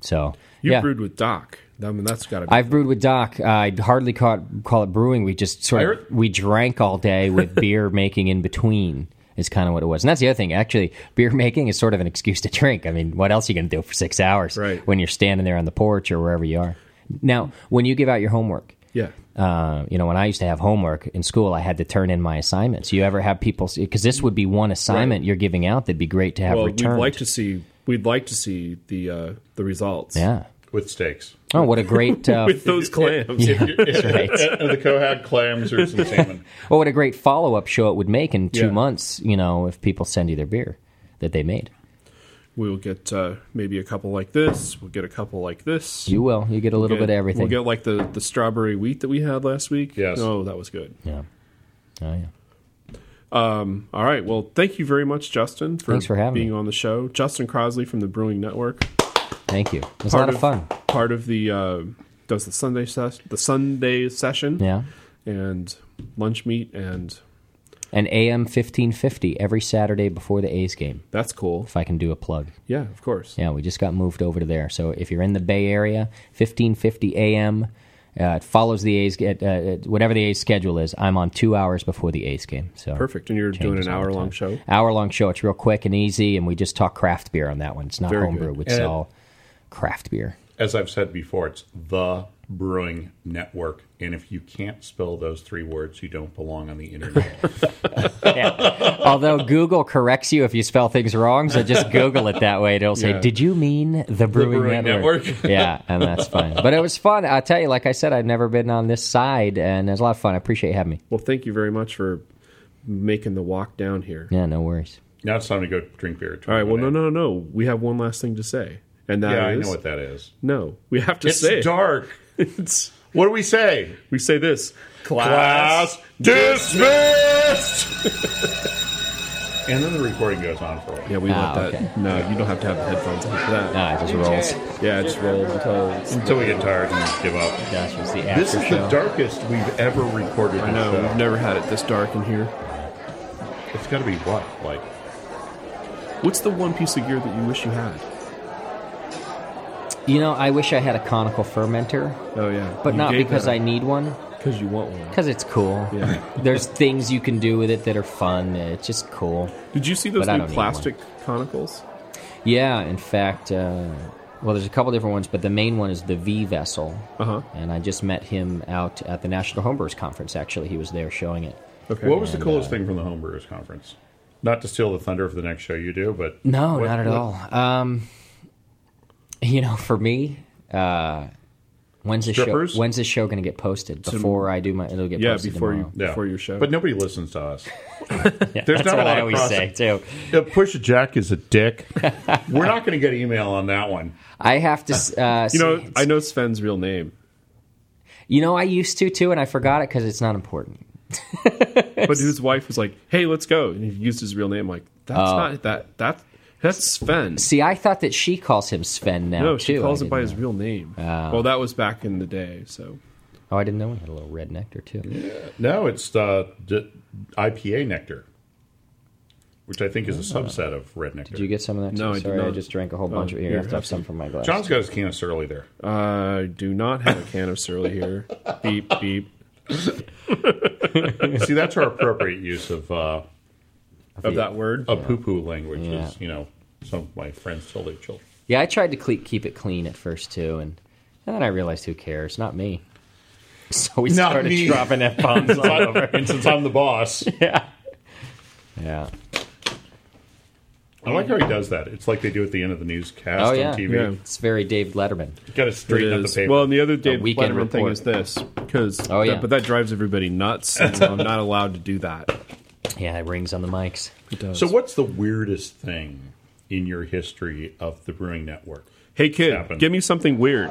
Speaker 2: So
Speaker 1: You
Speaker 2: yeah.
Speaker 1: brewed with Doc. I mean, that's got to be.
Speaker 2: I've brewed with Doc. Uh, I hardly caught, call it brewing. We just sort of
Speaker 3: heard-
Speaker 2: we drank all day with beer making in between. Is kind of what it was, and that's the other thing. Actually, beer making is sort of an excuse to drink. I mean, what else are you going to do for six hours
Speaker 1: Right.
Speaker 2: when you're standing there on the porch or wherever you are? Now, when you give out your homework,
Speaker 1: yeah.
Speaker 2: uh, you know, when I used to have homework in school, I had to turn in my assignments. You ever have people because this would be one assignment you're giving out that'd be great to have
Speaker 1: Well,
Speaker 2: returned.
Speaker 1: we'd like to see. We'd like to see the uh, the results.
Speaker 2: yeah.
Speaker 3: with steaks.
Speaker 2: Oh, what a great uh,
Speaker 1: with those clams.
Speaker 3: If you're- and the cohag clams or some salmon.
Speaker 2: Well, what a great follow up show it would make in two
Speaker 1: Yeah.
Speaker 2: months, you know, if people send you their beer that they made.
Speaker 1: We'll get uh, maybe a couple like this. We'll get a couple like this.
Speaker 2: You will. You get a little
Speaker 1: We'll
Speaker 2: bit
Speaker 1: get-
Speaker 2: of everything.
Speaker 1: We'll get like the, the strawberry wheat that we had last week.
Speaker 3: Yes.
Speaker 1: Oh, that was good.
Speaker 2: yeah. Oh, yeah.
Speaker 1: All right. Well, thank you very much, Justin, for,
Speaker 2: Thanks for having
Speaker 1: being
Speaker 2: me.
Speaker 1: on the show. Justin Crosley from the Brewing Network.
Speaker 2: Thank you. It was a lot of fun.
Speaker 1: Part of the uh, does the Sunday ses- the Sunday session.
Speaker 2: Yeah.
Speaker 1: And lunch meet and
Speaker 2: And AM 1550 every Saturday before the A's game,
Speaker 1: that's cool.
Speaker 2: if I can do a plug.
Speaker 1: Yeah, of course.
Speaker 2: Yeah, we just got moved over to there. So if you're in the Bay Area, 1550 a.m., uh, it follows the A's, uh, uh, whatever the A's schedule is. I'm on two hours before the A's game. So
Speaker 1: Perfect. And you're doing
Speaker 2: Changes
Speaker 1: an
Speaker 2: all the
Speaker 1: hour long
Speaker 2: time.
Speaker 1: show.
Speaker 2: hour long show. It's real quick and easy, and we just talk craft beer on that one. It's not
Speaker 1: Very
Speaker 2: homebrew;
Speaker 1: good.
Speaker 2: it's
Speaker 3: And-
Speaker 2: all craft beer.
Speaker 3: As I've said before, it's the Brewing Network, and if you can't spell those three words, you don't belong on the internet.
Speaker 2: Although Google corrects you if you spell things wrong, so just Google it that way. It'll say,
Speaker 1: Yeah.
Speaker 2: "Did you mean the Brewing,
Speaker 3: Brewing
Speaker 2: Network?"
Speaker 3: Network.
Speaker 2: yeah, and that's fine. But it was fun. I tell you, like I said, I've never been on this side, and it was a lot of fun. I appreciate you having me.
Speaker 1: Well, thank you very much for making the walk down here.
Speaker 2: Yeah, no worries.
Speaker 3: now it's time to go drink beer.
Speaker 1: All right. Well, no, no, no. We have one last thing to say, and that is
Speaker 3: Yeah, I know what that is.
Speaker 1: no. We have to
Speaker 3: It's
Speaker 1: say it.
Speaker 3: dark.
Speaker 1: It's-
Speaker 3: What do we say?
Speaker 1: we say this
Speaker 3: Class dismissed. and then the recording goes on for a while.
Speaker 1: Yeah, we
Speaker 2: Ah,
Speaker 1: want that.
Speaker 2: okay.
Speaker 1: No, you don't have to have the headphones on for that.
Speaker 2: Ah, it just rolls.
Speaker 1: Yeah, it just rolls until
Speaker 3: until we get tired and give up.
Speaker 2: That was the
Speaker 3: This
Speaker 2: after
Speaker 3: is
Speaker 2: show.
Speaker 3: the darkest we've ever recorded.
Speaker 1: I know. We've
Speaker 3: no,
Speaker 1: never had it this dark in here.
Speaker 3: it's got to be what like
Speaker 1: What's the one piece of gear that you wish you had?
Speaker 2: You know, I wish I had a conical fermenter,
Speaker 1: Oh yeah,
Speaker 2: but not because I need one,
Speaker 1: because you want one.
Speaker 2: because it's cool.
Speaker 1: Yeah.
Speaker 2: There's things you can do with it that are fun. It's just cool.
Speaker 1: Did you see those
Speaker 2: But I
Speaker 1: new
Speaker 2: don't need
Speaker 1: plastic conicals?
Speaker 2: Yeah, in fact, uh, well, there's a couple different ones, but the main one is the V vessel.
Speaker 1: Uh-huh.
Speaker 2: And I just met him out at the National Homebrewers Conference. Actually, he was there showing it.
Speaker 1: Okay.
Speaker 3: What was the coolest thing from the Homebrewers Conference? Not to steal the thunder for the next show you do, but
Speaker 2: No,
Speaker 3: what-
Speaker 2: not at
Speaker 3: what-
Speaker 2: all. Um, you know, for me, uh, when's the show?
Speaker 3: Strippers?
Speaker 2: When's the show going to get posted? Before I do my, it'll get
Speaker 1: yeah,
Speaker 2: posted
Speaker 1: before you
Speaker 2: tomorrow.
Speaker 3: Yeah.
Speaker 1: before your show.
Speaker 3: But nobody listens to us. There's
Speaker 2: That's
Speaker 3: not a
Speaker 2: what
Speaker 3: lot
Speaker 2: I
Speaker 3: of
Speaker 2: always
Speaker 3: cross-
Speaker 2: say too.
Speaker 3: Uh, Push a Jack is a dick. We're not going to get email on that one.
Speaker 2: I have to. s- Uh,
Speaker 1: you know,
Speaker 2: see-
Speaker 1: I know Sven's real name,
Speaker 2: you know, I used to too, and I forgot it because it's not important.
Speaker 1: but his wife was like, "Hey, let's go," and he used his real name. Like that's
Speaker 2: Oh.
Speaker 1: not that that that's Sven.
Speaker 2: See, I thought that she calls him Sven now
Speaker 1: No,
Speaker 2: too.
Speaker 1: she calls
Speaker 2: I
Speaker 1: him by
Speaker 2: didn't Oh.
Speaker 1: his real name. well, that was back in the day, so
Speaker 2: know. Oh, I didn't know he had a little red nectar too.
Speaker 3: No, it's uh, d- IPA nectar, which I think is a subset of red nectar.
Speaker 2: Ah. Did you get some of that? too?
Speaker 1: No, I did
Speaker 2: sorry, I
Speaker 1: not. Oh,
Speaker 2: just drank a whole bunch of. Here, you
Speaker 1: here,
Speaker 2: have to
Speaker 1: have
Speaker 2: have some from my glass.
Speaker 3: John's got his can of Surly there.
Speaker 1: I uh, do not have a can of Surly here. Beep beep.
Speaker 3: See, that's our appropriate use of uh,
Speaker 1: Of that word,
Speaker 3: a poo poo language. Is
Speaker 2: Yeah.
Speaker 3: you know, some of my friends still their children.
Speaker 2: Yeah, I tried to cle- keep it clean at first too, and, and then I realized who cares, not me. So we
Speaker 3: Not
Speaker 2: started
Speaker 3: me.
Speaker 2: dropping f bombs.
Speaker 3: Since I'm- and since I'm the boss,
Speaker 2: yeah,
Speaker 3: I like how he does that. It's like they do at the end of the newscast
Speaker 2: Oh,
Speaker 3: on
Speaker 2: yeah.
Speaker 3: TV.
Speaker 1: Yeah.
Speaker 2: it's very Dave Letterman.
Speaker 3: Got to
Speaker 1: it
Speaker 3: straighten up the
Speaker 1: is-
Speaker 3: paper.
Speaker 1: Well, and the other Dave
Speaker 2: weekend
Speaker 1: Letterman thing
Speaker 2: report.
Speaker 1: is this because
Speaker 2: Oh, yeah.
Speaker 1: but that drives everybody nuts. and so I'm not allowed to do that.
Speaker 2: Yeah, it rings on the mics.
Speaker 1: It does.
Speaker 3: so, what's the weirdest thing in your history of the Brewing Network?
Speaker 1: hey kid,
Speaker 3: happened.
Speaker 1: give me something weird.